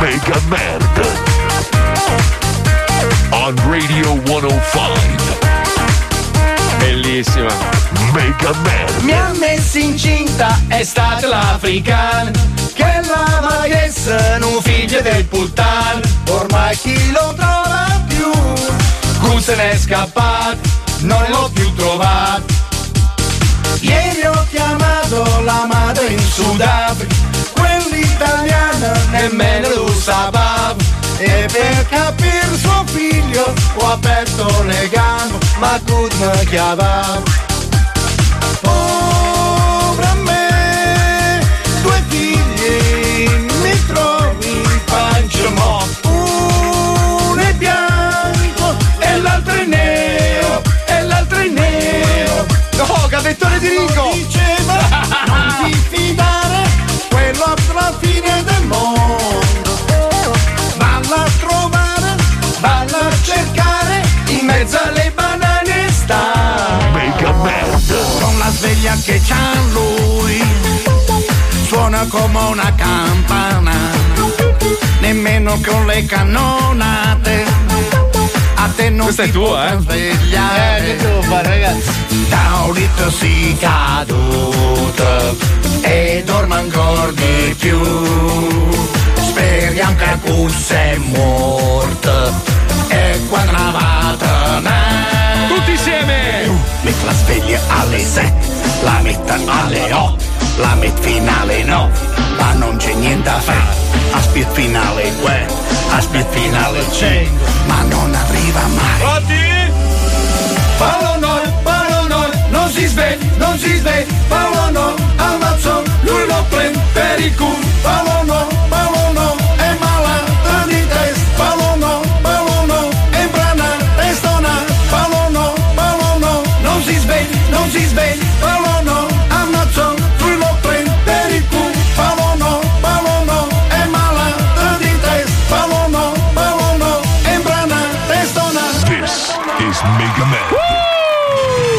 [SPEAKER 5] Mega Merda on Radio 105.
[SPEAKER 6] Bellissima.
[SPEAKER 5] Mega Merda.
[SPEAKER 28] Mi ha messo incinta è stata l'african che la che sono figlio del puttan ormai chi lo trova più Gus se n'è scappato non l'ho più trovato ieri ho chiamato la
[SPEAKER 9] Sudafrica, quell'italiana nemmeno lo sapeva. E per capir suo figlio ho aperto le gambe, ma Good mi chiamava. Povera me, due figli mi trovi in pancia, mo. Uno è bianco e l'altro è nero, e l'altro è nero. Oh, gavettone di Ringo! Diceva, non ti fidare, quello alla fine del mondo. Valla a trovare, valla a cercare, in mezzo alle banane sta.
[SPEAKER 5] Mega Merd.
[SPEAKER 9] Con la sveglia che c'ha lui Suona come una campana Nemmeno con le cannonate A te non Questa è tua, eh? svegliare Eh, che devo fare, ragazzi? Da un rito si caduto E dormo ancora di più Speriamo che Cus è morto E quadravata Tutti insieme! Met la sveglia alle 6, la metà alle 8, la met finale 9, ma non c'è niente da fare. Aspet finale 2, aspet finale 5, ma non arriva mai. Pronti? Paolo no, Paolo no, non si sveglia, non si sveglia, Paolo no, ammazzo, lui lo prende per il culo. Paolo no, Paolo no, è malato di testa, Paolo no, Paolo no, è brana, testona, Paolo no, Paolo no, non si sveglia, non si sveglia, Paolo no, ammazzo, lui lo prende per il culo. Paolo no, Paolo no, è malato di testa, Paolo no, Paolo no, è brana, testona.
[SPEAKER 5] This is Mega Man.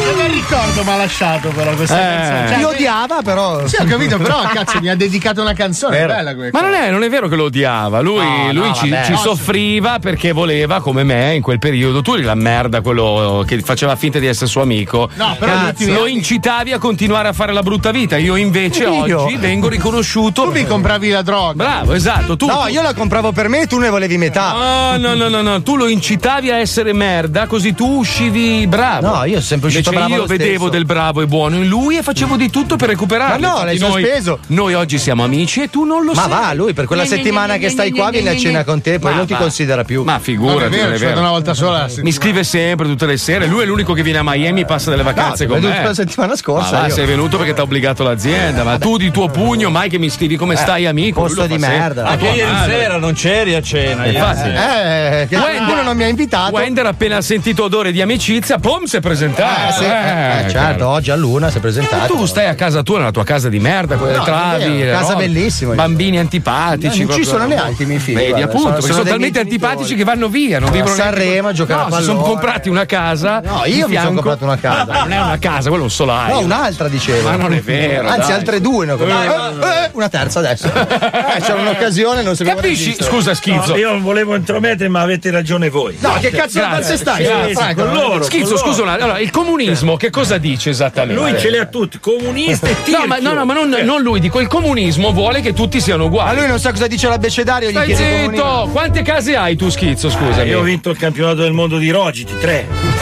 [SPEAKER 8] Non mi ricordo, ma ha lasciato però questa
[SPEAKER 6] Eh.
[SPEAKER 8] canzone.
[SPEAKER 6] Lo
[SPEAKER 8] odiava, però. Sì, ho capito, però cazzo, mi ha dedicato una canzone.
[SPEAKER 6] Vero.
[SPEAKER 8] Cioè, Bella quella.
[SPEAKER 6] Ma non è, non è vero che lo odiava, lui,
[SPEAKER 8] No,
[SPEAKER 6] lui
[SPEAKER 8] no,
[SPEAKER 6] ci,
[SPEAKER 8] vabbè.
[SPEAKER 6] ci soffriva perché voleva, come me, in quel periodo, tu eri la merda, quello che faceva finta di essere suo amico.
[SPEAKER 8] No, però
[SPEAKER 6] Cazzo.
[SPEAKER 8] gli ultimi
[SPEAKER 6] lo
[SPEAKER 8] anni-
[SPEAKER 6] incitavi a continuare a fare la brutta vita. Io invece
[SPEAKER 3] Io?
[SPEAKER 6] oggi vengo riconosciuto. Tu mi
[SPEAKER 8] compravi la droga.
[SPEAKER 6] Bravo, esatto. Tu,
[SPEAKER 3] No,
[SPEAKER 6] tu-
[SPEAKER 3] io la compravo per me e tu ne volevi metà.
[SPEAKER 6] Ah, no, no, no, no, tu lo incitavi a essere merda, così tu uscivi bravo. No,
[SPEAKER 3] io sempre uscito
[SPEAKER 6] Invece
[SPEAKER 3] bravo
[SPEAKER 6] Io
[SPEAKER 3] lo
[SPEAKER 6] vedevo
[SPEAKER 3] stesso.
[SPEAKER 6] del bravo e buono in lui e facevo di tutto per recuperarlo.
[SPEAKER 3] Ma no, l'hai
[SPEAKER 6] Infatti noi-
[SPEAKER 3] sospeso.
[SPEAKER 6] Noi oggi siamo amici e tu non lo
[SPEAKER 3] Ma
[SPEAKER 6] sai.
[SPEAKER 3] va, lui per quella settimana che stai qua viene a cena con te, poi
[SPEAKER 6] Ma
[SPEAKER 3] non ti
[SPEAKER 6] va.
[SPEAKER 3] considera più.
[SPEAKER 6] Ma figurati,
[SPEAKER 3] Non è vero,
[SPEAKER 6] non è
[SPEAKER 3] ci vado
[SPEAKER 6] vero.
[SPEAKER 3] una volta
[SPEAKER 8] sola alla
[SPEAKER 6] Mi scrive sempre tutte le sere. Lui è l'unico che viene a Miami e passa delle vacanze
[SPEAKER 3] No,
[SPEAKER 6] con
[SPEAKER 3] venuto
[SPEAKER 6] me.
[SPEAKER 3] la settimana scorsa,
[SPEAKER 6] Ma va,
[SPEAKER 3] io.
[SPEAKER 6] sei venuto perché ti ha obbligato l'azienda. Ma tu di tuo pugno, mai che mi scrivi come
[SPEAKER 3] Eh,
[SPEAKER 6] stai, amico. Lui
[SPEAKER 3] posto
[SPEAKER 6] lo
[SPEAKER 3] di
[SPEAKER 6] fa sempre.
[SPEAKER 3] merda.
[SPEAKER 6] Ma
[SPEAKER 3] Anche
[SPEAKER 6] tua
[SPEAKER 3] ieri
[SPEAKER 6] madre.
[SPEAKER 29] Sera non c'eri a cena. ieri
[SPEAKER 6] Infatti.
[SPEAKER 29] sera.
[SPEAKER 3] Eh, che
[SPEAKER 6] Wender-
[SPEAKER 3] qualcuno non mi ha invitato.
[SPEAKER 6] Wender appena ha sentito odore di amicizia, pom si è presentato.
[SPEAKER 3] Eh, sì. Eh, certo, oggi a luna si è
[SPEAKER 6] Ma
[SPEAKER 3] presentato.
[SPEAKER 6] tu stai a casa tua, nella tua casa di merda, con le
[SPEAKER 3] No, è
[SPEAKER 6] travi,
[SPEAKER 3] vero,
[SPEAKER 6] le
[SPEAKER 3] casa
[SPEAKER 6] robe,
[SPEAKER 3] bellissima.
[SPEAKER 6] bambini antipatici.
[SPEAKER 3] No, non ci
[SPEAKER 6] proprio-
[SPEAKER 3] sono neanche i miei figli,
[SPEAKER 6] Vedi,
[SPEAKER 3] guarda,
[SPEAKER 6] appunto,
[SPEAKER 3] sono-
[SPEAKER 6] perché sono,
[SPEAKER 3] sono dei
[SPEAKER 6] talmente antipatici che vanno via, Eh, non
[SPEAKER 3] A
[SPEAKER 6] vivono
[SPEAKER 3] Sanremo a giocare
[SPEAKER 6] no,
[SPEAKER 3] a
[SPEAKER 6] si sono
[SPEAKER 3] pallone.
[SPEAKER 6] comprati una casa.
[SPEAKER 3] No,
[SPEAKER 6] di
[SPEAKER 3] io mi sono
[SPEAKER 6] fianco-
[SPEAKER 3] comprato una casa.
[SPEAKER 6] Non è una casa, quello è un solaio.
[SPEAKER 3] No, un'altra dicevo.
[SPEAKER 6] Ma non è vero.
[SPEAKER 3] Anzi,
[SPEAKER 6] dai.
[SPEAKER 3] altre due ne ho comprate. Eh, eh, una terza adesso. Eh, c'era un'occasione, non si
[SPEAKER 4] No, io non volevo intromettere, ma avete ragione voi.
[SPEAKER 3] No, che cazzo di
[SPEAKER 4] Grazie.
[SPEAKER 3] pazze stai?
[SPEAKER 4] Sì,
[SPEAKER 3] Franco?
[SPEAKER 4] sì, sì, con loro.
[SPEAKER 6] Schizzo,
[SPEAKER 4] con loro.
[SPEAKER 6] scusa, un attimo. allora, il comunismo che
[SPEAKER 3] Eh.
[SPEAKER 6] cosa dice esattamente?
[SPEAKER 4] Lui ce li ha tutti, comunisti e Cioè,
[SPEAKER 6] No, ma, no, no, ma non, non lui, dico il comunismo vuole che tutti siano uguali.
[SPEAKER 3] Ma lui non sa cosa dice l'abbecedario. Gli
[SPEAKER 6] Stai
[SPEAKER 3] chiede il
[SPEAKER 6] zitto!
[SPEAKER 3] comunismo.
[SPEAKER 6] Quante case hai tu, schizzo? Scusami.
[SPEAKER 4] Io ho vinto il campionato del mondo di Rogiti, tre.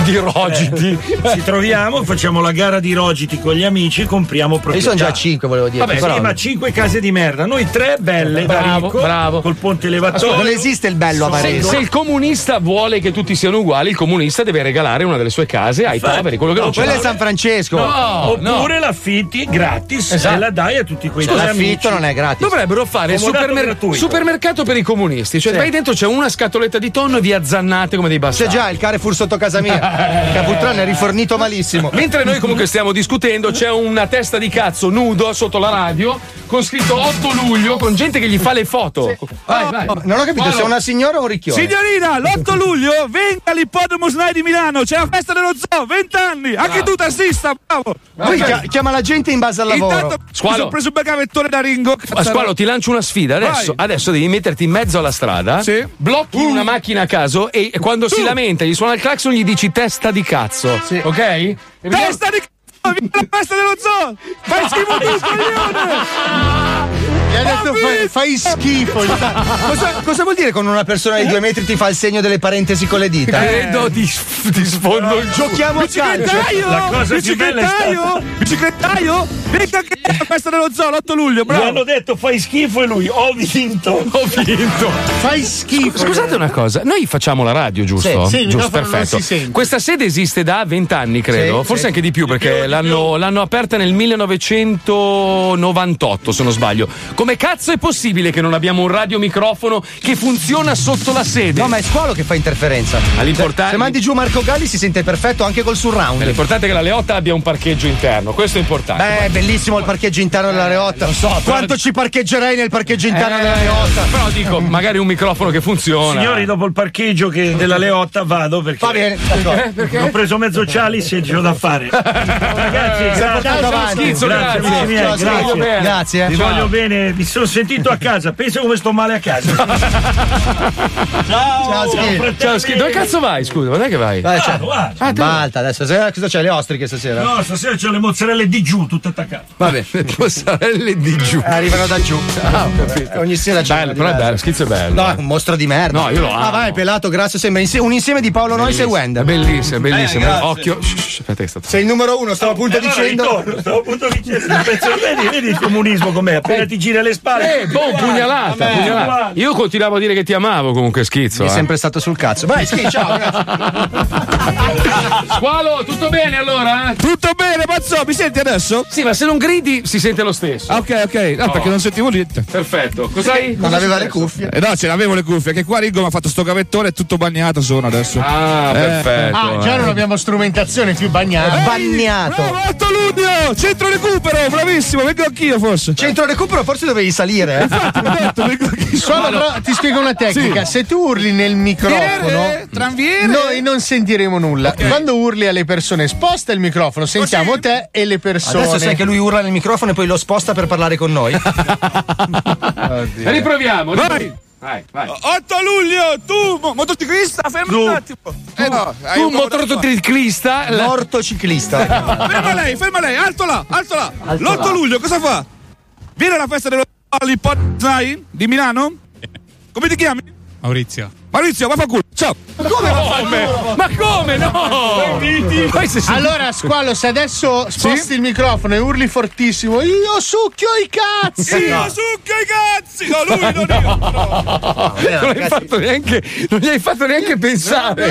[SPEAKER 4] Eh,
[SPEAKER 6] Di Rogiti?
[SPEAKER 4] Ci troviamo, facciamo la gara di Rogiti con gli amici, compriamo
[SPEAKER 3] Io
[SPEAKER 4] proprietà.
[SPEAKER 3] sono già a cinque, volevo dire.
[SPEAKER 4] Vabbè,
[SPEAKER 3] Però-
[SPEAKER 4] sì, ma cinque case di merda. Noi tre belle, da
[SPEAKER 6] Bravo,
[SPEAKER 4] ricco,
[SPEAKER 6] bravo.
[SPEAKER 4] col ponte elevatorio.
[SPEAKER 3] Ascolta, non esiste il bello a
[SPEAKER 6] Se,
[SPEAKER 3] Varese.
[SPEAKER 6] se il comunista vuole che tutti siano uguali, il comunista deve regalare una delle sue case ai poveri, quello che non ce
[SPEAKER 3] quello è
[SPEAKER 6] l'ha.
[SPEAKER 3] San Francesco.
[SPEAKER 6] No,
[SPEAKER 4] Oppure l'affitti gratis
[SPEAKER 6] Esatto.
[SPEAKER 4] e la dai a tutti quei tuoi amici.
[SPEAKER 3] L'affitto non è gratis.
[SPEAKER 6] Dovrebbero fare il
[SPEAKER 4] Comodato
[SPEAKER 6] supermer-
[SPEAKER 4] gratuito.
[SPEAKER 6] supermercato per i comunisti. Cioè,
[SPEAKER 3] Sì.
[SPEAKER 6] vai dentro, c'è una scatoletta di tonno e vi azzannate come dei
[SPEAKER 3] C'è
[SPEAKER 6] bastardi.
[SPEAKER 3] già Ah, il Carrefour sotto casa mia. Caputran è rifornito malissimo.
[SPEAKER 6] Mentre noi comunque stiamo discutendo, c'è una testa di cazzo nudo sotto la radio con scritto 8 luglio con gente che gli fa le foto. Ah, Vai, vai.
[SPEAKER 3] Non ho capito
[SPEAKER 6] Paolo.
[SPEAKER 3] se è una signora o un ricchione.
[SPEAKER 29] Signorina, l'8 luglio venga all'ippodromo SNAI di Milano, c'è la festa dello zoo, 20 anni, anche
[SPEAKER 3] Bravo.
[SPEAKER 29] tu tassista, bravo.
[SPEAKER 3] Poi chia- chiama la gente in base al lavoro.
[SPEAKER 29] Intanto mi
[SPEAKER 6] Squalo.
[SPEAKER 29] sono preso un bel gavettone da Ringo.
[SPEAKER 6] Ma Squalo, ti lancio una sfida. Adesso, adesso devi metterti in mezzo alla strada, blocchi una macchina a caso e quando si lamenta, gli suona il clacson, gli dici testa di cazzo. Ok? E vediamo-
[SPEAKER 29] Testa di cazzo, vieni alla festa dello zoo, fai schifo tu, coglione.
[SPEAKER 8] Gli ha detto, fai, fai schifo.
[SPEAKER 3] Cosa, cosa vuol dire con una persona di due metri ti fa il segno delle parentesi con le dita?
[SPEAKER 6] Eh, Credo ti, ti sfondo il
[SPEAKER 3] Giochiamo a calcio.
[SPEAKER 29] Bicicletaio!
[SPEAKER 4] La cosa più bella è
[SPEAKER 29] Bicicletaio! Bicicletaio!
[SPEAKER 4] Vinca che è festa dello zoo l'8 luglio, bravo. Gli hanno detto fai schifo e lui ho vinto. Ho
[SPEAKER 6] vinto.
[SPEAKER 8] Fai schifo.
[SPEAKER 6] Scusate una cosa, noi facciamo la radio, giusto?
[SPEAKER 8] Sì, sì, il
[SPEAKER 6] giusto,
[SPEAKER 8] microfono non
[SPEAKER 6] perfetto.
[SPEAKER 8] si sente.
[SPEAKER 6] Questa sede esiste da 20 anni, credo,
[SPEAKER 8] Sì,
[SPEAKER 6] forse
[SPEAKER 8] sì.
[SPEAKER 6] anche di più, perché l'hanno, l'hanno aperta nel 1998, se non sbaglio. Come cazzo è possibile che non abbiamo un radiomicrofono che funziona sotto la sede?
[SPEAKER 3] No, ma è Squalo che fa interferenza.
[SPEAKER 6] All'importante-
[SPEAKER 3] Se mandi giù Marco Galli si sente perfetto anche col surround.
[SPEAKER 6] L'importante è che la Leotta abbia un parcheggio interno, questo è importante.
[SPEAKER 3] Beh, è bellissimo il parcheggio interno della
[SPEAKER 6] Eh,
[SPEAKER 3] Reotta. Lo so, quanto ci parcheggerei nel parcheggio interno della Reotta?
[SPEAKER 6] Però dico, magari un microfono che funziona.
[SPEAKER 4] Signori, dopo il parcheggio che- della Leotta vado perché. Va bene,
[SPEAKER 6] d'accordo. Perché?
[SPEAKER 4] Ho preso mezzo cialis e c'ho da fare. Ragazzi,
[SPEAKER 6] Eh,
[SPEAKER 4] grazie.
[SPEAKER 6] dai, sono schizzo,
[SPEAKER 4] grazie,
[SPEAKER 6] grazie.
[SPEAKER 4] amici miei,
[SPEAKER 6] Ciao, ti voglio
[SPEAKER 4] grazie.
[SPEAKER 6] bene. Grazie, eh.
[SPEAKER 4] Vi
[SPEAKER 6] Ciao.
[SPEAKER 4] voglio bene, mi sono sentito a casa, penso come sto male a casa. ciao, ciao, fratelli.
[SPEAKER 6] Ciao, Schi- dove cazzo vai? Scusa, dove è che vai?
[SPEAKER 3] Vai,
[SPEAKER 4] Ah,
[SPEAKER 3] c'è.
[SPEAKER 4] guarda.
[SPEAKER 3] Ah, Balta, adesso stasera cosa c'è? Le ostriche stasera?
[SPEAKER 4] No, stasera c'ho le mozzarelle di giù, tutte attaccate.
[SPEAKER 6] Vabbè, le mozzarelle di giù.
[SPEAKER 3] Eh, Arrivano da giù.
[SPEAKER 6] Ah, ho capito.
[SPEAKER 3] Eh, Ogni sera c'è.
[SPEAKER 6] Bello, però è bello, schizzo è bello.
[SPEAKER 3] No, è un mostro di merda.
[SPEAKER 6] No, io lo
[SPEAKER 3] Ah,
[SPEAKER 6] amo.
[SPEAKER 3] vai, pelato, grasso, sembra inse- un insieme di Paolo Noyes e
[SPEAKER 6] Bellissimo. Eh,
[SPEAKER 3] Wender.
[SPEAKER 6] Bellissimo, bellissimo.
[SPEAKER 3] grazie.
[SPEAKER 6] Occhio. Shh, shh, aspetta, che sta
[SPEAKER 3] Sei il numero uno,
[SPEAKER 6] Eh,
[SPEAKER 3] stavo appunto
[SPEAKER 4] allora
[SPEAKER 3] dicendo.
[SPEAKER 4] ritorno, stavo appunto dicendo, un pezzo- vedi, vedi il comunismo com'è, appena ti gira le spalle.
[SPEAKER 6] Eh, boh,
[SPEAKER 4] Guarda,
[SPEAKER 6] pugnalata,
[SPEAKER 4] vabbè,
[SPEAKER 6] pugnalata.
[SPEAKER 4] guarda.
[SPEAKER 6] Io continuavo a dire che ti amavo comunque, schizzo.
[SPEAKER 3] Mi è
[SPEAKER 6] eh.
[SPEAKER 3] sempre stato sul cazzo. Vai, schi, ciao, ragazzi.
[SPEAKER 6] Squalo, tutto bene allora?
[SPEAKER 9] Tutto bene, Mazzo, mi senti adesso?
[SPEAKER 6] Sì, ma se non gridi si sente lo stesso.
[SPEAKER 9] Ah, ok, ok. No,
[SPEAKER 6] Oh.
[SPEAKER 9] perché non sentivo niente.
[SPEAKER 6] Perfetto. Cos'hai?
[SPEAKER 9] Non aveva le
[SPEAKER 3] cuffie.
[SPEAKER 9] Eh, no, ce l'avevo le cuffie, che qua Ringo mi ha fatto sto gavettone e tutto bagnato sono adesso. Eh.
[SPEAKER 6] Ah, perfetto.
[SPEAKER 8] Ah, già non abbiamo strumentazione più bagnata.
[SPEAKER 3] Bagnato.
[SPEAKER 9] Bravo, 8 luglio! Centro recupero, bravissimo, vengo anch'io forse. Cioè.
[SPEAKER 3] Centro recupero, forse dovevi salire.
[SPEAKER 9] Infatti, l'ho detto, vengo anch'io.
[SPEAKER 8] Solo però ti spiego una
[SPEAKER 3] Eh,
[SPEAKER 8] tecnica, se tu urli nel microfono,
[SPEAKER 9] Tranviere, tranviere.
[SPEAKER 8] noi non sentiremo nulla. Quando urli alle persone, sposta il microfono, sentiamo te e le persone.
[SPEAKER 3] Adesso sai che lui urla nel microfono e poi lo sposta per parlare con noi.
[SPEAKER 6] Riproviamo.
[SPEAKER 9] Vai.
[SPEAKER 6] riproviamo. Vai, vai.
[SPEAKER 9] 8 luglio, tu, mo- motociclista, fermo un attimo. Eh no, hai
[SPEAKER 6] tu
[SPEAKER 9] un problema.
[SPEAKER 6] motociclista. la-
[SPEAKER 3] Mortociclista.
[SPEAKER 9] Ferma lei, ferma lei, alto là, alto là. L'8 luglio cosa fa? Viene alla festa dello Zai di Milano?
[SPEAKER 6] Eh.
[SPEAKER 9] Come ti chiami? Maurizio. Maurizio, va fa culo. Ciao.
[SPEAKER 6] Ma come? Ma come? No! Poi se si-
[SPEAKER 8] Allora, Squallo, se adesso sposti il microfono e urli fortissimo, io succhio i cazzi!
[SPEAKER 9] Io succhio i cazzi! No, lui non io.
[SPEAKER 6] non, hai fatto neanche, non gli hai fatto neanche pensare.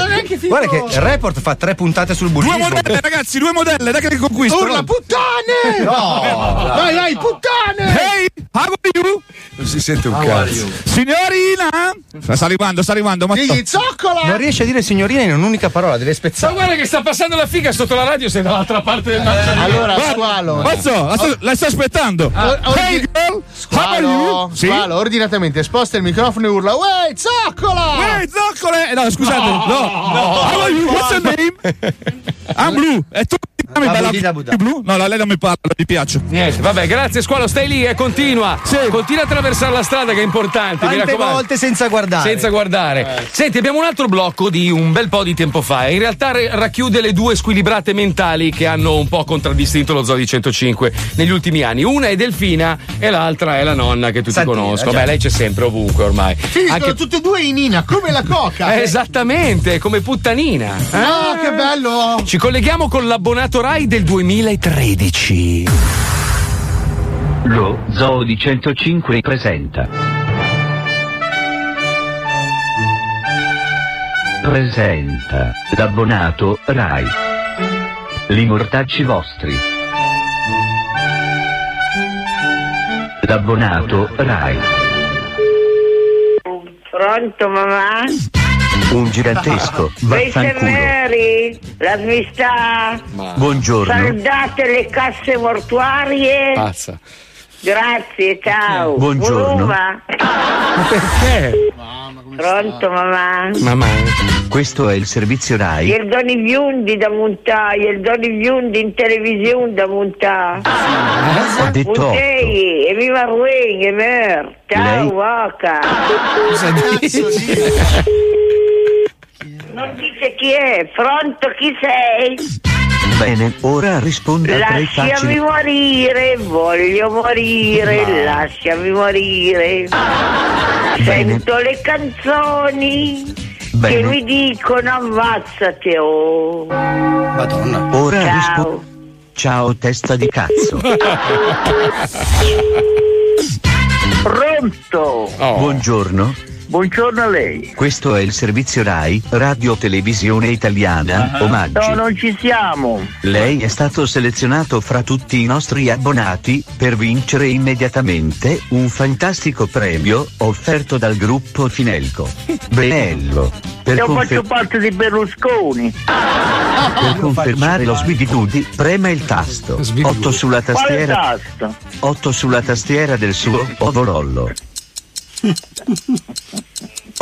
[SPEAKER 3] Guarda che il report fa tre puntate sul
[SPEAKER 9] Due
[SPEAKER 3] bullismo.
[SPEAKER 9] modelle, ragazzi, due modelle, dai che le conquisto.
[SPEAKER 8] Urla
[SPEAKER 9] no?
[SPEAKER 8] puttane!
[SPEAKER 3] No.
[SPEAKER 8] Vai, vai, puttane!
[SPEAKER 9] Hey, how are you? Non si sente un cazzo. Signorina! Sta arrivando, sta arrivando, ma
[SPEAKER 8] Digli zoccola!
[SPEAKER 3] Non riesce a dire signorina in un'unica parola, deve
[SPEAKER 6] Ma
[SPEAKER 3] spezzare.
[SPEAKER 6] guarda che sta passando la figa sotto la radio, sei dall'altra parte del marciapiede.
[SPEAKER 8] Allora, Squalo.
[SPEAKER 9] Mazzo, la sto, la sto aspettando.
[SPEAKER 8] Ah.
[SPEAKER 9] Hey girl, how are
[SPEAKER 8] Squalo,
[SPEAKER 9] you? Sì?
[SPEAKER 8] squalo, ordinatamente sposta il microfono e urla Uè, zoccola!
[SPEAKER 9] Ehi, zoccole! Eh, No, scusate, no. How are you? What's your name? I'm blue. E tu mi chiami
[SPEAKER 3] La
[SPEAKER 9] bella
[SPEAKER 3] Buddha, Buddha.
[SPEAKER 9] f- blu? No, la- lei non mi parla, mi piace.
[SPEAKER 6] Niente, vabbè, grazie squalo, stai lì e continua. Continua a attraversare la strada che è importante, mi
[SPEAKER 3] Tante
[SPEAKER 6] raccomando.
[SPEAKER 3] volte Eh. senza guardare.
[SPEAKER 6] Senza guardare. Senti, abbiamo un altro blocco di un bel po' di tempo fa. e In realtà re- racchiude le due squilibrate mentali che hanno un po' contraddistinto lo zoo di 105 negli ultimi anni. Una è Delfina e l'altra è la nonna che tutti
[SPEAKER 3] Santina,
[SPEAKER 6] conoscono.
[SPEAKER 3] già.
[SPEAKER 6] Beh, lei c'è sempre ovunque ormai.
[SPEAKER 8] Finiscono
[SPEAKER 6] Anche-
[SPEAKER 8] tutte e due in Ina, come la coca!
[SPEAKER 6] Eh,
[SPEAKER 9] Esatto.
[SPEAKER 6] esattamente, come puttanina. eh?
[SPEAKER 8] Ah, che bello!
[SPEAKER 6] Ci colleghiamo con l'abbonato Rai del 2013.
[SPEAKER 19] Lo Zoo di 105 presenta. Presenta l'abbonato Rai. Li mortacci vostri. L'abbonato Rai.
[SPEAKER 20] Pronto mamma?
[SPEAKER 19] Un gigantesco
[SPEAKER 20] Questa è
[SPEAKER 19] vaffanculo.
[SPEAKER 20] Mary, la l'amistà,
[SPEAKER 19] Buongiorno.
[SPEAKER 20] saldate le casse mortuarie.
[SPEAKER 6] Pazza.
[SPEAKER 20] Grazie, ciao.
[SPEAKER 19] Buongiorno.
[SPEAKER 20] Bruma.
[SPEAKER 6] Perché?
[SPEAKER 20] Pronto mamma?
[SPEAKER 6] Mamma.
[SPEAKER 19] Questo è il servizio Rai.
[SPEAKER 20] Il Doni Biondi da Montà, il Doni Biondi in televisione da Montà.
[SPEAKER 19] Ho Ah, detto otto.
[SPEAKER 20] Montei, e viva Ruin, e Mer. Ciao,
[SPEAKER 19] Lei?
[SPEAKER 20] Waka. Non dice chi è, pronto chi sei?
[SPEAKER 19] Bene, ora risponda a tre
[SPEAKER 20] Lasciami
[SPEAKER 19] facili.
[SPEAKER 20] morire, voglio morire,
[SPEAKER 19] Ah.
[SPEAKER 20] lasciami morire. Sento le canzoni che
[SPEAKER 19] Bene.
[SPEAKER 20] mi dicono ammazzate oh.
[SPEAKER 3] Madonna.
[SPEAKER 19] Ora
[SPEAKER 20] Ciao.
[SPEAKER 19] risponda. Ciao testa di cazzo.
[SPEAKER 10] Pronto?
[SPEAKER 19] Buongiorno.
[SPEAKER 10] Buongiorno a lei.
[SPEAKER 19] Questo è il servizio RAI, Radio Televisione Italiana, omaggio.
[SPEAKER 10] No, non ci siamo.
[SPEAKER 19] Lei è stato selezionato fra tutti i nostri abbonati per vincere immediatamente un fantastico premio offerto dal gruppo Finelco. Benello. Per,
[SPEAKER 10] Io
[SPEAKER 19] confer-
[SPEAKER 10] faccio parte di Berlusconi.
[SPEAKER 19] per confermare lo sbididudi, prema il tasto. 8 sulla
[SPEAKER 10] Quale
[SPEAKER 19] tastiera.
[SPEAKER 10] tasto?
[SPEAKER 19] 8 sulla tastiera del suo ovorollo.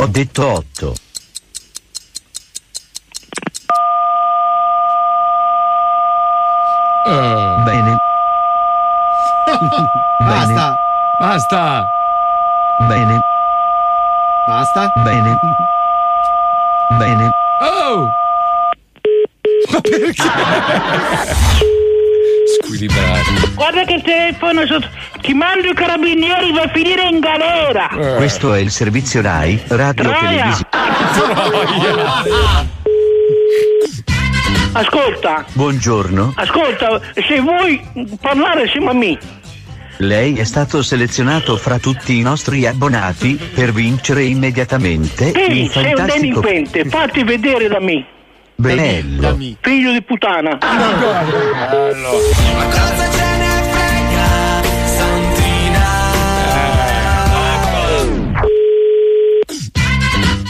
[SPEAKER 19] Ho detto 8.
[SPEAKER 6] Ah.
[SPEAKER 19] Bene.
[SPEAKER 3] Basta.
[SPEAKER 6] Basta.
[SPEAKER 19] Bene.
[SPEAKER 3] Basta.
[SPEAKER 19] Bene. Bene.
[SPEAKER 6] Oh! Ma perché? Squilibrato.
[SPEAKER 10] Guarda che telefono sotto. Ti mando i carabinieri va a finire in galera.
[SPEAKER 19] Questo è il servizio RAI, radio
[SPEAKER 10] Troia.
[SPEAKER 19] televisione.
[SPEAKER 10] Ascolta,
[SPEAKER 19] Buongiorno,
[SPEAKER 10] ascolta, se vuoi parlare insieme a me,
[SPEAKER 19] lei è stato selezionato fra tutti i nostri abbonati per vincere immediatamente
[SPEAKER 10] te
[SPEAKER 19] un
[SPEAKER 10] sei un
[SPEAKER 19] fantastico
[SPEAKER 10] delinquente, fatti vedere da me.
[SPEAKER 19] Benello.
[SPEAKER 10] Figlio di puttana.
[SPEAKER 6] Ah,
[SPEAKER 5] Ma cosa ce ne frega, Santina?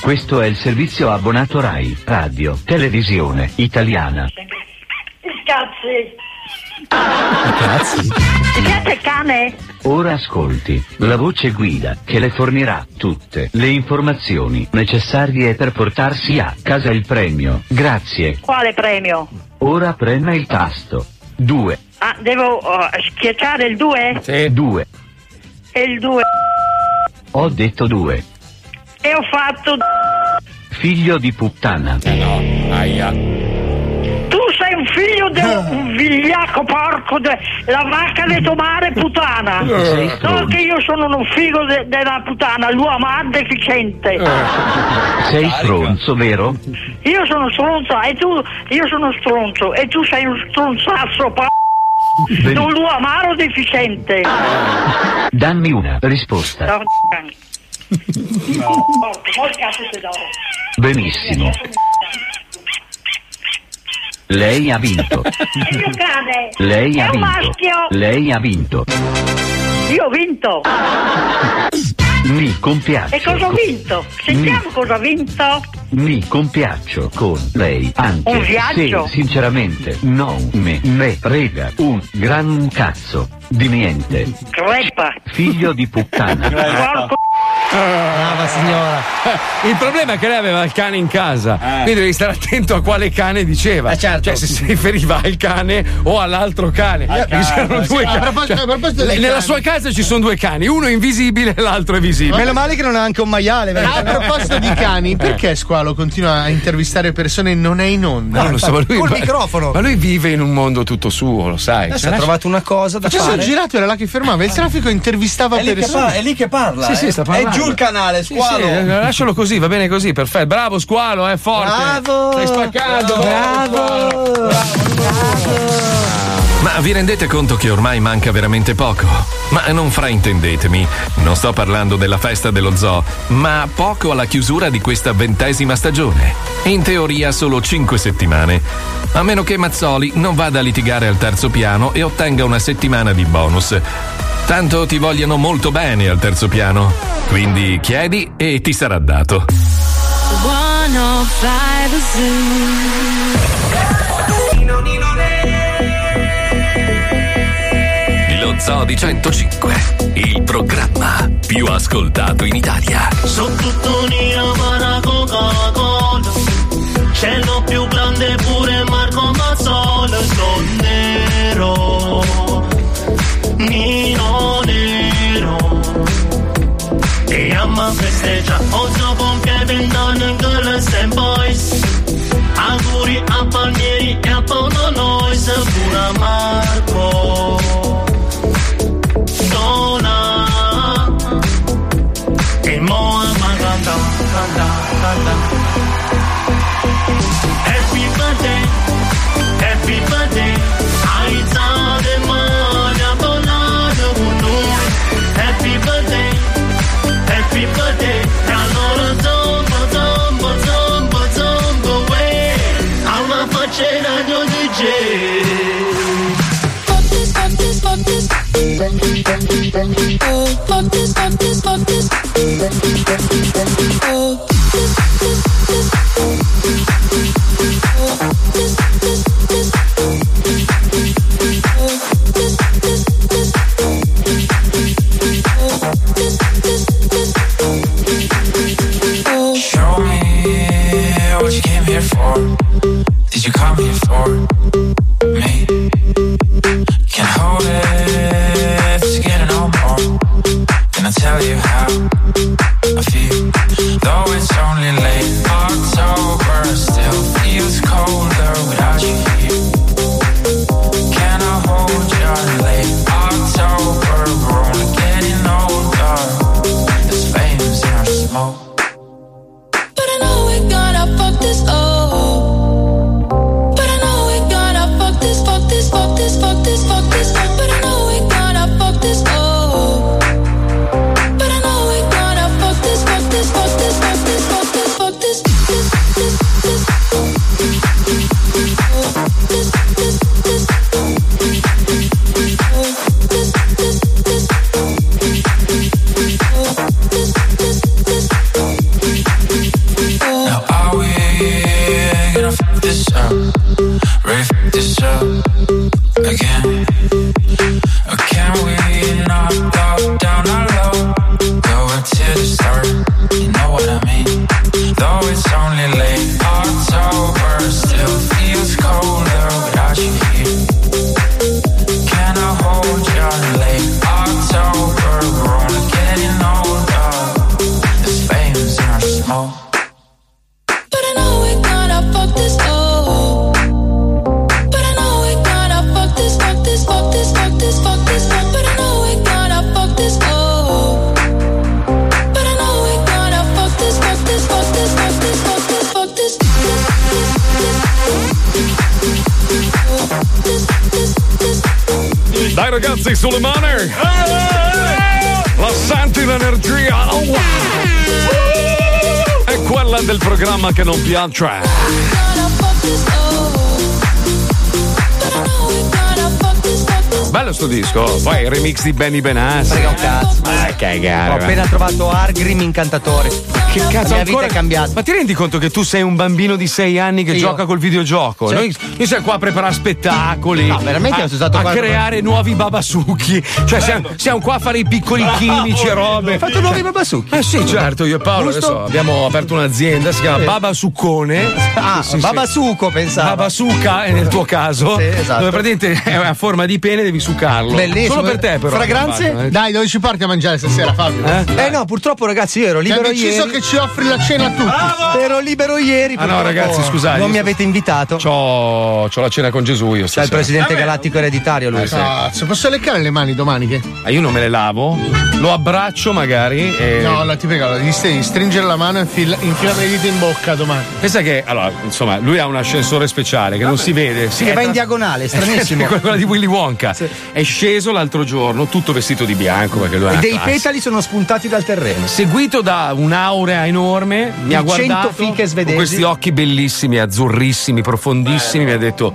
[SPEAKER 19] Questo è il servizio abbonato RAI, radio, televisione, italiana.
[SPEAKER 5] Cazzi.
[SPEAKER 19] Cazzi.
[SPEAKER 5] Ti piace cane?
[SPEAKER 19] Ora ascolti la voce guida che le fornirà tutte le informazioni necessarie per portarsi a casa il premio. Grazie.
[SPEAKER 20] Quale premio?
[SPEAKER 19] Ora prema il tasto. 2.
[SPEAKER 20] Ah, devo oh, schiacciare il 2?
[SPEAKER 19] 2.
[SPEAKER 20] E il 2.
[SPEAKER 19] Ho detto 2.
[SPEAKER 20] E ho fatto.
[SPEAKER 19] Figlio di puttana. Eh no, aia.
[SPEAKER 20] Tu sei un figlio di
[SPEAKER 19] Eh.
[SPEAKER 20] un vigliacco porco, de... la vacca di tuo mare puttana.
[SPEAKER 10] Sì.
[SPEAKER 19] Eh.
[SPEAKER 20] Non che io sono un figlio de- della puttana, l'uomo è deficiente.
[SPEAKER 19] Sei stronzo, vero?
[SPEAKER 20] Io sono stronza e tu, io sono stronzo e tu sei un stronzazzo porco.
[SPEAKER 19] Bene.
[SPEAKER 20] Non l'uomo amaro deficiente.
[SPEAKER 19] Dammi una risposta.
[SPEAKER 20] No, Oh, mo' cazzo se do.
[SPEAKER 19] Benissimo. Lei ha vinto.
[SPEAKER 20] E io cane.
[SPEAKER 19] Lei
[SPEAKER 20] è
[SPEAKER 19] ha
[SPEAKER 20] un
[SPEAKER 19] vinto.
[SPEAKER 20] maschio.
[SPEAKER 19] Lei ha vinto.
[SPEAKER 20] Io ho vinto.
[SPEAKER 19] Ah, Mi
[SPEAKER 20] E
[SPEAKER 19] compiaccio.
[SPEAKER 20] cosa ho vinto?
[SPEAKER 19] Mm.
[SPEAKER 20] Sentiamo cosa ha vinto.
[SPEAKER 19] Mi compiaccio con lei anche
[SPEAKER 20] Un viaggio?
[SPEAKER 19] se sinceramente non me ne frega un gran cazzo di niente.
[SPEAKER 20] Crepa.
[SPEAKER 19] Figlio di puttana.
[SPEAKER 6] Brava signora. Il problema è che lei aveva il cane in casa, quindi devi stare attento a quale cane diceva. Cioè, se si riferiva al cane o all'altro cane.
[SPEAKER 2] Al
[SPEAKER 6] Perché
[SPEAKER 2] cane.
[SPEAKER 6] c'erano due
[SPEAKER 2] A
[SPEAKER 6] cani.
[SPEAKER 2] proposito-
[SPEAKER 6] Cioè,
[SPEAKER 2] a proposito dei
[SPEAKER 6] le- nella
[SPEAKER 2] cani.
[SPEAKER 6] sua casa ci sono due cani, uno è invisibile e l'altro è visibile.
[SPEAKER 3] Meno male che non ha anche un maiale. perché-
[SPEAKER 8] A proposito di cani, perché Squalo continua a intervistare persone e non è in onda?
[SPEAKER 6] No, lo so, ma lui,
[SPEAKER 8] Col
[SPEAKER 6] ma-
[SPEAKER 8] microfono.
[SPEAKER 6] Ma lui vive in un mondo tutto suo, lo sai.
[SPEAKER 8] Adesso
[SPEAKER 6] Cioè,
[SPEAKER 8] ha
[SPEAKER 6] lascia-
[SPEAKER 8] trovato
[SPEAKER 3] una cosa
[SPEAKER 8] Cioè, sono girato era là che fermava il traffico e intervistava
[SPEAKER 16] È lì che
[SPEAKER 8] persone.
[SPEAKER 16] parla, è lì che parla,
[SPEAKER 6] Sì,
[SPEAKER 8] eh.
[SPEAKER 9] eh.
[SPEAKER 6] sì, sta parlando. Sì, sì, eh, lascialo così, va bene così, perfetto. Bravo, squalo, è forte.
[SPEAKER 9] Ah,
[SPEAKER 16] Bravo.
[SPEAKER 6] Stai spaccando.
[SPEAKER 16] Bravo.
[SPEAKER 1] Ma vi rendete conto che ormai manca veramente poco? Ma non fraintendetemi, non sto parlando della festa dello zoo, ma poco alla chiusura di questa ventesima stagione. In teoria solo 5 settimane. A meno che Mazzoli non vada a litigare al terzo piano e ottenga una settimana di bonus. Tanto ti vogliono molto bene al terzo piano. Quindi chiedi e ti sarà dato.
[SPEAKER 5] 105
[SPEAKER 1] Lo Zoo di 105, il programma più ascoltato in Italia.
[SPEAKER 5] Sono tutto nero para Coca-Cola C'è lo più grande pure Marco Mazzola Sono nero Nino nero E ama festeggia Oggi con Kevin Dunn e Girls and Boys Auguri a Palmieri e a Paolo Nois Pura Marco Dona e mo ama canta, canta, canta. Happy birthday, happy birthday, Aiza
[SPEAKER 21] ragazzi sulle mani. La senti l'energia? Oh, wow. È quella del programma che non piace.
[SPEAKER 6] Bello sto disco, poi il remix di Benny Benassi.
[SPEAKER 21] Frega
[SPEAKER 3] un cazzo.
[SPEAKER 6] Ma che gara.
[SPEAKER 3] Ho appena trovato Argrim incantatore. Che
[SPEAKER 6] cazzo,
[SPEAKER 3] La mia
[SPEAKER 6] ancora-
[SPEAKER 3] vita è cambiata.
[SPEAKER 6] Ma ti rendi conto che tu sei un bambino di 6 anni che
[SPEAKER 3] Io.
[SPEAKER 6] gioca col videogioco?
[SPEAKER 3] Sì.
[SPEAKER 6] Noi, noi siamo qua a preparare spettacoli.
[SPEAKER 3] No, veramente
[SPEAKER 6] a,
[SPEAKER 3] ho usato
[SPEAKER 6] a
[SPEAKER 3] qua-
[SPEAKER 6] creare nuovi babasucchi. Cioè, siamo, siamo qua a fare i piccoli
[SPEAKER 3] Bravo,
[SPEAKER 6] chimici e robe.
[SPEAKER 3] Hai fatto nuovi babasucchi?
[SPEAKER 6] Eh sì, certo, io e Paolo
[SPEAKER 3] Giusto?
[SPEAKER 6] adesso abbiamo aperto un'azienda, si chiama
[SPEAKER 3] Sì.
[SPEAKER 6] Babasuccone.
[SPEAKER 3] Ah, Babasuco, pensavo.
[SPEAKER 6] Babasucca è nel tuo caso.
[SPEAKER 3] Sì, esatto.
[SPEAKER 6] Dove praticamente è a forma di pene devi succarlo.
[SPEAKER 3] Bellissimo.
[SPEAKER 6] Solo per te, però. Fatto, eh.
[SPEAKER 8] Dai, dove ci porti a mangiare stasera, Fabio?
[SPEAKER 6] Eh?
[SPEAKER 3] Eh no, purtroppo ragazzi, io ero
[SPEAKER 8] Ti ha
[SPEAKER 3] libero
[SPEAKER 8] deciso
[SPEAKER 3] ieri.
[SPEAKER 8] che ci offri la cena a tutti.
[SPEAKER 3] Ero libero ieri.
[SPEAKER 6] Ah no,
[SPEAKER 3] purtroppo
[SPEAKER 6] ragazzi, scusate.
[SPEAKER 3] Non mi avete invitato.
[SPEAKER 6] C'ho, c'ho la cena con Gesù io.
[SPEAKER 3] C'è il presidente
[SPEAKER 6] Vabbè.
[SPEAKER 3] galattico ereditario lui.
[SPEAKER 6] Eh, sì.
[SPEAKER 8] Ah, Cazzo, posso leccare le mani domani? Che?
[SPEAKER 6] Ah, io non me le lavo, lo abbraccio magari. E...
[SPEAKER 8] No, la ti prego, gli devi stringere la mano e infil- infilare le dita in bocca domani.
[SPEAKER 6] Pensa che, allora, insomma, lui ha un ascensore speciale che non si vede. si
[SPEAKER 3] Che
[SPEAKER 6] è
[SPEAKER 3] va in
[SPEAKER 6] tra-
[SPEAKER 3] diagonale, stranissimo.
[SPEAKER 6] È Eh, quella di Willy Wonka. È sceso l'altro giorno, tutto vestito di bianco perché lui è
[SPEAKER 3] E
[SPEAKER 6] una
[SPEAKER 3] dei
[SPEAKER 6] classe.
[SPEAKER 3] petali sono spuntati dal terreno.
[SPEAKER 6] Seguito da un'aurea enorme, mi ha
[SPEAKER 3] Di cento
[SPEAKER 6] guardato
[SPEAKER 3] fiche svedesi.
[SPEAKER 6] con questi occhi bellissimi, azzurrissimi, profondissimi, mi ha detto: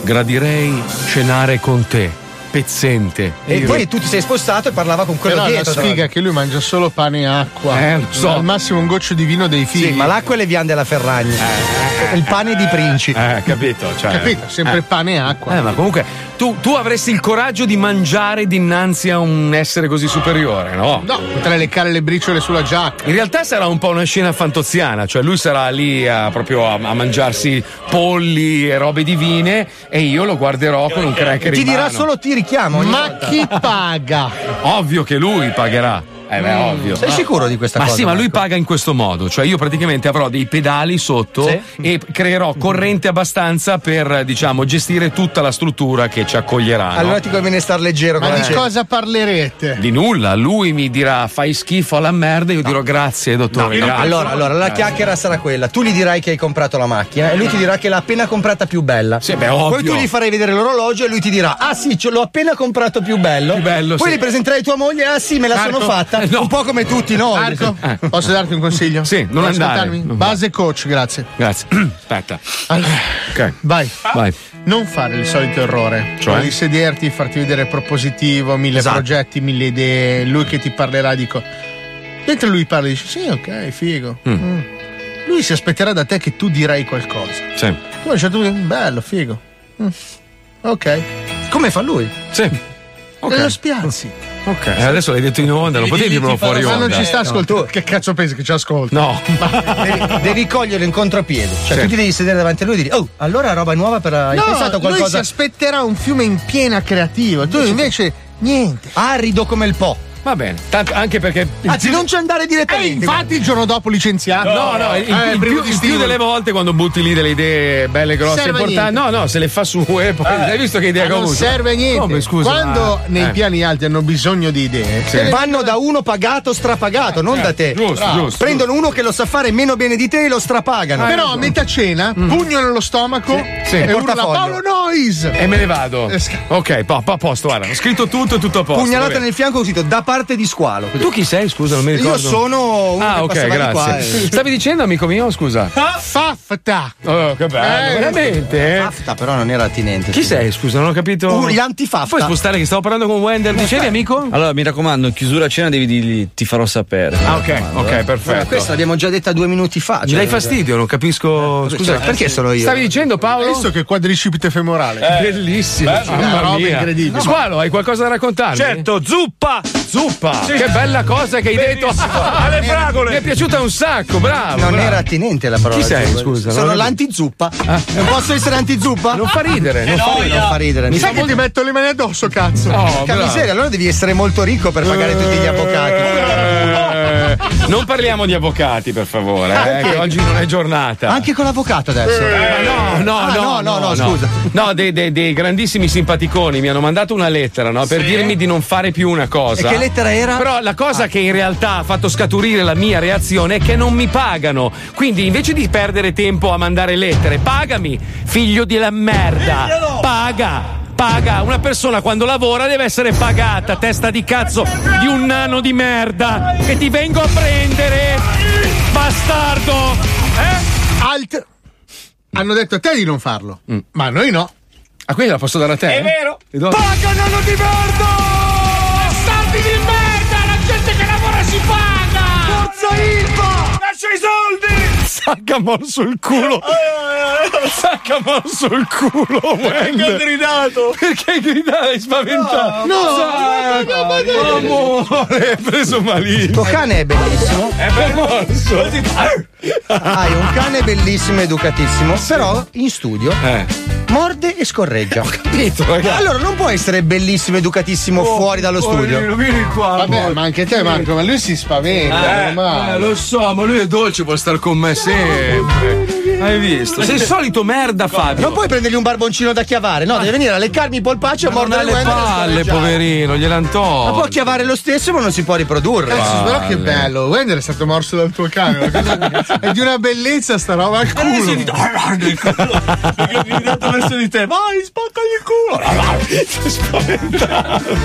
[SPEAKER 6] Gradirei cenare con te, pezzente.
[SPEAKER 3] E
[SPEAKER 6] io-
[SPEAKER 3] poi tu ti sei spostato e parlava con quello
[SPEAKER 8] Però la
[SPEAKER 3] dietro. tra
[SPEAKER 8] sfiga è che lui mangia solo pane e acqua.
[SPEAKER 3] Eh, lo so.
[SPEAKER 8] Al massimo un goccio di vino dei figli. Eh.
[SPEAKER 3] Sì, ma l'acqua e le viande alla Ferragni. il pane di principi.
[SPEAKER 6] Eh, capito? Cioè,
[SPEAKER 8] Capito? Sempre
[SPEAKER 6] eh.
[SPEAKER 8] pane e acqua.
[SPEAKER 6] Eh, ma comunque tu, tu avresti il coraggio di mangiare dinanzi a un essere così superiore, no?
[SPEAKER 8] No, potrei leccare le briciole sulla giacca.
[SPEAKER 6] In realtà sarà un po' una scena fantoziana, cioè lui sarà lì a, proprio a, a mangiarsi polli e robe divine e io lo guarderò con un
[SPEAKER 3] E
[SPEAKER 6] cracker
[SPEAKER 3] ti
[SPEAKER 6] in
[SPEAKER 3] dirà
[SPEAKER 6] mano.
[SPEAKER 3] solo ti richiamo. ogni
[SPEAKER 8] Ma
[SPEAKER 3] volta.
[SPEAKER 8] chi paga?
[SPEAKER 6] Ovvio che lui pagherà. Eh beh,
[SPEAKER 3] Mm.
[SPEAKER 6] ovvio.
[SPEAKER 3] Sei
[SPEAKER 6] Ma-
[SPEAKER 3] sicuro di questa
[SPEAKER 6] ma
[SPEAKER 3] cosa,
[SPEAKER 6] sì, ma lui paga in questo modo. Cioè, io praticamente avrò dei pedali sotto
[SPEAKER 3] Sì.
[SPEAKER 6] e creerò corrente abbastanza per, diciamo, gestire tutta la struttura che ci accoglierà. no?
[SPEAKER 3] Allora ti conviene star leggero.
[SPEAKER 8] Ma
[SPEAKER 3] con la
[SPEAKER 8] di
[SPEAKER 3] gente.
[SPEAKER 8] cosa parlerete?
[SPEAKER 6] Di nulla, lui mi dirà fai schifo alla merda, io dirò grazie dottore.
[SPEAKER 3] No,
[SPEAKER 6] grazie."
[SPEAKER 3] allora, allora, la chiacchiera sarà quella. Tu gli dirai che hai comprato la macchina e lui ti dirà che l'ha appena comprata più bella.
[SPEAKER 6] Sì, beh, ovvio.
[SPEAKER 3] Poi tu gli farai vedere l'orologio e lui ti dirà: Ah sì, ce l'ho appena comprato più bello. Poi
[SPEAKER 6] sì.
[SPEAKER 3] gli presenterai tua moglie, ah sì, me la sono
[SPEAKER 8] Marco? Eh,
[SPEAKER 3] fatta. Un po' come tutti noi.
[SPEAKER 8] Marco,
[SPEAKER 6] Eh.
[SPEAKER 8] posso darti un consiglio?
[SPEAKER 6] Sì, non
[SPEAKER 8] Puoi
[SPEAKER 6] andare.
[SPEAKER 8] ascoltarmi?
[SPEAKER 6] Non
[SPEAKER 8] Base coach, grazie.
[SPEAKER 6] Grazie. Aspetta.
[SPEAKER 8] Allora,
[SPEAKER 6] Ok.
[SPEAKER 8] vai.
[SPEAKER 6] Vai.
[SPEAKER 8] Non fare il solito errore.
[SPEAKER 6] Cioè? Esatto.
[SPEAKER 8] Quello Di sederti, farti vedere propositivo, mille progetti, mille idee, lui che ti parlerà, dico. Mentre lui parla dici, sì, ok, figo. Mm. Lui si aspetterà da te che tu dirai qualcosa.
[SPEAKER 6] Sì.
[SPEAKER 8] Tu a un certo punto, bello, figo. Mm. Ok.
[SPEAKER 3] Come fa lui?
[SPEAKER 6] Sì.
[SPEAKER 8] E lo spiazzi.
[SPEAKER 6] Ok. Eh, adesso l'hai detto in onda, non potevi dirmelo fuori
[SPEAKER 8] Ma
[SPEAKER 6] onda.
[SPEAKER 8] non ci sta
[SPEAKER 6] Eh, no.
[SPEAKER 8] ascoltando. Che cazzo pensi che ci ascolta?
[SPEAKER 6] No.
[SPEAKER 3] devi, devi cogliere in contropiede. Cioè,
[SPEAKER 8] Sì.
[SPEAKER 3] tu ti devi sedere davanti a lui e dire: Oh, allora roba nuova per. Hai
[SPEAKER 8] No,
[SPEAKER 3] pensato a
[SPEAKER 8] lui si
[SPEAKER 3] qualcosa?
[SPEAKER 8] aspetterà un fiume in piena creativa. Tu invece niente.
[SPEAKER 3] Arido come il Po.
[SPEAKER 6] Va bene, tanto- anche perché.
[SPEAKER 3] Anzi, non c'è andare direttamente.
[SPEAKER 8] Eh, infatti il giorno dopo licenziato.
[SPEAKER 6] No, no, il,
[SPEAKER 8] Eh,
[SPEAKER 6] il più, il
[SPEAKER 8] privo di
[SPEAKER 6] più
[SPEAKER 8] stimoli.
[SPEAKER 6] delle volte quando butti lì delle idee belle, grosse,
[SPEAKER 8] Serve a
[SPEAKER 6] importanti. No, no, se le fa sue, poi. Hai visto che idea
[SPEAKER 8] Ma
[SPEAKER 6] che ho
[SPEAKER 8] Eh, non
[SPEAKER 6] avuto?
[SPEAKER 8] serve a niente.
[SPEAKER 6] Come, scusa?
[SPEAKER 8] Quando
[SPEAKER 6] Ah,
[SPEAKER 8] nei
[SPEAKER 6] eh.
[SPEAKER 8] piani alti hanno bisogno di idee,
[SPEAKER 3] Sì. Vanno da uno pagato, strapagato, non da te.
[SPEAKER 6] giusto,
[SPEAKER 3] Bravo.
[SPEAKER 6] giusto.
[SPEAKER 3] Prendono uno che lo sa fare meno bene di te e lo strapagano. Eh. Mm.
[SPEAKER 8] Però a metà cena, pugno nello stomaco
[SPEAKER 6] Sì.
[SPEAKER 8] e urla
[SPEAKER 3] Portafoglio.
[SPEAKER 8] Paolo Nois.
[SPEAKER 6] E me ne vado. Ok, po- po- a posto, guarda. Ho scritto tutto, tutto a posto.
[SPEAKER 3] Pugnalata
[SPEAKER 6] va bene.
[SPEAKER 3] nel fianco così, da parte di squalo.
[SPEAKER 6] Tu chi sei, scusa? Non mi ricordo.
[SPEAKER 3] Io sono uno
[SPEAKER 6] Ah,
[SPEAKER 3] che
[SPEAKER 6] ok,
[SPEAKER 3] passava di qua,
[SPEAKER 6] grazie.
[SPEAKER 3] eh.
[SPEAKER 6] Stavi dicendo, amico mio, scusa.
[SPEAKER 8] Faffta.
[SPEAKER 6] Oh, che bello,
[SPEAKER 3] Eh,
[SPEAKER 6] veramente. eh?
[SPEAKER 3] Fafta però non era attinente.
[SPEAKER 6] Chi sei, scusa? Non ho capito.
[SPEAKER 3] Uh, l'antifafta. Eh,
[SPEAKER 6] Puoi spostare che stavo parlando con Wender. Dicevi, amico?
[SPEAKER 15] Allora, mi raccomando, in chiusura cena devi dirgli ti farò sapere. eh.
[SPEAKER 6] Ah, ok, ok, perfetto.
[SPEAKER 3] Questa l'abbiamo già detta due minuti fa. cioè-
[SPEAKER 6] Mi dai fastidio, non
[SPEAKER 15] Eh,
[SPEAKER 6] capisco. Scusa,
[SPEAKER 15] cioè,
[SPEAKER 3] perché sono io?
[SPEAKER 6] Stavi dicendo, Paolo? Eh.
[SPEAKER 8] Visto che quadricipite femorale.
[SPEAKER 6] Bellissimo.
[SPEAKER 8] Bello, una roba incredibile.
[SPEAKER 6] Squalo, hai qualcosa da raccontarmi?
[SPEAKER 22] Certo, zuppa!
[SPEAKER 6] Zuppa!
[SPEAKER 22] Sì.
[SPEAKER 6] Che bella cosa che hai detto!
[SPEAKER 22] Alle fragole!
[SPEAKER 6] Mi è piaciuta un sacco, bravo!
[SPEAKER 3] Non
[SPEAKER 6] bravo.
[SPEAKER 3] era attinente la parola.
[SPEAKER 6] Chi sei,
[SPEAKER 3] giusta.
[SPEAKER 6] scusa?
[SPEAKER 3] Sono
[SPEAKER 6] Non- Ah.
[SPEAKER 3] l'antizuppa. Non posso essere antizuppa?
[SPEAKER 6] Non fa ridere,
[SPEAKER 8] Eh,
[SPEAKER 6] non fa ridere.
[SPEAKER 3] Non fa ridere.
[SPEAKER 8] Mi sa
[SPEAKER 3] Porca
[SPEAKER 8] diciamo che ti metto le mani addosso, cazzo.
[SPEAKER 6] bravo.
[SPEAKER 3] Cioè, miseria, allora devi essere molto ricco per pagare tutti gli avvocati.
[SPEAKER 6] Eh, non parliamo di avvocati, per favore. eh,
[SPEAKER 3] Perché?
[SPEAKER 6] che oggi non è giornata. Eh,
[SPEAKER 3] Anche con l'avvocato adesso.
[SPEAKER 6] No, no,
[SPEAKER 3] Ah,
[SPEAKER 6] no,
[SPEAKER 3] no, no, no, scusa.
[SPEAKER 6] No, dei, dei- dei grandissimi simpaticoni mi hanno mandato una lettera no, per dirmi di non fare più una cosa.
[SPEAKER 3] E che lettera era? Ah. Eh,
[SPEAKER 6] Però la cosa che in realtà ha fatto scaturire la mia reazione è che non mi pagano. Quindi invece di perdere tempo a mandare lettere, pagami, figlio della merda. Paga.
[SPEAKER 14] paga. Una persona quando lavora deve essere pagata, testa di cazzo di un nano di merda. Che ti vengo a prendere, bastardo. Eh?
[SPEAKER 8] Alt. Hanno detto a te di non farlo, ma a noi no.
[SPEAKER 6] Mm. Ah, quindi la posso dare a te?
[SPEAKER 8] È vero.
[SPEAKER 6] E do-
[SPEAKER 5] Paga nonno di merda! Bastardi di merda! La gente che lavora si paga! Forza Ilva! Lascia i soldi!
[SPEAKER 14] Saccamol sul culo! Saccamol sul culo!
[SPEAKER 5] Perché hai gridato?
[SPEAKER 14] Perché hai gridato? Hai spaventato!
[SPEAKER 5] No! No! ecco,
[SPEAKER 14] Sacco, Amore, hai preso malino!
[SPEAKER 3] Tuo cane è bellissimo.
[SPEAKER 14] È percorso!
[SPEAKER 3] Hai un cane bellissimo, educatissimo, però in studio morde e scorreggia. Ho
[SPEAKER 6] capito, ragazzi.
[SPEAKER 3] Allora non può essere bellissimo, educatissimo
[SPEAKER 8] Oh,
[SPEAKER 3] fuori dallo
[SPEAKER 8] eh,
[SPEAKER 3] studio.
[SPEAKER 8] Vabbè, ma anche te, Marco, ma lui si spaventa.
[SPEAKER 6] Eh,
[SPEAKER 8] ma...
[SPEAKER 6] eh, lo so, ma lui è dolce, può star con me sempre. Hai visto? Sei il solito merda, Fabio.
[SPEAKER 3] Non puoi prendergli un barboncino da chiavare, no, deve venire a leccarmi il polpaccio e
[SPEAKER 6] Ma non
[SPEAKER 3] mordere
[SPEAKER 6] ha
[SPEAKER 3] le
[SPEAKER 6] le
[SPEAKER 3] guance e
[SPEAKER 6] palle,
[SPEAKER 3] scorreggiare.
[SPEAKER 6] poverino, gliel'antò.
[SPEAKER 3] Ma può chiavare lo stesso, ma non si può riprodurre.
[SPEAKER 8] Cazzo, però che bello, Wender è stato morso dal tuo cane. una cosa- È di una bellezza sta roba al culo.
[SPEAKER 5] Dato verso di te, vai, spaccagli il
[SPEAKER 14] Ah,
[SPEAKER 5] culo! Sei spaventato!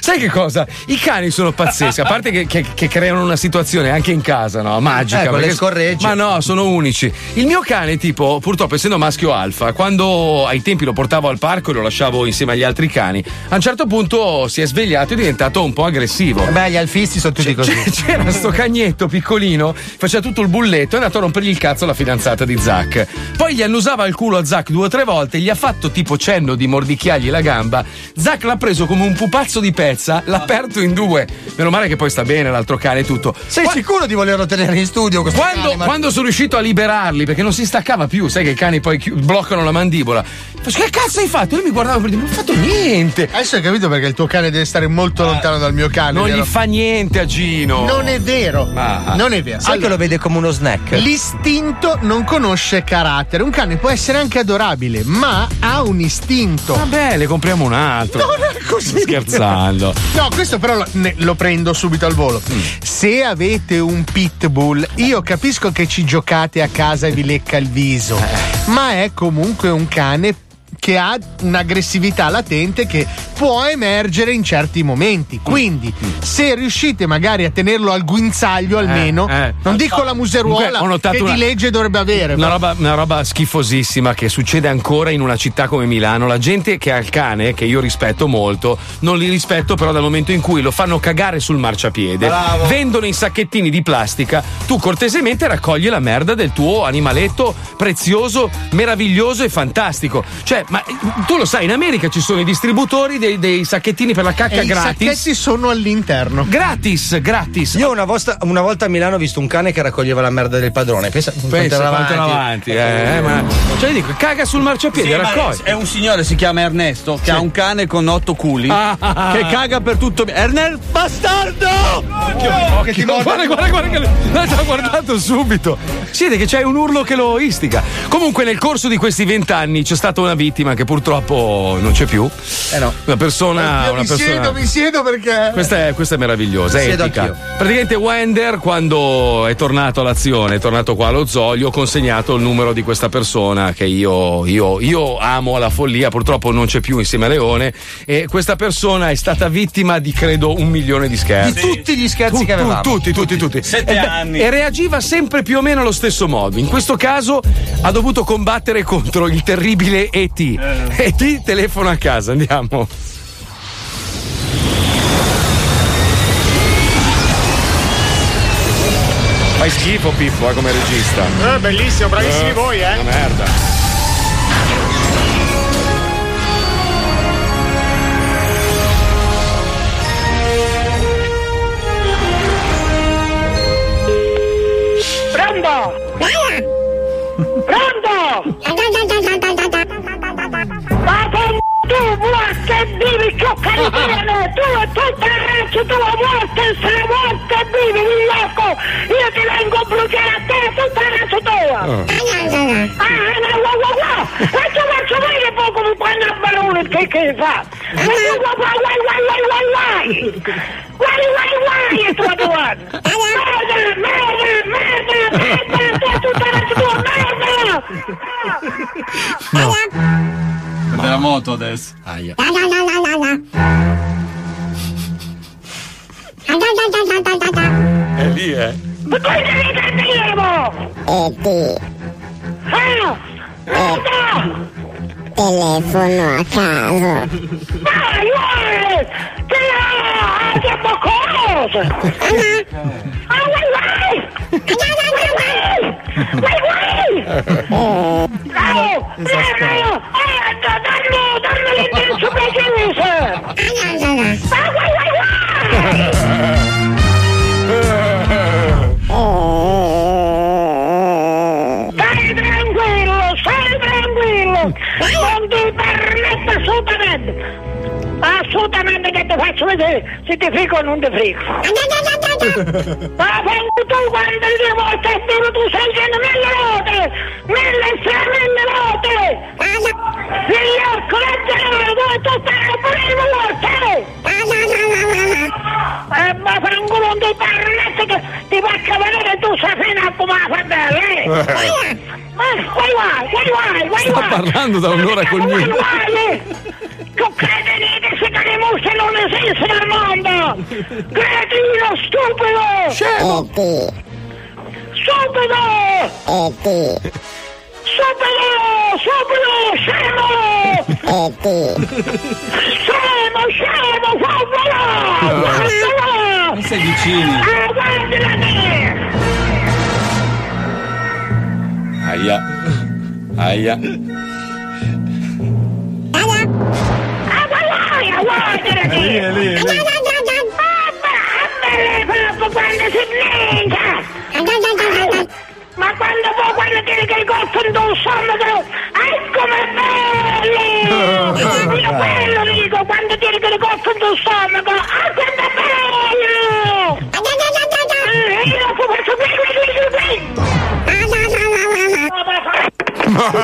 [SPEAKER 6] Sai che cosa? I cani sono pazzeschi, a parte che, che- che creano una situazione anche in casa, no? Magica.
[SPEAKER 3] Eh, con le
[SPEAKER 6] perché-
[SPEAKER 3] scorregge.
[SPEAKER 6] Ma no, sono unici. Il mio cane, tipo, purtroppo essendo maschio alfa, quando ai tempi lo portavo al parco e lo lasciavo insieme agli altri cani, a un certo punto si è svegliato e è diventato un po' aggressivo.
[SPEAKER 3] Eh Beh, gli alfisti sono tutti così.
[SPEAKER 6] C'è- C'era sto cagnetto piccolino, faceva tutto il bulletto, è andato a rompergli il cazzo alla fidanzata di Zack. Poi gli annusava il culo a Zack due o tre volte, gli ha fatto tipo cenno di mordicchiargli la gamba. Zack l'ha preso come un pupazzo di pezza, l'ha aperto in due. Meno male che poi sta bene l'altro cane e tutto.
[SPEAKER 3] Sei sicuro di volerlo tenere in studio? questo
[SPEAKER 6] Quando,
[SPEAKER 3] cane, Marco?
[SPEAKER 6] quando sono riuscito a liberarli, perché non si staccava più, sai che i cani poi chi- bloccano la mandibola. Faccio, che cazzo hai fatto? Io mi guardavo per dire, non ho fatto niente.
[SPEAKER 8] Adesso hai capito perché il tuo cane deve stare molto lontano dal mio cane.
[SPEAKER 6] Non gli
[SPEAKER 8] vero?
[SPEAKER 6] fa niente a Gino.
[SPEAKER 8] Non è vero.
[SPEAKER 6] Ah.
[SPEAKER 8] Non è vero.
[SPEAKER 3] Sai che lo vede come uno snack?
[SPEAKER 8] L'istinto non conosce carattere. Un cane può essere anche adorabile, ma ha un istinto.
[SPEAKER 6] Vabbè, le compriamo un altro.
[SPEAKER 8] Non è così.
[SPEAKER 6] Scherzando.
[SPEAKER 8] No, questo però lo, ne- lo prendo subito al volo.
[SPEAKER 6] Mm.
[SPEAKER 8] Se avete un pitbull, io capisco che ci giocate a casa e vi lecca il viso,
[SPEAKER 6] Eh.
[SPEAKER 8] ma è comunque un cane che ha un'aggressività latente che può emergere in certi momenti.
[SPEAKER 6] Mm.
[SPEAKER 8] Quindi, se riuscite magari a tenerlo al guinzaglio almeno,
[SPEAKER 6] eh.
[SPEAKER 8] non dico la museruola
[SPEAKER 6] Comunque, ho notato
[SPEAKER 8] che
[SPEAKER 6] una-
[SPEAKER 8] di legge dovrebbe avere.
[SPEAKER 6] Una
[SPEAKER 8] ma-
[SPEAKER 6] roba, una roba schifosissima che succede ancora in una città come Milano. La gente che ha il cane, che io rispetto molto, non li rispetto però dal momento in cui lo fanno cagare sul marciapiede.
[SPEAKER 14] Bravo.
[SPEAKER 6] Vendono in sacchettini di plastica. Tu cortesemente raccogli la merda del tuo animaletto prezioso, meraviglioso e fantastico. Cioè, ma eh, tu lo sai, in America ci sono i distributori dei, dei sacchettini per la cacca
[SPEAKER 8] E I
[SPEAKER 6] gratis.
[SPEAKER 8] sacchetti sono all'interno.
[SPEAKER 6] Gratis, gratis.
[SPEAKER 3] Io una volta, una volta a Milano ho visto un cane che raccoglieva la merda del padrone. Pensa,
[SPEAKER 6] Pensa,
[SPEAKER 3] avanti.
[SPEAKER 6] quanto avanti, eh, eh, ma- cioè dico, caga sul marciapiede,
[SPEAKER 9] Sì, ma
[SPEAKER 6] raccogli.
[SPEAKER 9] È un signore, si chiama Ernesto, che ha un cane con otto culi
[SPEAKER 6] Ah.
[SPEAKER 9] che caga per tutto. Ernesto, bastardo!
[SPEAKER 6] Occhio, guarda, guarda, guarda che l'ha già guardato subito. Siete che c'è un urlo che lo istiga. Comunque, nel corso di questi vent'anni c'è stata una vittima che purtroppo non c'è più. Eh no. Una persona.
[SPEAKER 8] Io
[SPEAKER 6] Una
[SPEAKER 8] mi
[SPEAKER 6] persona...
[SPEAKER 8] siedo, mi siedo
[SPEAKER 3] Eh.
[SPEAKER 8] perché.
[SPEAKER 6] Questa è, questa è meravigliosa, è
[SPEAKER 8] Siedo
[SPEAKER 6] etica.
[SPEAKER 8] anch'io.
[SPEAKER 6] Praticamente Wender quando è tornato all'azione, è tornato qua allo zoo, gli ho consegnato il numero di questa persona che io, io- io amo alla follia, purtroppo non c'è più insieme a Leone e questa persona è stata vittima di credo un milione di scherzi.
[SPEAKER 3] Tutti gli scherzi che avevamo.
[SPEAKER 6] Tutti, tutti, tutti.
[SPEAKER 9] Sette
[SPEAKER 6] e, beh,
[SPEAKER 9] anni.
[SPEAKER 6] E reagiva sempre più o meno allo stesso modo. In questo caso ha dovuto combattere contro il terribile E.T.
[SPEAKER 9] Eh.
[SPEAKER 6] E.T. telefono a casa, andiamo. Fai schifo Pippo eh, come regista.
[SPEAKER 1] Eh, bellissimo, bravissimi voi, eh.
[SPEAKER 6] Una merda.
[SPEAKER 5] Pronto! Pronto! Ma con tu vuoi che vivi coccaricano! Tu e tutta la razza tua morte, se la morte vivi, vigliacco! Io ti vengo a bruciare a te e tutta la razza tua! Ah, ah, ah, ah, ah, ah! E tu faccio mai che poi come quando il barone che che fa? Guai, guai, guai, guai, guai, guai, guai! Guai, guai, guai, è tua tua! Merda, merda, merda, merda! Merda!
[SPEAKER 9] Abbiamo moto adesso. Aia.
[SPEAKER 4] È lì, eh.
[SPEAKER 5] Ma come devi capirlo?
[SPEAKER 30] E di
[SPEAKER 5] Ah! Cosa?
[SPEAKER 30] telefono a caso.
[SPEAKER 5] Vai, vai! Che anche a boccose! Ah, vai, vai! Vai, vai! Vai, vai! Bravo! Bravo! Ah, da- Dallo, dallo l'indirizzo precise! Ah, vai, vai, Stai tranquillo, stai tranquillo! Non ti permetto assolutamente! Assolutamente che ti faccio vedere se ti frigo o non ti frigo! Ma quando tu quando il devo è duro tu sei dentro mille note! Mille strane mille note! Figlio, coraggio, dove tu stai a pure il morte! Eh, ma fango non ti permetto che ti faccio vedere tu sei fino a come la fandella, eh! Ah, Ma guai guai, guai guai, guai
[SPEAKER 6] Sta
[SPEAKER 5] guai!
[SPEAKER 6] parlando da un'ora con
[SPEAKER 5] Guai
[SPEAKER 6] lui.
[SPEAKER 5] guai! Tu credi se che le musse non esistono al mondo! Cretino stupido! Scemo! Stupido! Stupido! Stupido! Scemo! Scemo! Scemo! Guardalo! Guardalo!
[SPEAKER 9] Non sei vicino.
[SPEAKER 5] Ah, guardala te!
[SPEAKER 12] Aia. Aia.
[SPEAKER 5] Ah, guardala! Guardala te!
[SPEAKER 12] Lì, è lì, è lì.
[SPEAKER 5] Quando si blinda! Ma quando può quello che che il goffo indossa Ecco come è bello! Io quello dico quando tieni che il goffo in stomaco! Ah, quanto è bello! Eh, Io lo faccio qui, qui, qui, qui,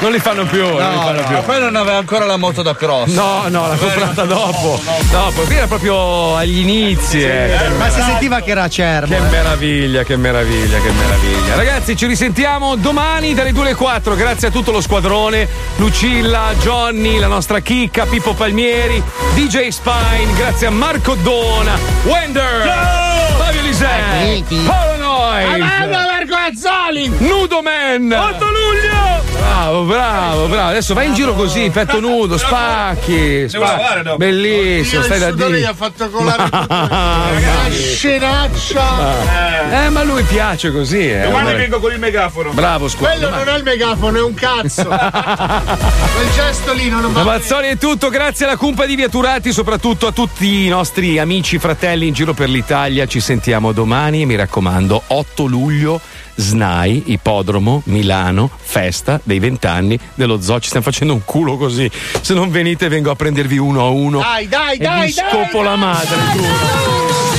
[SPEAKER 6] Non li fanno più, non li fanno più.
[SPEAKER 9] poi non aveva ancora la moto da cross.
[SPEAKER 6] No, no, l'ha comprata dopo. Dopo, qui era proprio agli inizi. eh.
[SPEAKER 3] Ma si sentiva che era acerbo. eh?
[SPEAKER 6] Che meraviglia, che meraviglia, che meraviglia. Ragazzi, ci risentiamo domani dalle 2 alle 4. Grazie a tutto lo squadrone. Lucilla, Johnny, la nostra chicca, Pippo Palmieri, DJ Spine, grazie a Marco Dona, Wender, Fabio Lisè, Paolo Noyes,
[SPEAKER 5] Vergozzoli!
[SPEAKER 6] Nudo Man. 8
[SPEAKER 5] luglio!
[SPEAKER 6] Bravo, bravo, bravo. Adesso vai in giro così, petto nudo, spacchi.
[SPEAKER 8] Devo
[SPEAKER 6] spacchi.
[SPEAKER 8] lavare dopo.
[SPEAKER 6] Bellissimo, stai da
[SPEAKER 8] Dio.
[SPEAKER 6] dire.
[SPEAKER 8] ha fatto colare
[SPEAKER 6] Mamma
[SPEAKER 8] una
[SPEAKER 6] mia.
[SPEAKER 8] scenaccia.
[SPEAKER 6] Eh, ma lui piace così, eh.
[SPEAKER 8] Domani
[SPEAKER 6] Guarda-
[SPEAKER 8] vengo
[SPEAKER 31] con il megafono.
[SPEAKER 6] Bravo, scusa.
[SPEAKER 8] Quello
[SPEAKER 6] Domani-
[SPEAKER 8] non è il megafono, è un cazzo. Quel gesto lì non
[SPEAKER 6] Da
[SPEAKER 8] va
[SPEAKER 6] Mazzoni è tutto, grazie alla cumpa di Via Turati, soprattutto a tutti i nostri amici, fratelli in giro per l'Italia. Ci sentiamo domani e mi raccomando, 8 luglio, SNAI, Ippodromo, Milano, festa dei vent'anni dello zoo. Ci stiamo facendo un culo così. Se non venite vengo a prendervi uno a uno.
[SPEAKER 8] Dai, dai,
[SPEAKER 6] e
[SPEAKER 8] dai,
[SPEAKER 6] vi
[SPEAKER 8] dai,
[SPEAKER 6] scopo la madre. giuro.